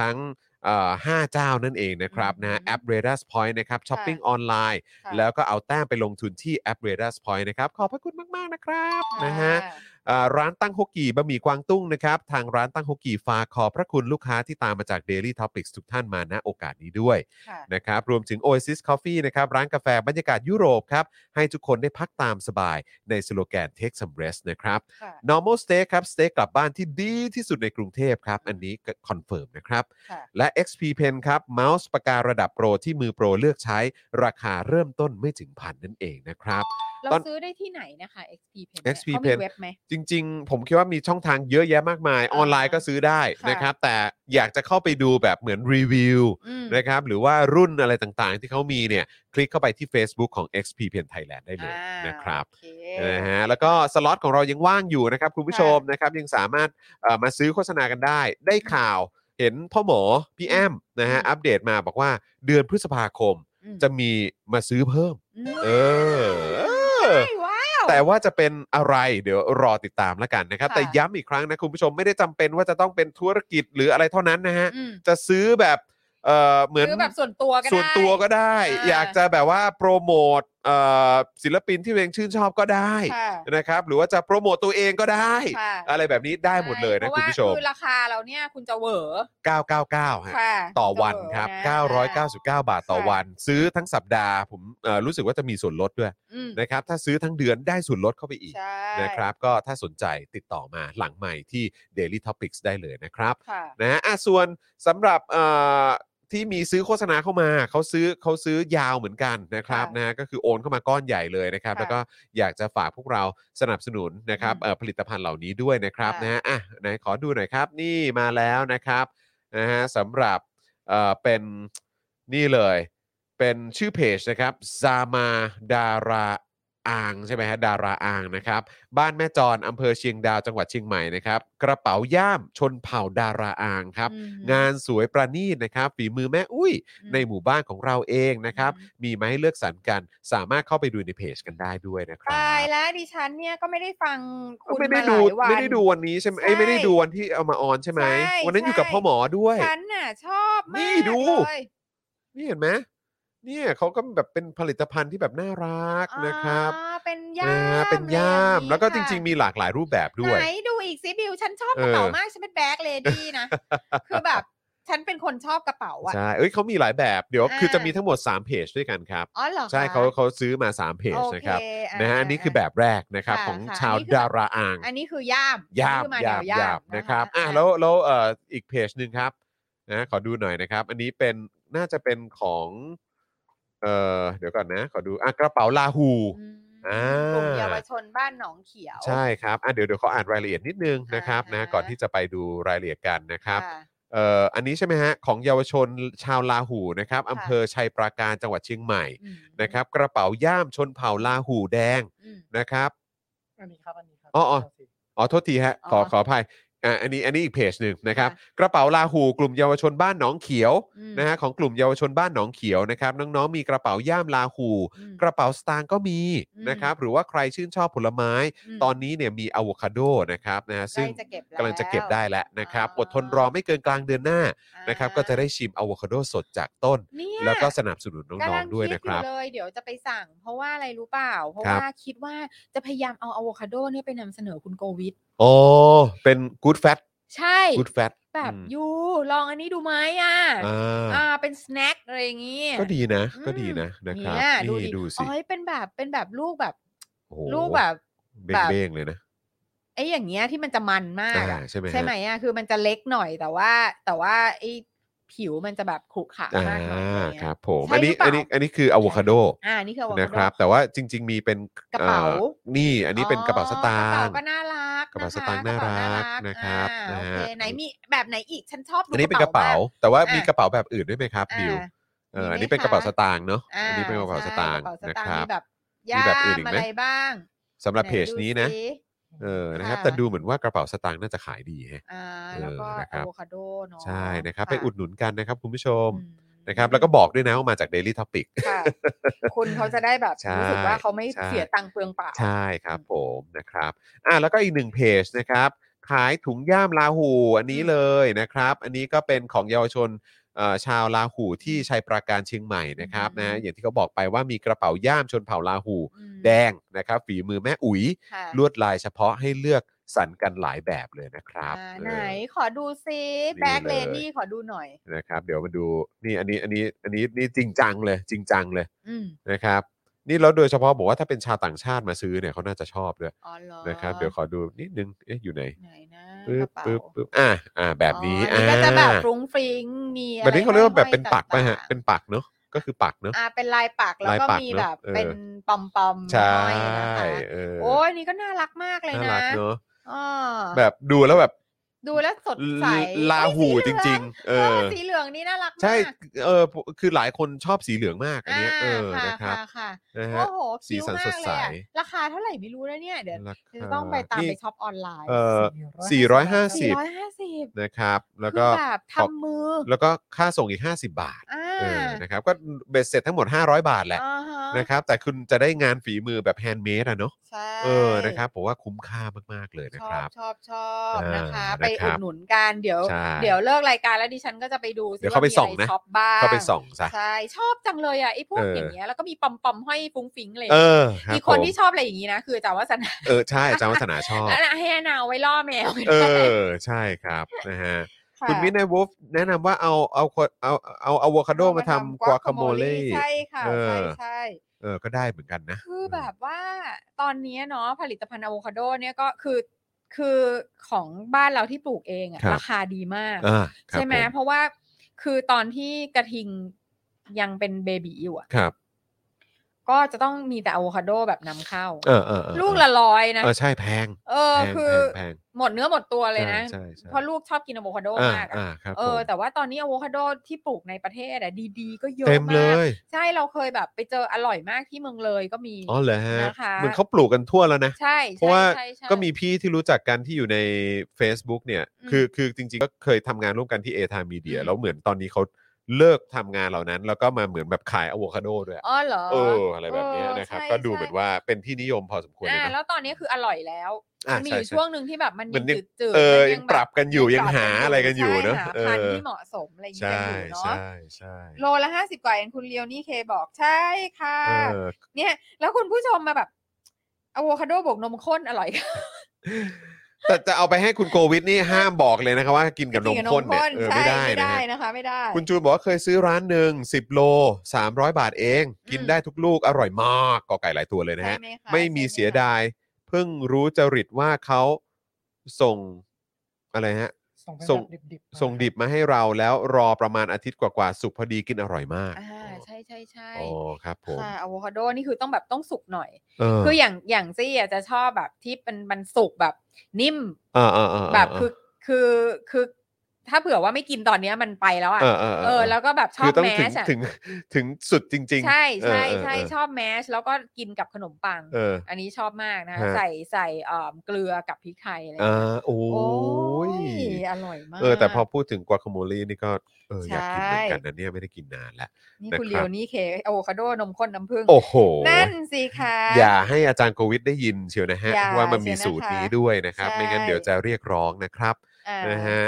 C: ทั้งเอ่อห้าเจ้านั่นเองนะครับนะฮะ
D: อืม
C: แอป r a d a r Point นะครับช้อปปิ้งออนไลน์
D: ค่ะ
C: แล้วก็เอาแต้มไปลงทุนที่แอป r a d a r Point นะครับ ขอบพระคุณมาก ๆ นะครับนะฮะ
D: ค่
C: อ่าร้านตั้งฮกกีบะหมี่กวางตุ้งนะครับ ทางร้านตั้งฮกกีฝากขอบพระคุณลูกค้าที่ตามมาจาก Daily Topics ทุกท่านมาณโอกาสนี้ด้วย
D: ค่ะ
C: นะครับรวมถึง Oasis Coffee นะครับ ร้านกาแฟบรรยากาศยุโรปครับ ให้ทุกคนได้พักตามสบายในสโลแกน Take some rest นะครับ
D: ค่ะ
C: Normal Steak ครับสเต็กกลับบ้านที่ดีที่สุดในกรุงเทพครับ อันนี้คอนเฟิร์มนะครับ
D: ค่ะ
C: และ XP Pen ครับเมาส์ปากการะดับโปรที่มือโปรเลือกใช้ราคาเริ่มต้นไม่ถึงพันนั่นเองนะครับ
D: เรา
C: ตอน
D: ซื้อได้ที่ไหนนะคะ XP Pen เนี่ย
C: XP
D: เขามี
C: Pen
D: เว็บไหม
C: จริงๆ ผมคิดว่ามีช่องทางเยอะแยะมากมาย ออนไลน์ก็ซื้อได้
D: ค่ะ
C: นะครับ แต่อยากจะเข้าไปดูแบบเหมือนรีวิว
D: อืม
C: นะครับ หรือว่ารุ่นอะไรต่างๆ ที่เขามีเนี่ย คลิกเข้าไปที่ Facebook ของ XP Pen Thailand ได้เลย
D: อ่า
C: นะครับ
D: โอเค
C: นะฮะแล้วก็สล็อตของเรายังว่างอยู่นะครับ คุณผู้ชม
D: ค่ะ
C: นะครับยังสามารถเอ่อมาซื้อโฆษณากันได้ ได้ข่าวเห็นพ่อหมอพี่แอมนะฮะ
D: อืม
C: อัปเดตมาบอกว่าเดือนพฤษภาคม
D: อืม
C: จะมีมาซื้อเพิ่ม
D: อืม
C: เออเอ
D: ใช่
C: อ
D: ว้าว
C: แต่ว่าจะเป็นอะไรเดี๋ยวรอติดตามแล้วกันนะครับ
D: ค่ะ
C: แต่ย้ำอีกครั้งนะคุณผู้ชมไม่ได้จำเป็นว่าจะต้องเป็นธุรกิจหรืออะไรเท่านั้นนะฮะ
D: อืม
C: จะซื้อแบบเอ่อเหมือน
D: ซื้อแบบส่วนตัวก็ได้
C: ส่วนตัวก็ได้
D: อ่า
C: อยากจะแบบว่าโปรโมทเอ่อศิลปินที่ตัวเองชื่นชอบก็ได้
D: ค่ะ
C: นะครับหรือว่าจะโปรโมตตัวเองก็ได้
D: ค่ะ
C: อะไรแบบนี้ได้หมดเลยนะ
D: ใช่
C: คุณผู้ชม
D: เพราะว่าคือราคาเราเนี่ยคุณจะเหวอ
C: 999ฮะ
D: ค่ะ
C: ต่อวัน
D: จะเห
C: ครับ
D: นะ
C: 999 บาทต่อวัน ซื้อทั้งสัปดาห์ผมเอ่อรู้สึกว่าจะมีส่วนลดด้วย
D: อืม
C: นะครับ ถ้าซื้อทั้งเดือนได้ส่วนลดเข้าไปอีก
D: ใช่
C: นะครับ ก็ถ้าสนใจติดต่อมาหลังใหม่ที่ Daily Topics ได้เลยนะครับ
D: ค่ะ
C: นะฮะอ่ะส่วนสำหรับเอ่อที่มีซื้อโฆษณาเข้ามาเขาซื้อเขาซื้อยาวเหมือนกันนะครับ
D: ค่ะ
C: นะฮะก็คือโอนเข้ามาก้อนใหญ่เลยนะครับ
D: ค่ะ
C: แล้วก็อยากจะฝากพวกเราสนับสนุนนะครับ
D: อืม
C: เอ่อผลิตภัณฑ์เหล่านี้ด้วยนะครับ ครับ
D: ค่ะ
C: นะฮะอ่ะไหนขอดูหน่อยครับ นี่มาแล้วนะครับนะฮะสำหรับเอ่อเป็นนี่เลย เป็นชื่อเพจนะครับซามาดาราอ่างใช่ไหมฮะดาราอ่างนะครับ บ้านแม่จรอำเภอเชียงดาวจังหวัดเชียงใหม่นะครับ กระเป๋าย่ามชนเผ่าดาราอ่างครับ
D: อืม
C: งานสวยประณีตนะครับ ฝีมือแม่อุ้ย ในหมู่บ้านของเราเองนะครับ
D: อืม
C: มีมาให้เลือกสรรกัน สามารถเข้าไปดูในเพจกันได้ด้วยนะครับ
D: ตายแล้วดิฉันเนี่ยก็ไม่ได้ฟังคุณ
C: ไม่ได้
D: า
C: ดู
D: หลายวัน
C: ไม่ได้ดูวันนี้ใช่ไหมเอ้ย
D: ใช่
C: ไม่ได้ดูวันที่เอามาออนใช่ไหม
D: ใช่
C: วันนั้นอยู่กับ
D: ใช่
C: พ่อหมอด้วย
D: ฉันน่ะชอบมาก
C: นี่ดู
D: เลย
C: นี่เห็นไหมเนี่ยเขาก็แบบเป็นผลิตภัณฑ์ที่แบบน่ารักนะครับ
D: อ่าเป็น
C: เอย่
D: า
C: อ
D: ม
C: เป็นย่าม
D: เย
C: แล้วก็จ
D: ค่ะ
C: ริง ๆ มีหลากหลายรูปแบบด้วย
D: ไหนดูอีกซิบิว ฉันชอบ
C: เอก อ
D: ระเป๋ามาก ฉันเป็นแบ็คเลดี้นะ คือแบบ ฉันเป็นคนชอบกระเป๋าอ่ะ
C: ใช่เอ้ยเขามีหลายแบบเดี๋ยว
D: อ่า
C: คือจะมีทั้งหมด 3 เพจด้วยกันครับ
D: อ๋อเหรอ
C: ใช่
D: คะ
C: เขาเขาซื้อมา 3 เพจ
D: โอ
C: นะครับ
D: เอ่
C: นะฮะ
D: า
C: นี่คือแบบแรกนะครับ
D: ค่ะ
C: ของ
D: ค่ะ
C: ชาว
D: อันนี้คือ
C: ดาราอ่าง
D: อันนี้คือย่าม
C: ย่าม
D: อันนี้คือแน
C: ย่าม
D: ว
C: ย่ามนะครับอ่ะ
D: า
C: แล้วแล้วเอ่ออีกเพจหนึ่งครับนะขอดูหน่อยนะครับ อันนี้เป็นน่าจะเป็นของเอ่อเดี๋ยวก่อนนะ ขอดูอ่ะกระเป๋าลาหู
D: อืม
C: อ่า
D: กลุ่มเยาวชนบ้านหนองเขียว
C: ใช่ครับอ่ะเดี๋ยวเดี๋ยวเขาอ่านรายละเอียดนิดนึงนะครับ
D: อ่า
C: นะ
D: ฮะ
C: ก่อนที่จะไปดูรายละเอียดกันนะครับ
D: ค่ะ
C: เอ่ออันนี้ใช่ไหมฮะของเยาวชนชาวลาหูนะครับ
D: ค่ะ
C: อำเภอชัยปราการจังหวัดเชียงใหม่
D: อืม
C: นะครับกระเป๋าย่ามชนเผ่าลาหูแดง
D: อืม
C: นะครับ
A: อันนี้ครับอันนี้ครั
C: อ๋ออ๋อ อ๋อโทษทีฮะขอขออภัยอ่าอันนี้อันนี้อีกเพจหนึ่งนะครับ
D: ค่ะ
C: กระเป๋าลาหูกลุ่มเยาวชนบ้านหนองเขียว
D: อืม
C: นะฮะของกลุ่มเยาวชนบ้านหนองเขียวนะครับน้องๆมีกระเป๋าย่ามลาหู
D: อืม
C: กระเป๋าสตางค์ก็มี
D: อืม
C: นะครับหรือว่าใครชื่นชอบผลไม้
D: ม
C: ตอนนี้เนี่ยมีอะโวคาโดนะครับนะฮะซึ่ง
D: ใกล้จะเก็บแว
C: กำลังจะเก็บได้แล้วนะครับอ
D: อ๋อ
C: ดทนรอไม่เกินกลางเดือนหน้านะครับ ก็จะได้ชิมอะโวคาโดสดจากต้น
D: เนี่ย
C: แล้วก็สนับสนุนน้
D: กำ
C: อ
D: ลั
C: ง
D: ง
C: ๆด้วย
D: คิด
C: นะ
D: อ
C: ครั
D: ยู่
C: บ
D: เลยเดี๋ยวจะไปสั่ง เพราะว่าอะไรรู้เปล่า เพราะ
C: ครับ
D: ว่าคิดว่าจะพยายามเอาอะโวคาโดเนี่ยไปนำเสนอคุณโกวิท
C: โอ้เป็นกู๊ดแฟต
D: ใช่
C: กู๊ดแฟต
D: แบบยูลองอันนี้ดูไหมอ่ะ
C: อ่า
D: อ่าเป็นสแน็คอะไรอย่างงี้
C: ก็ดีนะ
D: อืม
C: ก็ดีนะนะครับ
D: เนี่ยดู
C: นี่
D: ดิ
C: ดูสิ
D: อ๋อเป็นแบบเป็นแบบลูกแบบ
C: โอ้โห
D: ลูกแบบ
C: เบ้งเบ้งๆเลยนะ
D: ไอ้อย่างเงี้ยที่มันจะมันมาก
C: อ่า
D: อะ
C: ใช่ไหมฮะ
D: ใช่ไหมอ่ะคือมันจะเล็กหน่อยแต่ว่าแต่ว่าไอ้ ผิวมันจะแบบขรุขระ
C: อ่าม
D: ากหน่อยอะไรเงี้ย
C: ครับผม
D: ใช่
C: อันนี้
D: หรือเปล่า
C: อันนี้อันนี้คืออะโวคาโด
D: อ่านี่คือ avocado
C: นะครับ แต่ว่าจริง ๆ มีเป็น
D: กระเป๋า
C: อ่อนี่อันนี้เป็นกระเป๋าสตาง
D: กระเป๋า
C: ค์
D: ก็น่ารัก
C: กระเป๋า
D: ค
C: สตางค์น่ารักนะครับ
D: อ่าโอ
C: นะ
D: เค
C: ฮะ
D: ไหนมีแบบไหนอีกฉันชอบดู
C: อันนี้เป็นกระเป๋า
D: ม
C: แต่ว่า
D: อ่ะ
C: มีกระเป๋าแบบอื่นด้วยไหมครับ
D: อ่า
C: บิวเออ
D: มีไหม
C: อันนี้เป็นกระเป๋า
D: คะ
C: สตางค์เนาะ
D: อ่า
C: อันนี้เป็นกระเป๋าส
D: ใช่
C: ตางค์
D: กระเป๋าส
C: นะ
D: ตาง
C: ค
D: ค์
C: รับมี
D: มีแบบ
C: แบบ
D: ย่า
C: อื่นอีก
D: ม
C: ไหม
D: อะไรบ้าง
C: สำหรับเพจ
D: ไหดู
C: นี้นะ
D: สิ
C: เออนะครับ
D: ค่ะ
C: แต่ดูเหมือนว่ากระเป๋าสตางค์น่าจะขายดีแฮะ
D: อ่า
C: เออ
D: แล้วก็
C: นะครั
D: อะ
C: บ
D: โวคาโดเนาะ
C: ใช่นะครับ
D: ะ
C: ไปอุดหนุนกันนะครับคุณผู้ชม
D: อืม
C: นะครับ แล้วก็บอกด้วยนะว่ามาจาก Daily Topic
D: ค่ะคนเขาจะได้แบบ
C: ใช่
D: รู้สึกว่าเขาไม่
C: ใช่
D: เสียตังค์เปลืองเปล่า
C: ใช่ครับผมนะครับอ่ะแล้วก็อีกหนึ่งเพจนะครับ ขายถุงย่ามลาหู อันนี้
D: อืม
C: เลยนะครับ อันนี้ก็เป็นของเยาวชนเอ่อชาวลาหูที่ชัยปราการเชียงใหม่นะครับ
D: อื
C: นะ
D: ม
C: อย่างที่เขาบอกไปว่ามีกระเป๋าย่ามชนเผ่าลาหู
D: อืม
C: แดงนะครับ ฝีมือแม่อุ๋ย
D: ค่ะ
C: ลวดลายเฉพาะให้เลือกสรรกันหลายแบบเลยนะครับ
D: อ่า
C: เออ
D: ไหนขอดูซิ
C: นี่
D: แบ็กเล
C: เลย
D: นี่ขอดูหน่อย
C: นะครับ เดี๋ยวมาดูนี่อันนี้อันนี้อันนี้นี่จริงจังเลย จริงจังเลย
D: อืม
C: นะครับ นี่แล้วโดยเฉพาะบอกว่าถ้าเป็นชาวต่างชาติมาซื้อเนี่ยเขาน่าจะชอบด้วย
D: อ๋อเหรอ
C: นะครับ เดี๋ยวขอดูนิดนึงเอ๊ะอยู่ไหน
D: ไหนนะ
C: ปึ๊
D: ก
C: บ
D: ระเป๋า
C: ปึ๊บปึ๊บอ่าอ่า แบบนี้
D: อ๋ออัก็จะแบบฟรุ้งฟริ้งมีอะไ
C: แบบนี้เขาเรียกว่าแบบเป็น
D: ห้อ
C: ปักป่ะฮะ
D: ต่างๆ
C: เป็นปักเนอะก็คือปักเนอะ
D: อ่าเป็นลายปักแล้ว
C: ลาย
D: ก็
C: ปัก
D: มี
C: เนอะ
D: แบบ
C: เออ
D: เป็นปอมปอม
C: ใช่
D: นะคะ
C: เออ
D: โอ้ยอันนี่ก็น่ารักมากเลย
C: น่า
D: นะ
C: รักเนอะ
D: อ๋อ
C: แบบดูแล้วแบบ
D: ดูแล้วสดใส
C: ลาหู
D: เอ้ย
C: จ
D: สีเหลือ
C: ริง ๆ เออ
D: สีเหลืองนี่น่ารักมาก
C: ใช่ เออ คือหลายคนชอบสีเหลืองมากอันเนี้ยเออ
D: า
C: นะครับ
D: ค่ะ
C: นะ
D: ค่ะ
C: ฮะ
D: โอ้โห
C: สีสัน
D: คิ้
C: ส
D: วมาก
C: ดใส
D: เลยอะราคาเท่าไหร่ไม่รู้นะเนี่ยเดี๋ยว
C: รา
D: จะ
C: คา
D: ต้องไปตาม
C: นี่
D: ไปช็อปออนไลน์
C: เออ 450
D: สี่ร้อยห้าสิบ
C: นะครับ แล้วก็
D: คือแบบทำมือ
C: แล้วก็ค่าส่งอีก 50 บาท
D: อ่า
C: เออ นะครับ ก็เบ็ดเสร็จทั้งหมด 500 บาทแหละ
D: อ่าฮ
C: นะครับ แต่คุณจะได้งานฝีมือแบบแฮนด์เมดอะเนาะ
D: ใช่
C: เออ นะครับ ผมว่าคุ้มค่ามาก ๆ เลยนะ
D: ชอ
C: ค
D: บ
C: รับ
D: ชอบชอบ
C: อ่าน
D: นะคะ
C: นะครับ
D: ไปอุดหนุนกันเดี๋ยว
C: ใช่
D: เดี๋ยวเลิกรายการแล้วดิฉันก็จะไปดูซิ
C: เดี๋ยวเข้าไป
D: มี
C: ส่อง
D: ไร
C: นะ
D: ช็อปบ้าง
C: ก็ไปส่องซะ
D: ใช่ ชอบจังเลยอ่ะไอ้พวก
C: เออ
D: อ
C: อ
D: ย่างเงี้ยแล้วก็มีปอมปอมๆห้อยฟุ้งฟิ้งเลย
C: เออรับ
D: มีคน
C: ผม
D: ที่ชอบอะไรอย่างงี้นะ คืออาจารย์วัฒนา
C: เออ ใช่อาจารย์วัฒนาชอบ
D: อันนั้นให้อนาวไว้ล่อแมว
C: เออ ใช่ครับ นะฮะ
D: ะ
C: คุณวินัยวูฟแนะนำว่าเอาเอาคนเอาเอาอะโวคาโดมาทำกวาคาโมเล่
D: ใช่ค่ะ
C: เออ
D: ใช่ใช่
C: เออ ก็ได้เหมือนกันนะ
D: คือแบบว่าตอนเนี้ยเนาะผลิตภัณฑ์อะโวคาโดเนี่ยก็คือคือของบ้านเราที่ปลูกเองอะ
C: ครับ
D: ราคาดีมาก
C: อ่าครับ
D: ใช่ไหม
C: ผ
D: เพราะว่าคือตอนที่กระทิงยังเป็นเบบีอยู่อะ
C: ครับ
D: ก็จะต้องมีแต่อะโวคาโดแบบนำเข้า
C: เออเออเออ
D: ลูกละร้อยนะ
C: เออ ใช่แพง
D: เออ
C: แพง
D: คือ
C: แพงแพง
D: หมดเนื้อหมดตัวเลยนะ
C: ใช่ใช่
D: เพราะลูกชอบกินอะโวคาโด
C: อ่าม
D: ากอะ
C: อ่าครับ
D: เออ
C: ผม
D: แต่ว่าตอนนี้อะโวคาโดที่ปลูกในประเทศอะดีๆ ก็เยอะ
C: เต็มเล
D: มาก
C: ย
D: ใช่เราเคยแบบไปเจออร่อยมากที่เมืองเลยก็มี
C: อ๋อเหรอฮะ
D: นะคะ
C: เหมือนเขาปลูกกันทั่วแล้วนะ
D: ใช่
C: เพราะว่า
D: ใช่ใช่
C: ก็มีพี่ที่รู้จักกันที่อยู่ใน Facebook เนี่ย
D: อืม
C: คือคือจริงๆ ก็เคยทำงานร่วมกันที่เอทามีเดีย
D: อืม
C: แล้วเหมือนตอนนี้เขาเลิกทำงานเหล่านั้น แล้วก็มาเหมือนแบบขายอะโวคาโดด้วย
D: อ๋อเหรอ
C: เอออะไรแบบเนี้ยนะครับ
D: ใช่
C: ก็ดู
D: ใช่
C: เหมือนว่าเป็นที่นิยมพอสมควรเลย
D: อ่า
C: นะ
D: แล้วตอนนี้คืออร่อยแล้ว
C: อ่ะ
D: มันมี
C: ใช่
D: อยู่
C: ใ
D: ช่วงหนึ่งที่แบบมัน
C: มั
D: ยัง
C: นยัง
D: จืดๆ
C: เออ
D: มัน
C: ยังปรับกันอยู่ยังหาอะไรกันอยู่เนอะ
D: ใช่หา
C: เอ
D: พัน
C: อ
D: ธุ์ที่เหมาะสมอะไรอย่างเงี้ย
C: ใช่
D: กันอยู่เนาะ
C: ใช่ใช่
D: โลละห้าสิบกว่าเองคุณเลียวนี่เคบอกใช่ค่ะ
C: เออ
D: เนี่ยแล้วคุณผู้ชมมาแบบอะโวคาโดบวกนมข้นอร่อย ค่ะ
C: แต่จะเอาไปให้คุณโควิดนี่ห้ามบอกเลยนะครับว่ากินกับนมข้นเนี่ยเออ
D: ใช่
C: ไม่
D: ไม่
C: ได้นะ
D: ได้
C: ฮะ
D: นะคะ ไม่ได้
C: คุณจูนบอกว่าเคยซื้อร้านหนึ่ง10 โล 300 บาทเอง
D: อืม
C: กินได้ทุกลูกอร่อยมากกอไก่หลายตัวเลยนะ
D: ใช่
C: ฮะ
D: หคะ
C: ไม่มี
D: ใช่ห
C: เสียดาย เพิ่งรู้จริตว่าเขาส่งอะไรฮะ
A: ส่ง
C: ส่ง
A: ไปแบบดิบๆมา
C: ส่งดิบมาให้เราแล้วรอประมาณอาทิตย์กว่าๆสุกพอดีกินอร่อยมาก
D: อ่าใช่ใช่ใช่
C: อ๋อครับผม
D: ค่ะอะโวคาโดนี่คือต้องแบบต้องสุกหน่อย
C: เออ
D: คืออย่างอย่างซี่อ่ะจะชอบแบบที่เป็นมันสุกแบบนิ่ม
C: เออเออเออเ
D: แบบคือคือคือ ถ้าเผื่อว่าไม่กินตอนเนี้ยมันไปแล้วอ่ะ
C: เออเออ
D: เออ แล้วก็แบบชอ
C: คื
D: บ
C: อต้อง
D: แม
C: ถึง
D: ชอ่ะ
C: ถึง ถึงสุดจริง ๆ
D: ใช่
C: เออ
D: ใช่
C: เออ
D: ใช่
C: เออ
D: ชอบแมชแล้วก็กินกับขนมปัง
C: เออ
D: อันนี้ชอบมากนะ
C: ฮะ
D: ใส่ใส่เอ่อเกลือกับพริกไทยอะไรอย่าง
C: อ่า
D: เงี้ย
C: โอ้
D: โอ้
C: ย
D: ยอร่อยมาก
C: เออแต่พอพูดถึงกวาคาโมลีนี่ก็เอออยากกินเหมือนกัน
D: ใช่
C: นะเนี่ยไม่ได้กินนานแล้ว
D: นี่
C: นะ
D: คุณ
C: ค
D: เลี
C: รั
D: ยว
C: บ
D: นี่เคกอะโวคาโดนมข้นน้ำผึ้ง
C: โอ้โห
D: นั่นสิคะ
C: อย่าให้อาจารย์โควิดได้ยินเชียวนะฮะ
D: อย่า
C: ว่ามันมี
D: เชียวนะ
C: สู
D: คะ
C: ตรนี้ด้วยนะครับ
D: ใช่
C: ไม่งั้นเดี๋ยวจะเรียกร้องนะครับ
D: อ่า
C: นะฮะ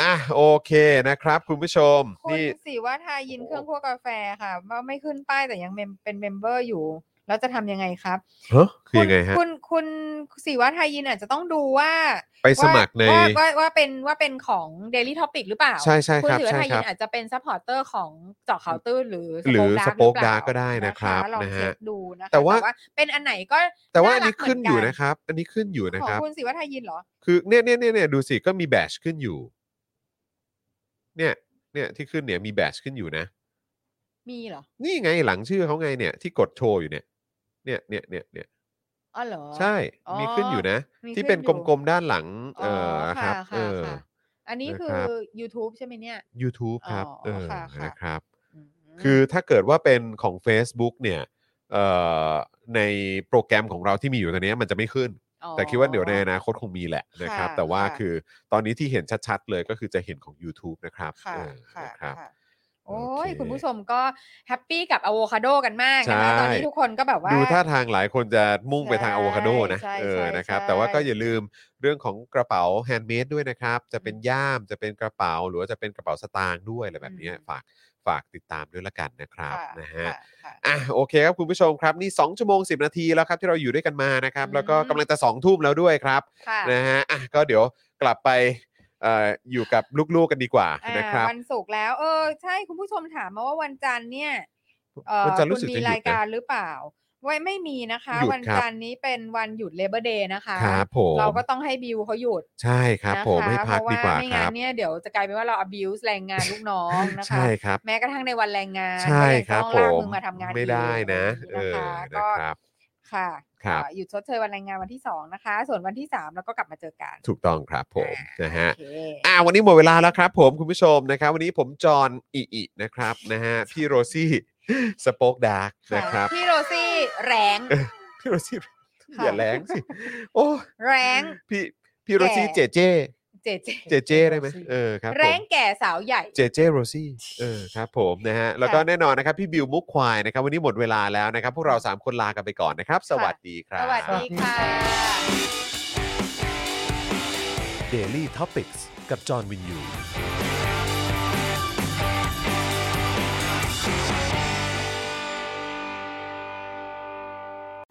C: อ่ะโอเคนะครับ คุณผู้ชม
D: คุณ
C: นี่
D: สิว่าทายินเครื่องคั่วกาแฟค่ะว่าไม่ขึ้นป้ายแต่ยังเมมเป็นเมมเบอร์อยู่ แล้วจะทำยังไงครับ
C: เฮ้อคือยังไงฮะ
D: คุณคุณคุณสิว่าทายินอาจจะต้องดูว่า
C: ไปสมัครใน
D: ว่าว่าว่าเป็นว่าเป็นของ Daily Topic หรือเปล่า
C: ใช่ใช่
D: คุ
C: ค
D: ณ
C: รับ
D: สิว่า
C: ใช่
D: ทา
C: ค
D: ยิ
C: รั
D: น
C: บ
D: อาจจะเป็นซัพพอร์เตอร์ของเจาะข่าวตื้นหรือ
C: หรือ
D: Spoke Dark
C: สปอค
D: เปล่
C: ดาร์กก็ได้นะครับ
D: ลอง
C: นะฮะ
D: เช็คดูนะคะ
C: แต่ว่า
D: เป็นอันไหนก็
C: แต่ว่าอัน
D: รั
C: นี้
D: กเหมื
C: ขึ้นอยู่
D: กั
C: นะครับ อันนี้ขึ้นอยู่นะ
D: ขอ
C: ค
D: ง
C: รับ
D: คุณสิวัฒยินเหรอ
C: คือเนี่ยเนี่ยเนี่ยเนี่ยดูสิก็มีแบชขึ้นอยู่ เนี่ย เนี่ยที่ขึ้นเนี่ยมีแบชขึ้นอยู่นะ
D: มีเหรอ
C: นี่ไงหลังชื่อเขาไงเนี่ยที่กดโชว์อยู่เนี่ย เนี่ยเนี่ยเนี่ยเนี่ย
D: อ๋อเหรอ
C: ใช่
D: อ๋อ
C: มีขึ้นอยู่นะ
D: มี
C: ที่
D: ขึ้
C: เป็น
D: อก ยู่
C: ลมๆด้านหลัง เออครั
D: ค่ะ
C: บเอ
D: ค่ะ
C: อ
D: ค่ะอันนี้
C: นะ
D: คื
C: ครั
D: อ
C: บ
D: YouTube ใช่ไหมเนี่ย
C: YouTube ครับ
D: อ๋อ
C: เออ
D: ค่ะค่ะ
C: นะครับ
D: อืม
C: คือถ้าเกิดว่าเป็นของ Facebook เนี่ยเอ่อในโปรแกรมของเราที่มีอยู่ตอนนี้มันจะไม่ขึ้น แต่คิดว่าเดี๋ยวในอนาคตคงมีแหละนะครับ
D: ค่ะ
C: แต่ว่า
D: ค่ะ
C: คือตอนนี้ที่เห็นชัดๆเลยก็คือจะเห็นของ YouTube นะครับ
D: ค่ะ
C: เออ
D: ค่ะ
C: นะครับ
D: ค่ะโอ้ย
C: โอเค
D: คุณผู้ชมก็แฮปปี้กับอะโวคาโดกันมากนะคะตอนนี้ทุกคนก็แบบว่า
C: ดูท่าทางหลายคนจะมุ่งไปทาง
D: ใช่
C: อะโวคาโดนะ
D: ใช่
C: เออ
D: ใช่
C: นะครับ
D: ใช่
C: แต่ว่าก็อย่าลืมเรื่องของกระเป๋าแฮนด์เมดด้วยนะครับ จะเป็นย่ามจะเป็นกระเป๋าหรือว่าจะเป็นกระเป๋าสตางค์ด้วยอะไรแบบเนี้ยฝากฝากติดตามด้วยละกันนะครับ
D: ค่
C: นะฮะ
D: ค่ค่
C: อ่ะโอเคครับคุณผู้ชมครับ นี่ 2 ชั่วโมง 10 นาทีแล้วครับ ที่เราอยู่ด้วยกันมานะครับ
D: อืม
C: แล้วก็กำลังจะ 2 ทุ่มแล้วด้วยครับ
D: ค่ะ
C: นะฮะอ่ะก็เดี๋ยวกลับไปเอ่ออยู่กับลูกๆกันดีกว่า
D: อ่า
C: นะครับ
D: วันศุกร์แล้ว เออ ใช่คุณผู้ชมถามมาว่าวันจันทร์เนี่ยเออ
C: วันจันทร์รู้สึก
D: คุณ
C: จะ
D: มี
C: หยุ
D: รา
C: ด
D: ย
C: นะ
D: การหรือเปล่าไว้ไม่มีนะคะ
C: หยุด
D: วัน
C: ครับ
D: จันทร์นี้เป็นวันหยุดเลเบอร์เดย์นะคะ
C: ครับผม
D: เราก็ต้องให้บิวเขาหยุด
C: ใช่ครับ
D: นะ
C: ผม
D: คะ
C: ให้พัก
D: เพระ
C: ดีกว่า
D: ไม่
C: ค
D: งั้
C: รั
D: น
C: บ
D: เนี่ยเดี๋ยวจะกลายเป็นว่าเรา abuse แรงงานลูกน้องนะคะ
C: ใช่ครับ
D: แม้กระทั่งในวันแรงงาน
C: ใช่
D: ก็ยัง
C: ครับ
D: ต้
C: ผ
D: องลาก
C: ม
D: มึงมาทำงาน
C: ไม่ได้
D: อีก
C: นะ
D: อ
C: เอ
D: ไรอ
C: อ
D: ย่างงี้นะคะ
C: นะ
D: ก็
C: ครับ
D: ค่ะ
C: ครับ
D: เอ่อหยุดชดเชยวันแรงงานวันที่สองนะคะ ส่วนวันที่สามเราก็กลับมาเจอกัน
C: ถูกต้องครับผมนะฮะ
D: โอเค
C: อ่าวันนี้หมดเวลาแล้วครับผมคุณผู้ชมนะครับ วันนี้ผมจอห์นอิอินะครับนะฮะพี่โรซี่สป็อกดาร์กนะครับ
D: พี่โรซี่แรง
C: พี่โรซี่
D: ค่ะ
C: อย่าแรงสิโอ้
D: แรง
C: พี่พี่โรซี่เจเจ
D: เจเจ
C: เจเจได้ไหมเออครับผม
D: แรงแก่สาวใหญ่
C: เจเจโรซี่เออครับผมนะฮะแล้วก็แน่นอนนะครับ พี่บิวมุกควายนะครับวันนี้หมดเวลาแล้วนะครับ พวกเรา 3 คนลากันไปก่อนนะครับ สวัสดีครับ
D: สวัสดีค่ะ
B: Daily Topics กับจอห์นวินยู